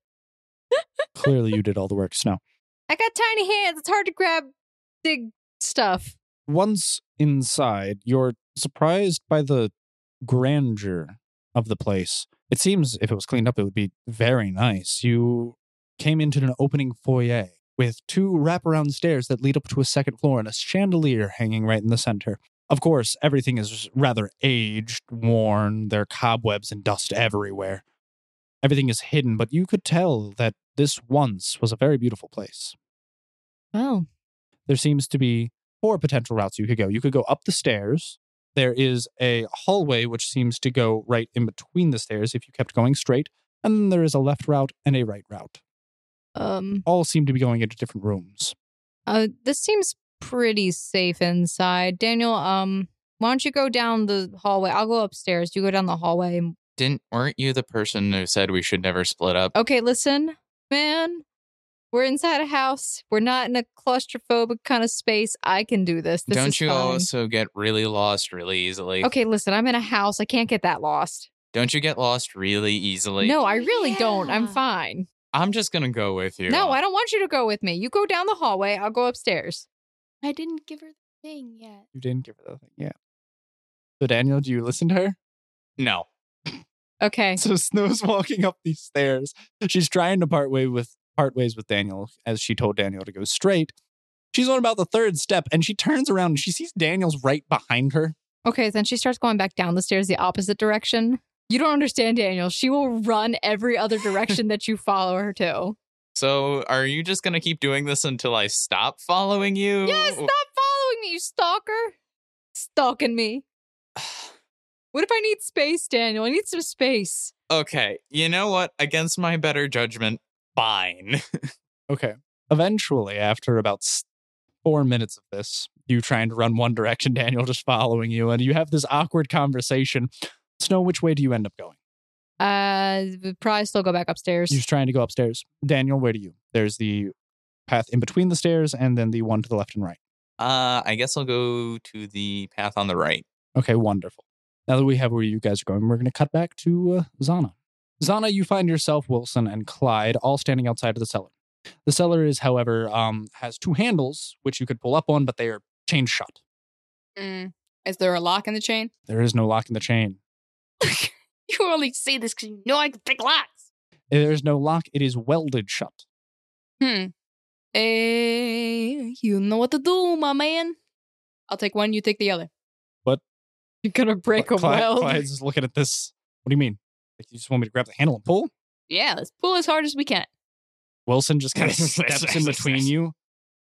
S4: Clearly, you did all the work, Snow.
S2: I got tiny hands. It's hard to grab big stuff.
S4: Once inside, you're surprised by the grandeur of the place. It seems if it was cleaned up, it would be very nice. You came into an opening foyer with two wraparound stairs that lead up to a second floor and a chandelier hanging right in the center. Of course, everything is rather aged, worn, there are cobwebs and dust everywhere. Everything is hidden, but you could tell that this once was a very beautiful place
S2: Oh.
S4: there seems to be four potential routes you could go. You could go up the stairs. There is a hallway which seems to go right in between the stairs if you kept going straight. And then there is a left route and a right route.
S2: Um
S4: All seem to be going into different rooms.
S2: uh this seems pretty safe inside. Daniel, um, why don't you go down the hallway? I'll go upstairs. You go down the hallway.
S5: Didn't weren't you the person who said we should never split up?
S2: Okay, listen, man. We're inside a house. We're not in a claustrophobic kind of space. I can do this. This
S5: Don't
S2: is
S5: you
S2: fine.
S5: also get really lost really easily?
S2: Okay, listen, I'm in a house. I can't get that lost.
S5: Don't you get lost really easily?
S2: no, I really
S10: Yeah.
S2: don't. I'm fine.
S5: I'm just gonna go with you.
S2: No, I don't want you to go with me. You go down the hallway. I'll go upstairs.
S10: I didn't give her the thing yet.
S4: You didn't give her the thing. Yeah. So, Daniel, do you listen to her?
S5: No.
S2: Okay.
S4: So, Snow's walking up these stairs. She's trying to part, way with, part ways with Daniel as she told Daniel to go straight. She's on about the third step and she turns around and she sees Daniel's right behind her.
S2: Okay, then she starts going back down the stairs the opposite direction. You don't understand, Daniel. She will run every other direction that you follow her to.
S5: So are you just gonna keep doing this until I stop following you?
S2: Yes, stop following me, you stalker. Stalking me. What if I need space, Daniel? I need some space.
S5: Okay. You know what? Against my better judgment, fine.
S4: Okay. Eventually, after about s- four minutes of this, you trying to run one direction, Daniel just following you, and you have this awkward conversation. Snow, which way do you end up going?
S2: Uh, we'd probably still go back upstairs.
S4: You're just trying to go upstairs. Daniel, where do you? There's the path in between the stairs and then the one to the left and right.
S5: Uh, I guess I'll go to the path on the right.
S4: Okay, wonderful. Now that we have where you guys are going, we're going to cut back to uh, Zana. Zana, you find yourself, Wilson, and Clyde all standing outside of the cellar. The cellar is, however, um, has two handles which you could pull up on, but they are chained shut.
S1: Mm. Is there a lock in the chain?
S4: There is no lock in the chain.
S1: You only say this because you know I can pick locks.
S4: There is no lock. It is welded shut.
S1: Hmm. Hey, Eh, you know what to do, my man. I'll take one. You take the other.
S6: You're gonna break a
S4: Clyde-
S6: weld.
S4: Clyde's just looking at this. What do you mean? Like you just want me to grab the handle and pull?
S1: Yeah, let's pull as hard as we can.
S4: Wilson just kind of steps in between you,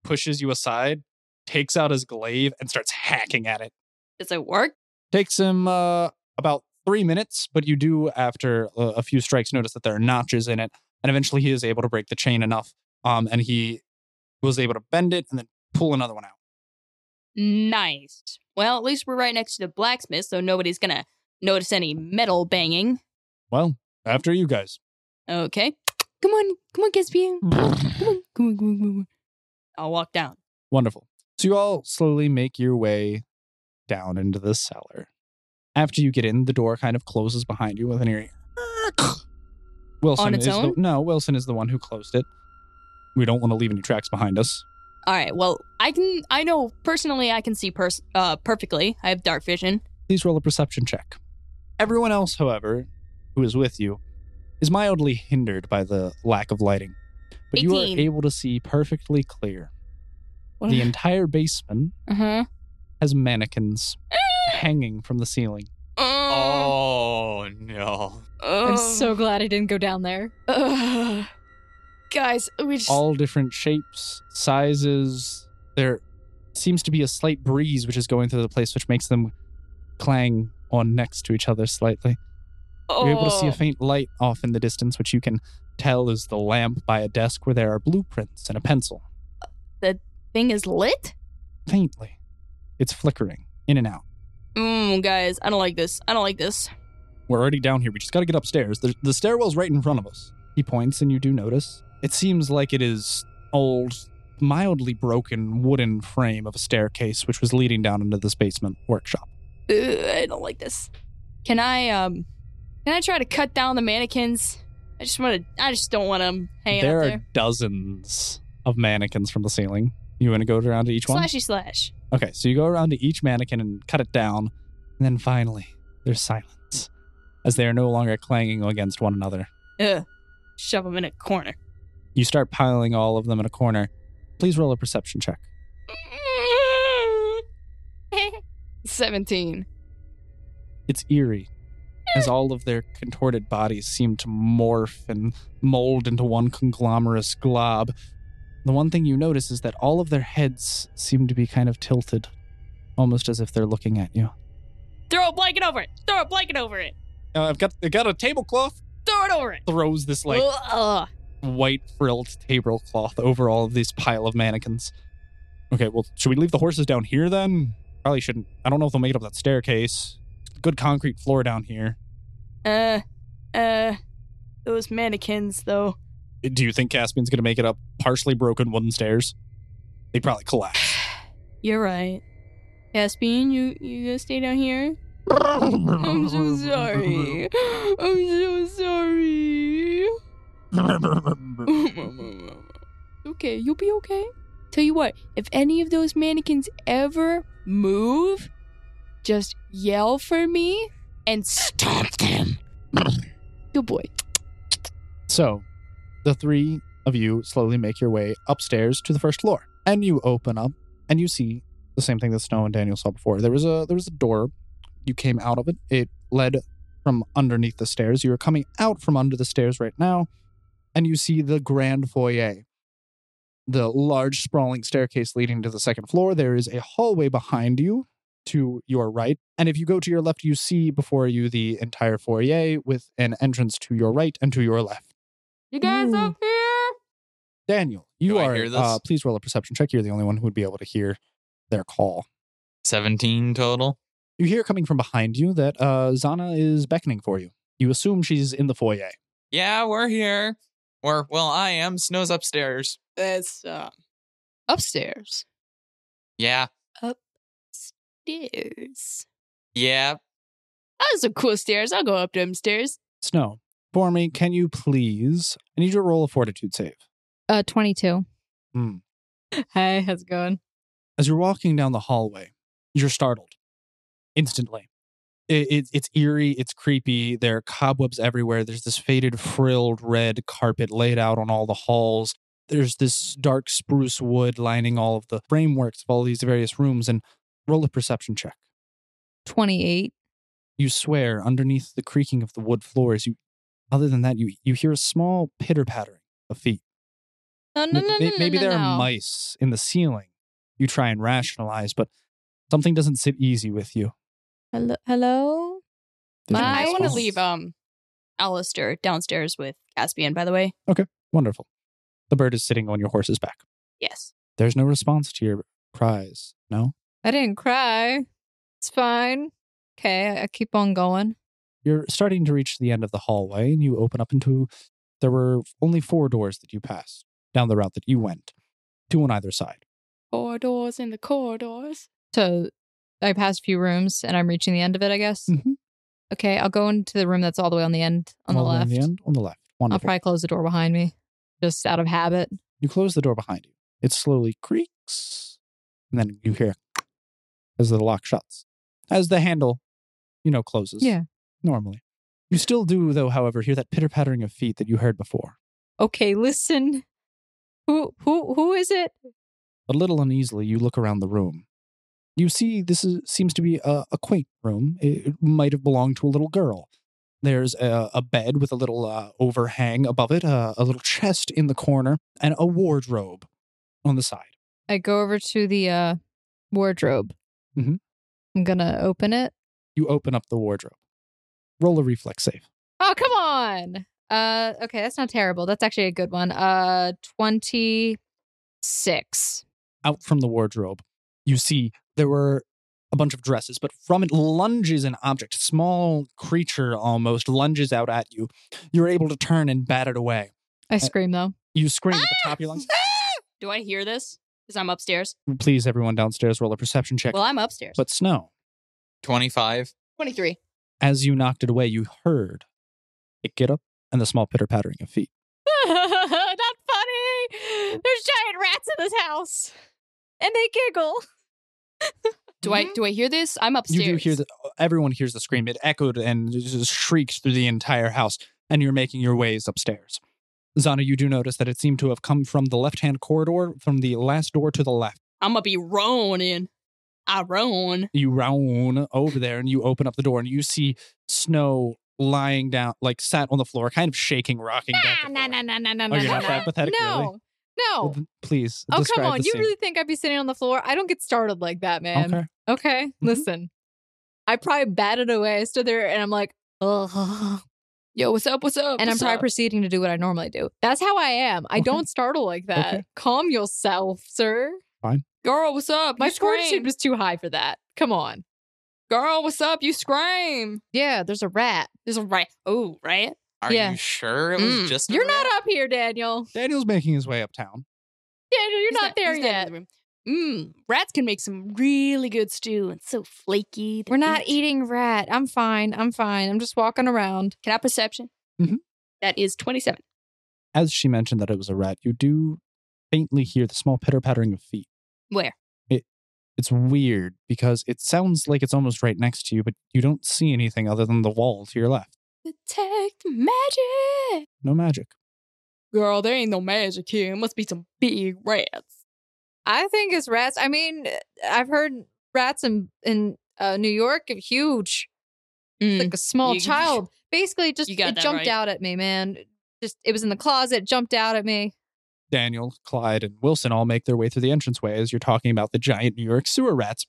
S4: pushes you aside, takes out his glaive, and starts hacking at it.
S1: Does it work?
S4: Takes him uh, about three minutes, but you do, after a, a few strikes, notice that there are notches in it, and eventually he is able to break the chain enough, um, and he was able to bend it and then pull another one out.
S1: Nice. Well, at least we're right next to the blacksmith, so nobody's gonna notice any metal banging.
S4: Well, after you guys.
S1: Okay. Come on, come on, Caspian. Come on, come on, come on, come on. I'll walk down.
S4: Wonderful. So you all slowly make your way down into the cellar. After you get in, the door kind of closes behind you with an eerie. Wilson
S1: On its
S4: is
S1: own?
S4: The, no, Wilson is the one who closed it. We don't want to leave any tracks behind us.
S1: All right. Well, I can. I know personally, I can see pers- uh, perfectly. I have dark vision.
S4: Please roll a perception check. Everyone else, however, who is with you, is mildly hindered by the lack of lighting. But you are
S1: 18.
S4: able to see perfectly clear. The entire basement
S1: Uh huh.
S4: has mannequins hanging from the ceiling.
S1: Oh,
S5: Oh no!
S2: I'm so glad I didn't go down there.
S1: Ugh. guys, we just.
S4: all different shapes, sizes. There seems to be a slight breeze which is going through the place, which makes them clang on next to each other slightly.
S1: oh.
S4: You're able to see a faint light off in the distance, which you can tell is the lamp by a desk where there are blueprints and a pencil.
S1: thing is lit.
S4: Faintly, it's flickering in and out.
S1: Mm, guys, I don't like this. I don't like this.
S4: We're already down here. We just got to get upstairs. The, the stairwell's right in front of us. He points, and you do notice. It seems like it is old, mildly broken wooden frame of a staircase, which was leading down into this basement workshop.
S1: Ugh, I don't like this. Can I um? Can I try to cut down the mannequins? I just want to. I just don't want them hanging
S4: there
S1: out
S4: are
S1: there.
S4: dozens of mannequins from the ceiling. You want to go around to each one?
S1: Slashy slash.
S4: Okay, so you go around to each mannequin and cut it down, and then finally, there's silence as they are no longer clanging against one another.
S1: Ugh. Shove them in a corner.
S4: You start piling all of them in a corner. Please roll a perception check.
S1: 17.
S4: It's eerie as all of their contorted bodies seem to morph and mold into one conglomerous glob. The one thing you notice is that all of their heads seem to be kind of tilted, almost as if they're looking at you.
S1: Throw a blanket over it. Throw a blanket over it.
S4: Uh, I've got I got a tablecloth.
S1: Throw it over it.
S4: Throws this like
S1: Ugh.
S4: white frilled tablecloth over all of these pile of mannequins. Okay, well, should we leave the horses down here then? Probably shouldn't. I don't know if they'll make it up that staircase. Good concrete floor down here.
S1: Uh, uh, those mannequins, though.
S4: Do you think Caspian's gonna make it up partially broken wooden stairs? They probably collapse.
S1: You're right. Caspian, you you gonna stay down here? I'm so sorry. I'm so sorry. okay, you'll be okay. Tell you what, if any of those mannequins ever move, just yell for me and stomp them. Good boy.
S4: So, the three of you slowly make your way upstairs to the first floor, and you open up, and you see the same thing that Snow and Daniel saw before. There was a there was a door. You came out of it. It led from underneath the stairs. You are coming out from under the stairs right now, and you see the grand foyer, the large sprawling staircase leading to the second floor. There is a hallway behind you. To your right. And if you go to your left, you see before you the entire foyer with an entrance to your right and to your left.
S1: You guys up here?
S4: Daniel, you
S5: Do I
S4: are.
S5: hear this?
S4: Uh, please roll a perception check. You're the only one who would be able to hear their call.
S5: 17 total.
S4: You hear coming from behind you that uh, Zana is beckoning for you. You assume she's in the foyer.
S5: Yeah, we're here. Or, well, I am. Snow's upstairs.
S2: That's uh, upstairs.
S5: Yeah,
S2: Stairs.
S5: yeah.
S2: Oh, those are cool stairs. I'll go up them stairs.
S4: Snow, for me, can you please? I need you to roll a fortitude save.
S6: Uh, 22.
S11: Hey, how's it going?
S4: As you're walking down the hallway, you're startled instantly. It, it, it's eerie, it's creepy. There are cobwebs everywhere. There's this faded, frilled red carpet laid out on all the halls. There's this dark spruce wood lining all of the frameworks of all these various rooms. And roll a perception check.
S6: 28.
S4: You swear underneath the creaking of the wood floors. You, other than that, you you hear a small pitter pattering of feet.
S6: No,
S4: Ma-
S6: no, no, no,
S4: may-
S6: no,
S4: maybe
S6: no,
S4: there
S6: no.
S4: are mice in the ceiling. You try and rationalize, but something doesn't sit easy with you.
S6: Hello? Hello?
S4: There's no
S6: My-
S2: I want to
S4: response.
S2: leave um, Alistair downstairs with Caspian. By the way,
S4: Wonderful. The bird is sitting on your horse's back.
S2: yes.
S4: There's no response to your cries. No,
S6: I didn't cry. It's fine. Okay, I- I keep on going.
S4: you're starting to reach the end of the hallway, and you open up into. There were only four doors that you passed down the route that you went, two on either side.
S2: Corridors in the corridors.
S6: So I pass a few rooms and I'm reaching the end of it, I guess.
S4: Mhm.
S6: Okay, I'll go into the room that's all the way on the end, on
S4: All
S6: the
S4: way
S6: left.
S4: the end, on the left.
S6: I'll
S4: Wonderful.
S6: probably close the door behind me just out of habit.
S4: You close the door behind you. It slowly creaks, and then you hear as the lock shuts, as the handle, you know, closes.
S6: Yeah.
S4: Normally. You still do, though, however, hear that pitter pattering of feet that you heard before.
S6: Okay, listen. Who who who is it?
S4: A little uneasily, you look around the room. You see, this is, seems to be a, a quaint room. It, it might have belonged to a little girl. There's a, a bed with a little uh, overhang above it, uh, a, a little chest in the corner, and a wardrobe on the side.
S6: I go over to the uh wardrobe.
S4: Mhm.
S6: I'm gonna open it.
S4: You open up the wardrobe. Roll a reflex save.
S6: Oh come on. Uh okay, that's not terrible. That's actually a good one. Uh twenty six.
S4: out from the wardrobe, you see there were a bunch of dresses, but from it lunges an object, small creature almost lunges out at you. You're able to turn and bat it away.
S6: I scream though.
S4: You scream at the top of your lungs.
S2: Do I hear this? Because I'm upstairs.
S4: Please, everyone downstairs, roll a perception check.
S2: Well, I'm upstairs.
S4: but Snow,
S5: 25.
S2: 23.
S4: as you knocked it away, you heard it get up and the small pitter pattering of feet.
S6: Not funny. There's giant rats in this house, and they giggle.
S2: Do
S1: Mm-hmm.
S2: I do I hear this? I'm upstairs.
S4: You do hear that everyone hears the scream. It echoed and just shrieked through the entire house, and you're making your ways upstairs. Zana, you do notice that it seemed to have come from the left hand corridor, from the last door to the left.
S2: I'm gonna be roaning. I roan.
S4: You round over there and you open up the door, and you see Snow lying down, like sat on the floor, kind of shaking, rocking. back and forth.
S6: no, no, no,
S4: Oh, you're not that pathetic, really?
S6: No,
S4: Well,
S6: no.
S4: then Please.
S6: Oh, come
S4: describe
S6: on.
S4: the
S6: You
S4: scene.
S6: really think I'd be sitting on the floor? I don't get startled like that, man.
S4: Okay. Mm-hmm.
S6: Okay, listen. I probably batted away. I stood there and I'm like, ugh.
S2: Yo, what's up? What's up?
S6: And I'm
S2: what's
S6: probably
S2: up?
S6: proceeding to do what I normally do. That's how I am. I
S4: Oh, Okay.
S6: don't startle like that.
S4: Okay.
S6: Calm yourself, sir.
S2: Girl, what's up?
S6: My
S2: you scream.
S6: fortitude was too high for that. Come on.
S2: Girl, what's up? You scream.
S6: Yeah, there's a rat.
S2: There's a right. Oh, right.
S5: Are
S6: Yeah.
S5: you sure it was
S2: Mm.
S5: just. a
S6: You're
S5: rat?
S6: not up here, Daniel.
S4: Daniel's making his way uptown.
S6: Daniel, you're
S2: He's
S6: not, there
S2: he's
S6: yet.
S2: in the room. Mmm. Rats can make some really good stew. It's so flaky. to
S6: We're not
S2: eat.
S6: eating rat. I'm fine. I'm fine. I'm just walking around.
S2: Can I perception?
S4: Mhm.
S2: That is 27.
S4: As she mentioned that it was a rat, you do faintly hear the small pitter pattering of feet.
S2: Where?
S4: it's weird because it sounds like it's almost right next to you, but you don't see anything other than the wall to your left.
S2: Detect magic.
S4: No magic.
S2: Girl, there ain't no magic here. It must be some big rats.
S6: I think it's rats. I mean, I've heard rats in in uh, New York are huge. It's Like a small
S2: You-
S6: child. Basically, just
S2: You got
S6: it
S2: that
S6: jumped
S2: right.
S6: out at me, man. Just it was in the closet, jumped out at me.
S4: Daniel, Clyde, and Wilson all make their way through the entranceway as you're talking about the giant New York sewer rats.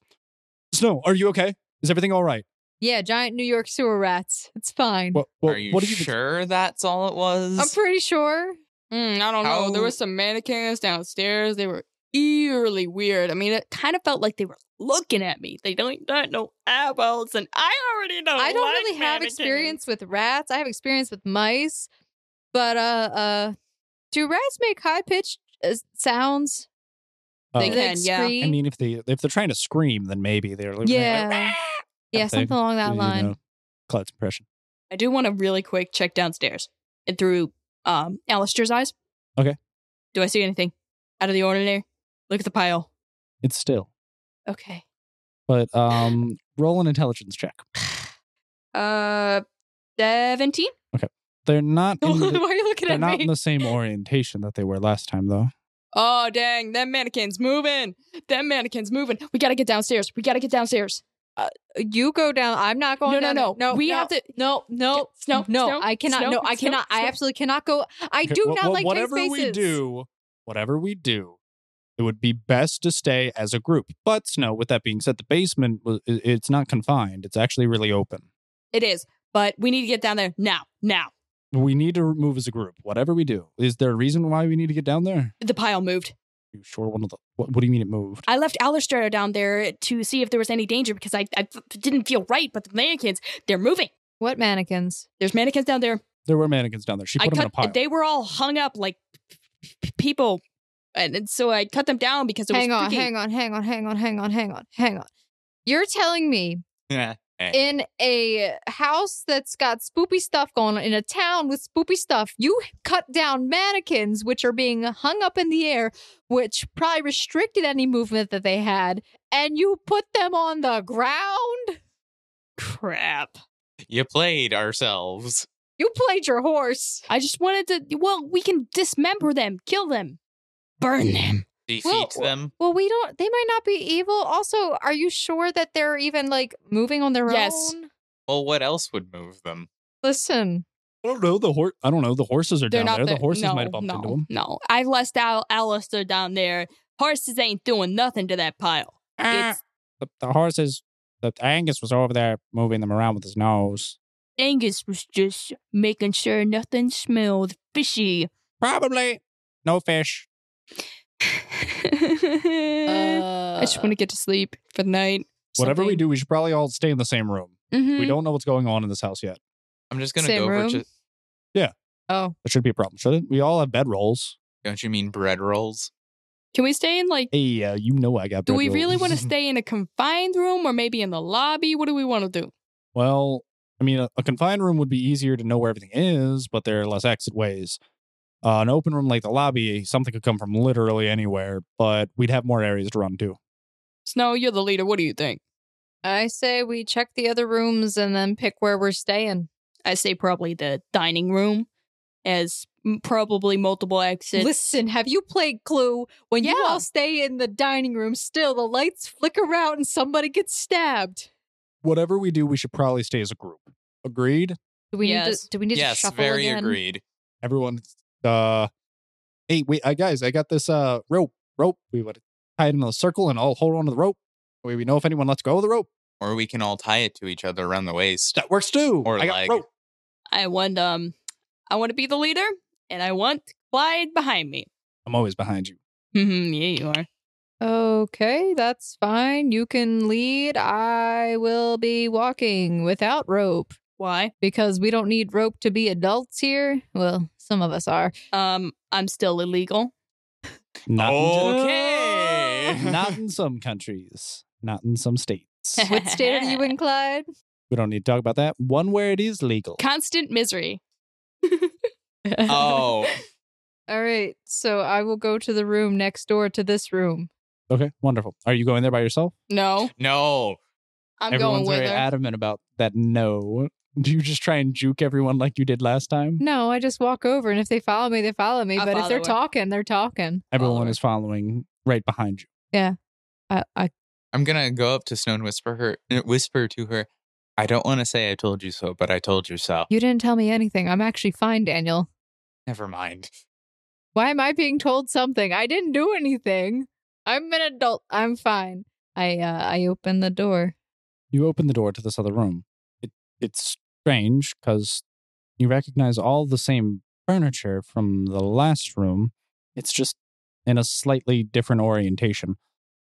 S4: Snow, are you okay? Is everything all right?
S6: Yeah, giant New York sewer rats. It's fine.
S4: What, what,
S5: Are you
S4: what have been-
S5: sure that's all it was?
S6: I'm pretty sure.
S2: Mm, I don't know. There
S5: How-
S2: was some mannequins downstairs. They were eerily weird. I mean, it kind of felt like they were looking at me. They don't, don't know eyeballs, and I already know.
S6: I don't really have experience with rats. I have experience with mice, but uh, uh, do rats make high pitched uh, sounds?
S4: Uh,
S2: They
S6: Do
S2: can, yeah. I
S4: I mean, if they if they're trying to scream, then maybe they're like,
S6: Yeah. yeah,
S4: something
S6: something along that
S4: you
S6: line.
S4: know, Cloud's impression.
S2: I do want to really quick check downstairs and through um Alistair's eyes.
S4: Okay.
S2: Do I see anything out of the ordinary? Look at the pile.
S4: It's still,
S2: Okay.
S4: but um, roll an intelligence check.
S2: Uh, seventeen.
S4: They're not in
S2: Why
S4: the,
S2: are you looking
S4: they're
S2: at
S4: not
S2: me?
S4: in the same orientation that they were last time, though.
S2: oh dang! That mannequin's moving. That mannequin's moving. We gotta get downstairs. We gotta get downstairs.
S6: Uh, You go down. I'm not going.
S2: No, no,
S6: down
S2: no.
S6: there. no.
S2: We
S6: no,
S2: have to-
S6: No, no,
S2: Snow,
S6: no.
S2: snow,
S6: I cannot.
S2: snow,
S6: no, I
S2: snow,
S6: cannot. I
S2: snow.
S6: absolutely cannot go. I
S4: Okay,
S6: do
S4: wha-
S6: not
S4: wha-
S6: like tight
S4: whatever we
S6: spaces.
S4: do. Whatever we do, it would be best to stay as a group. But no, with that being said, the basement wa- i- it's not confined. It's actually really open.
S2: It is, but we need to get down there now. Now.
S4: We need to move as a group. Whatever we do, is there a reason why we need to get down there?
S2: The pile moved.
S4: You sure one of the what, what do you mean it moved?
S2: I left Alistair down there to see if there was any danger because I, I f- didn't feel right, but the mannequins, they're moving.
S6: What mannequins?
S2: There's mannequins down there.
S4: There were mannequins down there. She put
S2: I
S4: them in a
S2: cut,
S4: pile.
S2: they were all hung up like p- p- people. And, and so I cut them down because it was
S6: hang on,
S2: freaking-
S6: hang on, hang on, hang on, hang on, hang on, hang on. You're telling me
S5: Yeah. Hey.
S6: in a house that's got spoopy stuff going on, in a town with spoopy stuff, you cut down mannequins which are being hung up in the air, which probably restricted any movement that they had, and you put them on the ground?
S2: Crap.
S5: You played ourselves.
S6: You played your horse.
S2: I just wanted to, well, we can dismember them, kill them, burn them.
S5: Defeat
S6: Well,
S5: them.
S6: Well, we don't. They might not be evil. Also, are you sure that they're even like moving on their
S2: Yes.
S6: own?
S5: Well, what else would move them?
S6: Listen,
S4: I don't know. The horse. I don't know. The horses are
S2: They're
S4: down
S2: not
S4: there. The horses
S2: no,
S4: might have bumped
S2: no,
S4: into them.
S2: No, I left Al- Alistair down there. Horses ain't doing nothing to that pile.
S6: Uh,
S2: It's
S4: The, the horses. The Angus was over there moving them around with his nose.
S2: Angus was just making sure nothing smelled fishy.
S4: Probably no fish.
S2: I just want to get to sleep for the night.
S4: Whatever we do, we should probably all stay in the same room.
S2: Mm-hmm.
S4: We don't know what's going on in this house yet.
S5: I'm just gonna
S6: Same
S5: go
S6: room?
S5: for just.
S4: That should be a problem, shouldn't it? We all have bed rolls.
S5: Don't you mean bread rolls?
S2: Can we stay in like?
S4: Hey, uh, you know I got.
S2: Do
S4: bed
S2: we
S4: rolls.
S2: really want to stay in a confined room or maybe in the lobby? What do we want to do?
S4: Well, I mean, a, a confined room would be easier to know where everything is, but there are less exit ways. Uh, an open room like the lobby, something could come from literally anywhere, but we'd have more areas to run to.
S2: Snow, you're the leader. What do you think?
S6: I say we check the other rooms and then pick where we're staying.
S2: I say probably the dining room, as m- probably multiple exits.
S6: Listen, have you played Clue? When you
S2: Yeah.
S6: all stay in the dining room, still the lights flicker out and somebody gets stabbed.
S4: Whatever we do, we should probably stay as a group. Agreed.
S6: Do we need
S2: Yes.
S6: to? Do we need to
S5: Yes,
S6: shuffle
S5: very
S6: again?
S5: agreed.
S4: Everyone, uh, hey, wait, I guys, I got this uh rope, rope. We would tie it in a circle, and I'll hold on to the rope. Way we know if anyone lets go of the rope.
S5: Or we can all tie it to each other around the waist.
S4: That works too.
S5: Or
S4: I got
S5: leg.
S4: rope.
S2: I want um, I want to be the leader, and I want Clyde behind me.
S4: I'm always behind you.
S2: Mhm, yeah, you are.
S6: Okay, that's fine. You can lead. I will be walking without rope
S2: Why?
S6: because we don't need rope to be adults here. Well, some of us are.
S2: Um, I'm still illegal.
S4: Not in
S2: Oh,
S4: general.
S5: okay.
S4: not in some countries, not in some states.
S6: What state are you in, Clyde?
S4: we don't need to talk about that. One where it is legal.
S2: Constant misery.
S5: oh,
S6: All right, so I will go to the room next door to this room.
S4: Okay, wonderful. Are you going there by yourself?
S2: No,
S5: no.
S2: I'm
S4: Everyone's
S2: going with
S4: very
S2: her.
S4: adamant about that. No, do you just try and juke everyone like you did last time?
S6: No, I just walk over, and if they follow me, they follow me.
S2: I'll
S6: but if they're
S2: follow
S6: talking, they're talking.
S4: Everyone
S2: follower.
S4: is following right behind you.
S6: I, I
S5: I'm gonna go up to Snow and whisper her, uh, whisper to her. I don't want to say I told you so, but I told you so.
S6: You didn't tell me anything. I'm actually fine, Daniel.
S5: Never mind.
S6: Why am I being told something? I didn't do anything. I'm an adult. I'm fine. I uh, I open the door.
S4: You open the door to this other room. It, it's strange because you recognize all the same furniture from the last room. It's just in a slightly different orientation.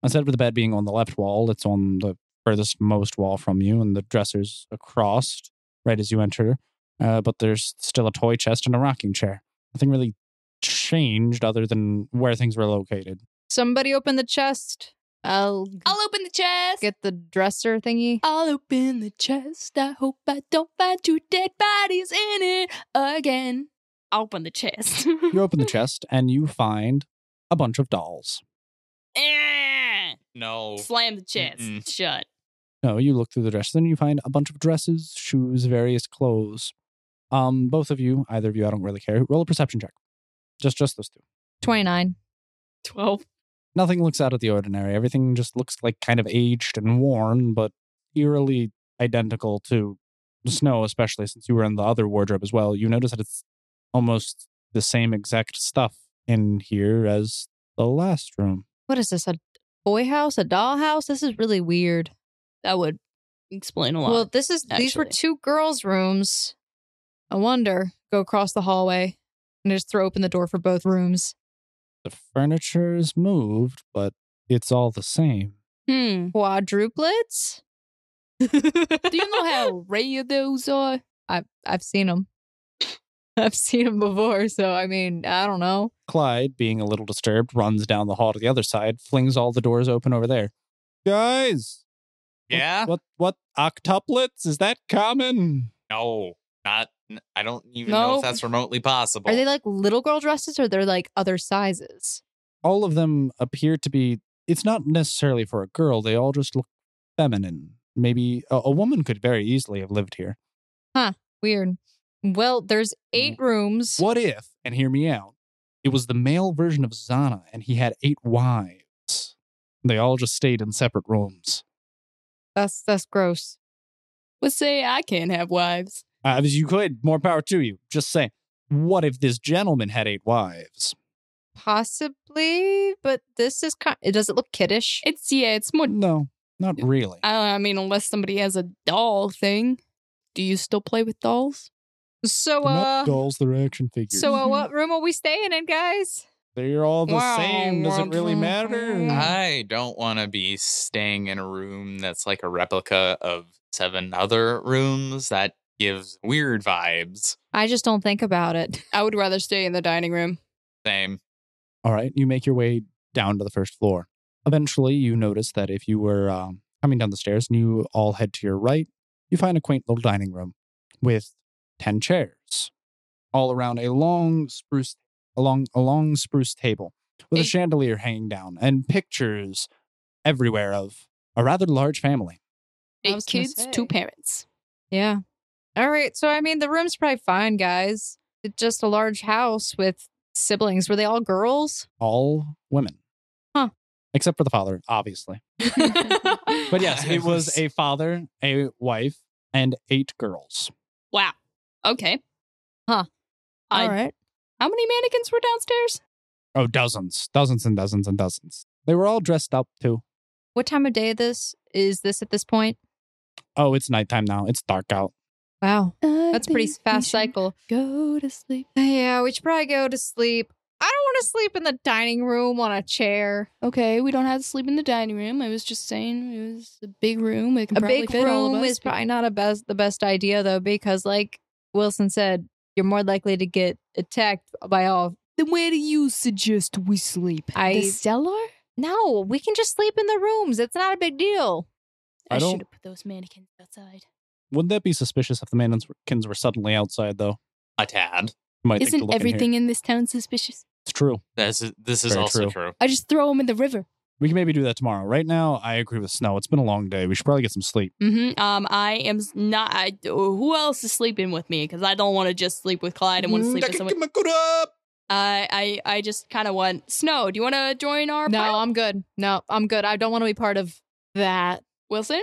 S4: Instead of the bed being on the left wall, it's on the furthest most wall from you, and the dresser's across right as you enter. Uh, but there's still a toy chest and a rocking chair. Nothing really changed other than where things were located.
S12: Somebody open the chest. I'll g-
S2: I'll open the chest.
S12: get the dresser thingy.
S2: I'll open the chest. I hope I don't find two dead bodies in it again. I'll open the chest.
S4: You open the chest and you find a bunch of dolls.
S2: Eh,
S5: No.
S2: Slam the chest
S5: Mm-mm.
S2: shut.
S4: No, you look through the dresser and you find a bunch of dresses, shoes, various clothes. Um, both of you, either of you, I don't really care. Roll a perception check. Just, just those two.
S6: 29.
S2: 12.
S4: Nothing looks out of the ordinary. Everything just looks like kind of aged and worn, but eerily identical to the snow, especially since you were in the other wardrobe as well. You notice that it's almost the same exact stuff in here as the last room.
S6: What is this? A boy house? A doll house? This is really weird.
S2: That would explain a lot.
S6: Well, this is these were
S2: actually.
S6: two girls' rooms. I wonder. Go across the hallway and just throw open the door for both rooms.
S4: The furniture is moved, but it's all the same.
S2: hmm.
S6: Quadruplets?
S2: Do you know how rare those are?
S6: I've I've seen them. I've seen them before, so I mean, I don't know.
S4: Clyde, being a little disturbed, runs down the hall to the other side, flings all the doors open over there. Guys,
S5: Yeah.
S4: what what octuplets? Is that common?
S5: No. Not. n- I don't even know
S6: No.
S5: if that's remotely possible.
S6: Are they like little girl dresses or they're like other sizes?
S4: All of them appear to be it's not necessarily for a girl, they all just look feminine. Maybe a, a woman could very easily have lived here.
S6: Weird. Well, there's eight rooms.
S4: What if, and hear me out, it was the male version of Zana and he had eight wives. They all just stayed in separate rooms.
S6: That's that's gross.
S2: Let's say I can't have wives.
S4: Uh, as you could, more power to you. Just saying. What if this gentleman had eight wives?
S6: Possibly, but this is kind. It does it look kiddish?
S2: It's, yeah, it's more.
S4: No, not really.
S1: Uh,
S2: I, I mean, unless somebody has a doll thing. Do you still play with dolls?
S6: So,
S13: They're not
S6: uh,
S13: dolls, they're action figures.
S6: so uh, what room are we staying in, guys?
S4: They're all the
S2: Wow,
S4: same. Does it
S2: wow,
S4: really
S2: wow,
S4: matter?
S2: wow.
S5: I don't want to be staying in a room that's like a replica of seven other rooms. That gives weird vibes.
S6: I just don't think about it.
S2: I would rather stay in the dining room.
S5: Same.
S4: All right, you make your way down to the first floor. Eventually, you notice that if you were um, coming down the stairs and you all head to your right, you find a quaint little dining room with 10 chairs all around a long spruce along a long spruce table with a
S2: Eight.
S4: chandelier hanging down and pictures everywhere of a rather large family.
S6: I
S2: Eight
S6: was gonna
S2: kids, two
S6: say.
S2: parents.
S6: Yeah. All right. So I mean, the room's probably fine, guys. It's just a large house with siblings. Were they all girls?
S4: all women.
S6: Huh.
S4: Except for the father, obviously. But yes, it was a father, a wife, and eight girls.
S2: Wow. Okay.
S6: Huh.
S2: I,
S6: all right.
S2: How many mannequins were downstairs?
S4: Oh, dozens, dozens and dozens and dozens. They were all dressed up too.
S6: What time of day this is this at this point?
S4: Oh, it's nighttime now. It's dark out.
S6: Wow, that's a pretty fast cycle.
S2: Go to sleep.
S6: Yeah, we should probably go to sleep. I don't want to sleep in the dining room on a chair.
S2: Okay, we don't have to sleep in the dining room. I was just saying it was a big room. It can
S6: A
S2: probably
S6: big
S2: fit all of
S6: room
S2: us,
S6: is
S2: but-
S6: probably not a best the best idea though, because like Wilson said, you're more likely to get attacked by all.
S2: Then where do you suggest we sleep?
S6: I-
S2: the cellar?
S6: No, we can just sleep in the rooms. It's not a big deal.
S4: I
S1: I
S4: don't-
S1: should have put those mannequins outside.
S4: Wouldn't that be suspicious if the mannequins were suddenly outside, though?
S5: A tad.
S4: You might think to
S2: Isn't
S4: look in here.
S2: everything in this town suspicious?
S4: It's true.
S5: This is this is
S4: Very
S5: also
S4: true.
S5: true.
S2: I just throw them in the river.
S4: We can maybe do that tomorrow. Right now, I agree with Snow. It's been a long day. We should probably get some sleep.
S2: Mm-hmm. Um, I am s- not. I, who else is sleeping with me? Because I don't want to just sleep with Clyde. I want to sleep with someone. I, I, I just kind of want Snow. Do you want to join our
S6: No,
S2: pile?
S6: I'm good. No, I'm good. I don't want to be part of that.
S2: Wilson?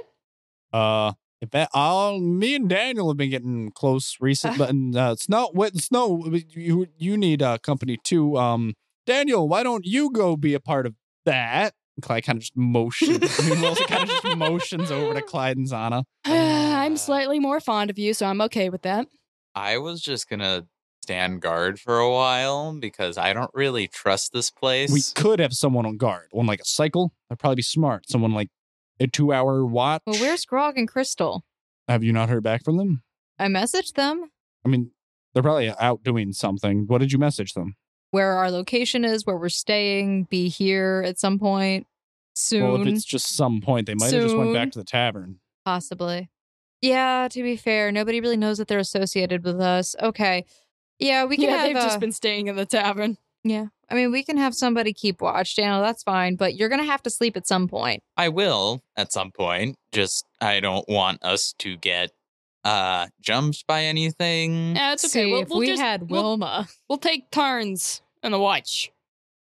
S4: Uh, if that all me and Daniel have been getting close recent, but uh, snow, wet snow. You you need uh, company too. Um, Daniel, why don't you go be a part of that? And Clyde kind of just motions. I mean, Wilson kind of just motions over to Clyde and Zana.
S2: I'm
S5: Uh,
S2: slightly more fond of you, so I'm okay with that.
S5: I was just gonna stand guard for a while because I don't really trust this place.
S4: We could have someone on guard on like a cycle. That'd probably be smart. Someone like a two hour watch.
S6: Well, where's Grog and Crystal?
S4: have you not heard back from them?
S6: I messaged them
S4: I mean, they're probably out doing something. What did you message them?
S6: where our location is, where we're staying, be here at some point soon,
S4: Well, if it's just some point, they might have just went
S6: Soon.
S4: back to the tavern.
S6: possibly. Yeah, to be fair, nobody really knows that they're associated with us. Okay. Yeah, we can
S1: yeah,
S6: have
S1: they've just
S6: uh,
S1: been staying in the tavern.
S6: Yeah. I mean, we can have somebody keep watch, Daniel. That's fine, but you're going to have to sleep at some point.
S5: I will at some point. Just I don't want us to get uh jumped by anything.
S1: That's okay.
S6: See,
S1: we'll,
S6: if
S1: we'll
S6: we
S1: just,
S6: had
S1: we'll-
S6: Wilma,
S1: We'll take turns in the watch.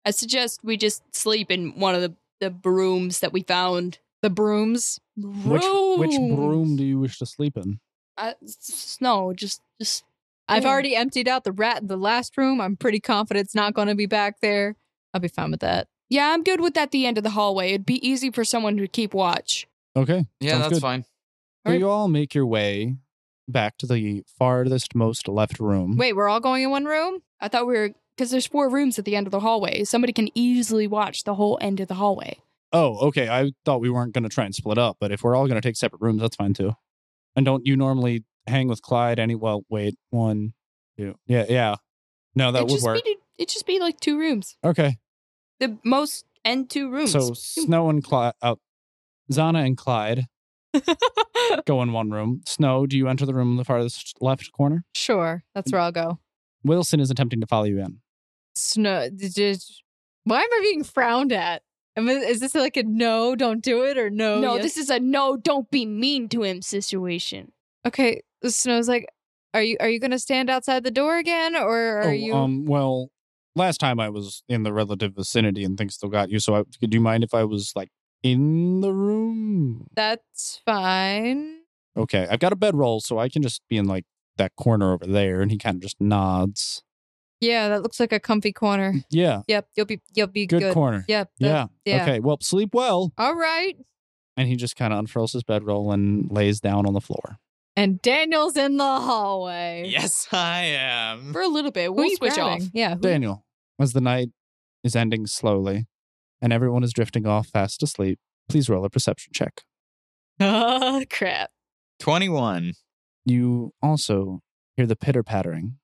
S1: I suggest we just sleep in one of the, the rooms that we found.
S6: the brooms.
S4: Which, which
S1: Rooms.
S4: broom do you wish to sleep in?
S1: I, Uh, s- no, just just
S6: I've
S1: Yeah.
S6: already emptied out the rat in the last room. I'm pretty confident it's not going to be back there. I'll be fine with that.
S1: yeah. I'm good with that. The end of the hallway. It'd be easy for someone to keep watch.
S4: Okay.
S5: yeah,
S4: sounds
S5: that's
S4: good.
S5: fine.
S4: So you all make your way back to the farthest most left room.
S6: Wait, we're all going in one room?
S1: I thought we were because there's four rooms at the end of the hallway. Somebody can easily watch the whole end of the hallway.
S4: Oh, okay. I thought we weren't going to try and split up, but if we're all going to take separate rooms, that's fine too. And don't you normally hang with Clyde? Any? Well, wait. One, two. Yeah, yeah. No, that
S1: it'd
S4: would
S1: just
S4: work.
S1: Be, it'd just be like two rooms.
S4: okay.
S1: The most end two rooms.
S4: So Snow and Clyde, uh, Zana and Clyde go in one room. Snow, do you enter the room in the farthest left corner?
S6: Sure. That's where I'll go.
S4: Wilson is attempting to follow you in.
S6: Snow. d- d- Why am I being frowned at? Am I- is this like a no, don't do it, or no?
S1: no,
S6: Oh, yes?
S1: this is a no. Don't be mean to him situation.
S6: okay. Snow's like, are you are you gonna stand outside the door again, or are
S4: oh,
S6: you?
S4: um, well, last time I was in the relative vicinity and things still got you. So I, could you mind if I was like in the room?
S6: That's fine.
S4: Okay, I've got a bedroll, so I can just be in like that corner over there. And he kind of just nods.
S6: Yeah, that looks like a comfy corner.
S4: Yeah,
S6: Yep, you'll be you'll be
S4: good,
S6: Mm. good.
S4: corner.
S6: Yep.
S4: Yeah.
S6: that- yeah.
S4: Okay. Well, sleep well.
S6: All right.
S4: And he just kind of unfurls his bedroll and lays down on the floor.
S6: And Daniel's in the hallway.
S5: Yes, I am.
S1: for a little bit.
S6: Who
S1: We'll
S6: you
S1: switch
S6: grabbing?
S1: off.
S6: Yeah. Who,
S4: Daniel, as the night is ending slowly and everyone is drifting off fast asleep, please roll a perception check.
S6: oh crap.
S5: Twenty one.
S4: You also hear the pitter pattering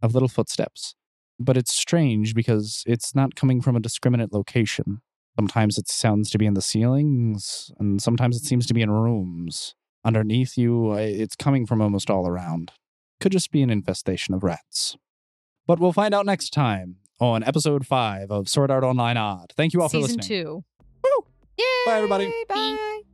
S4: of little footsteps, but it's strange because it's not coming from a discriminate location. Sometimes it sounds to be in the ceilings, and sometimes it seems to be in rooms. Underneath you, I- it's coming from almost all around. Could just be an infestation of rats. But we'll find out next time on episode five of Sword Art Online Odd. Thank you all for
S6: Season
S4: listening.
S6: two.
S4: Bye, everybody.
S6: Yay, Bye.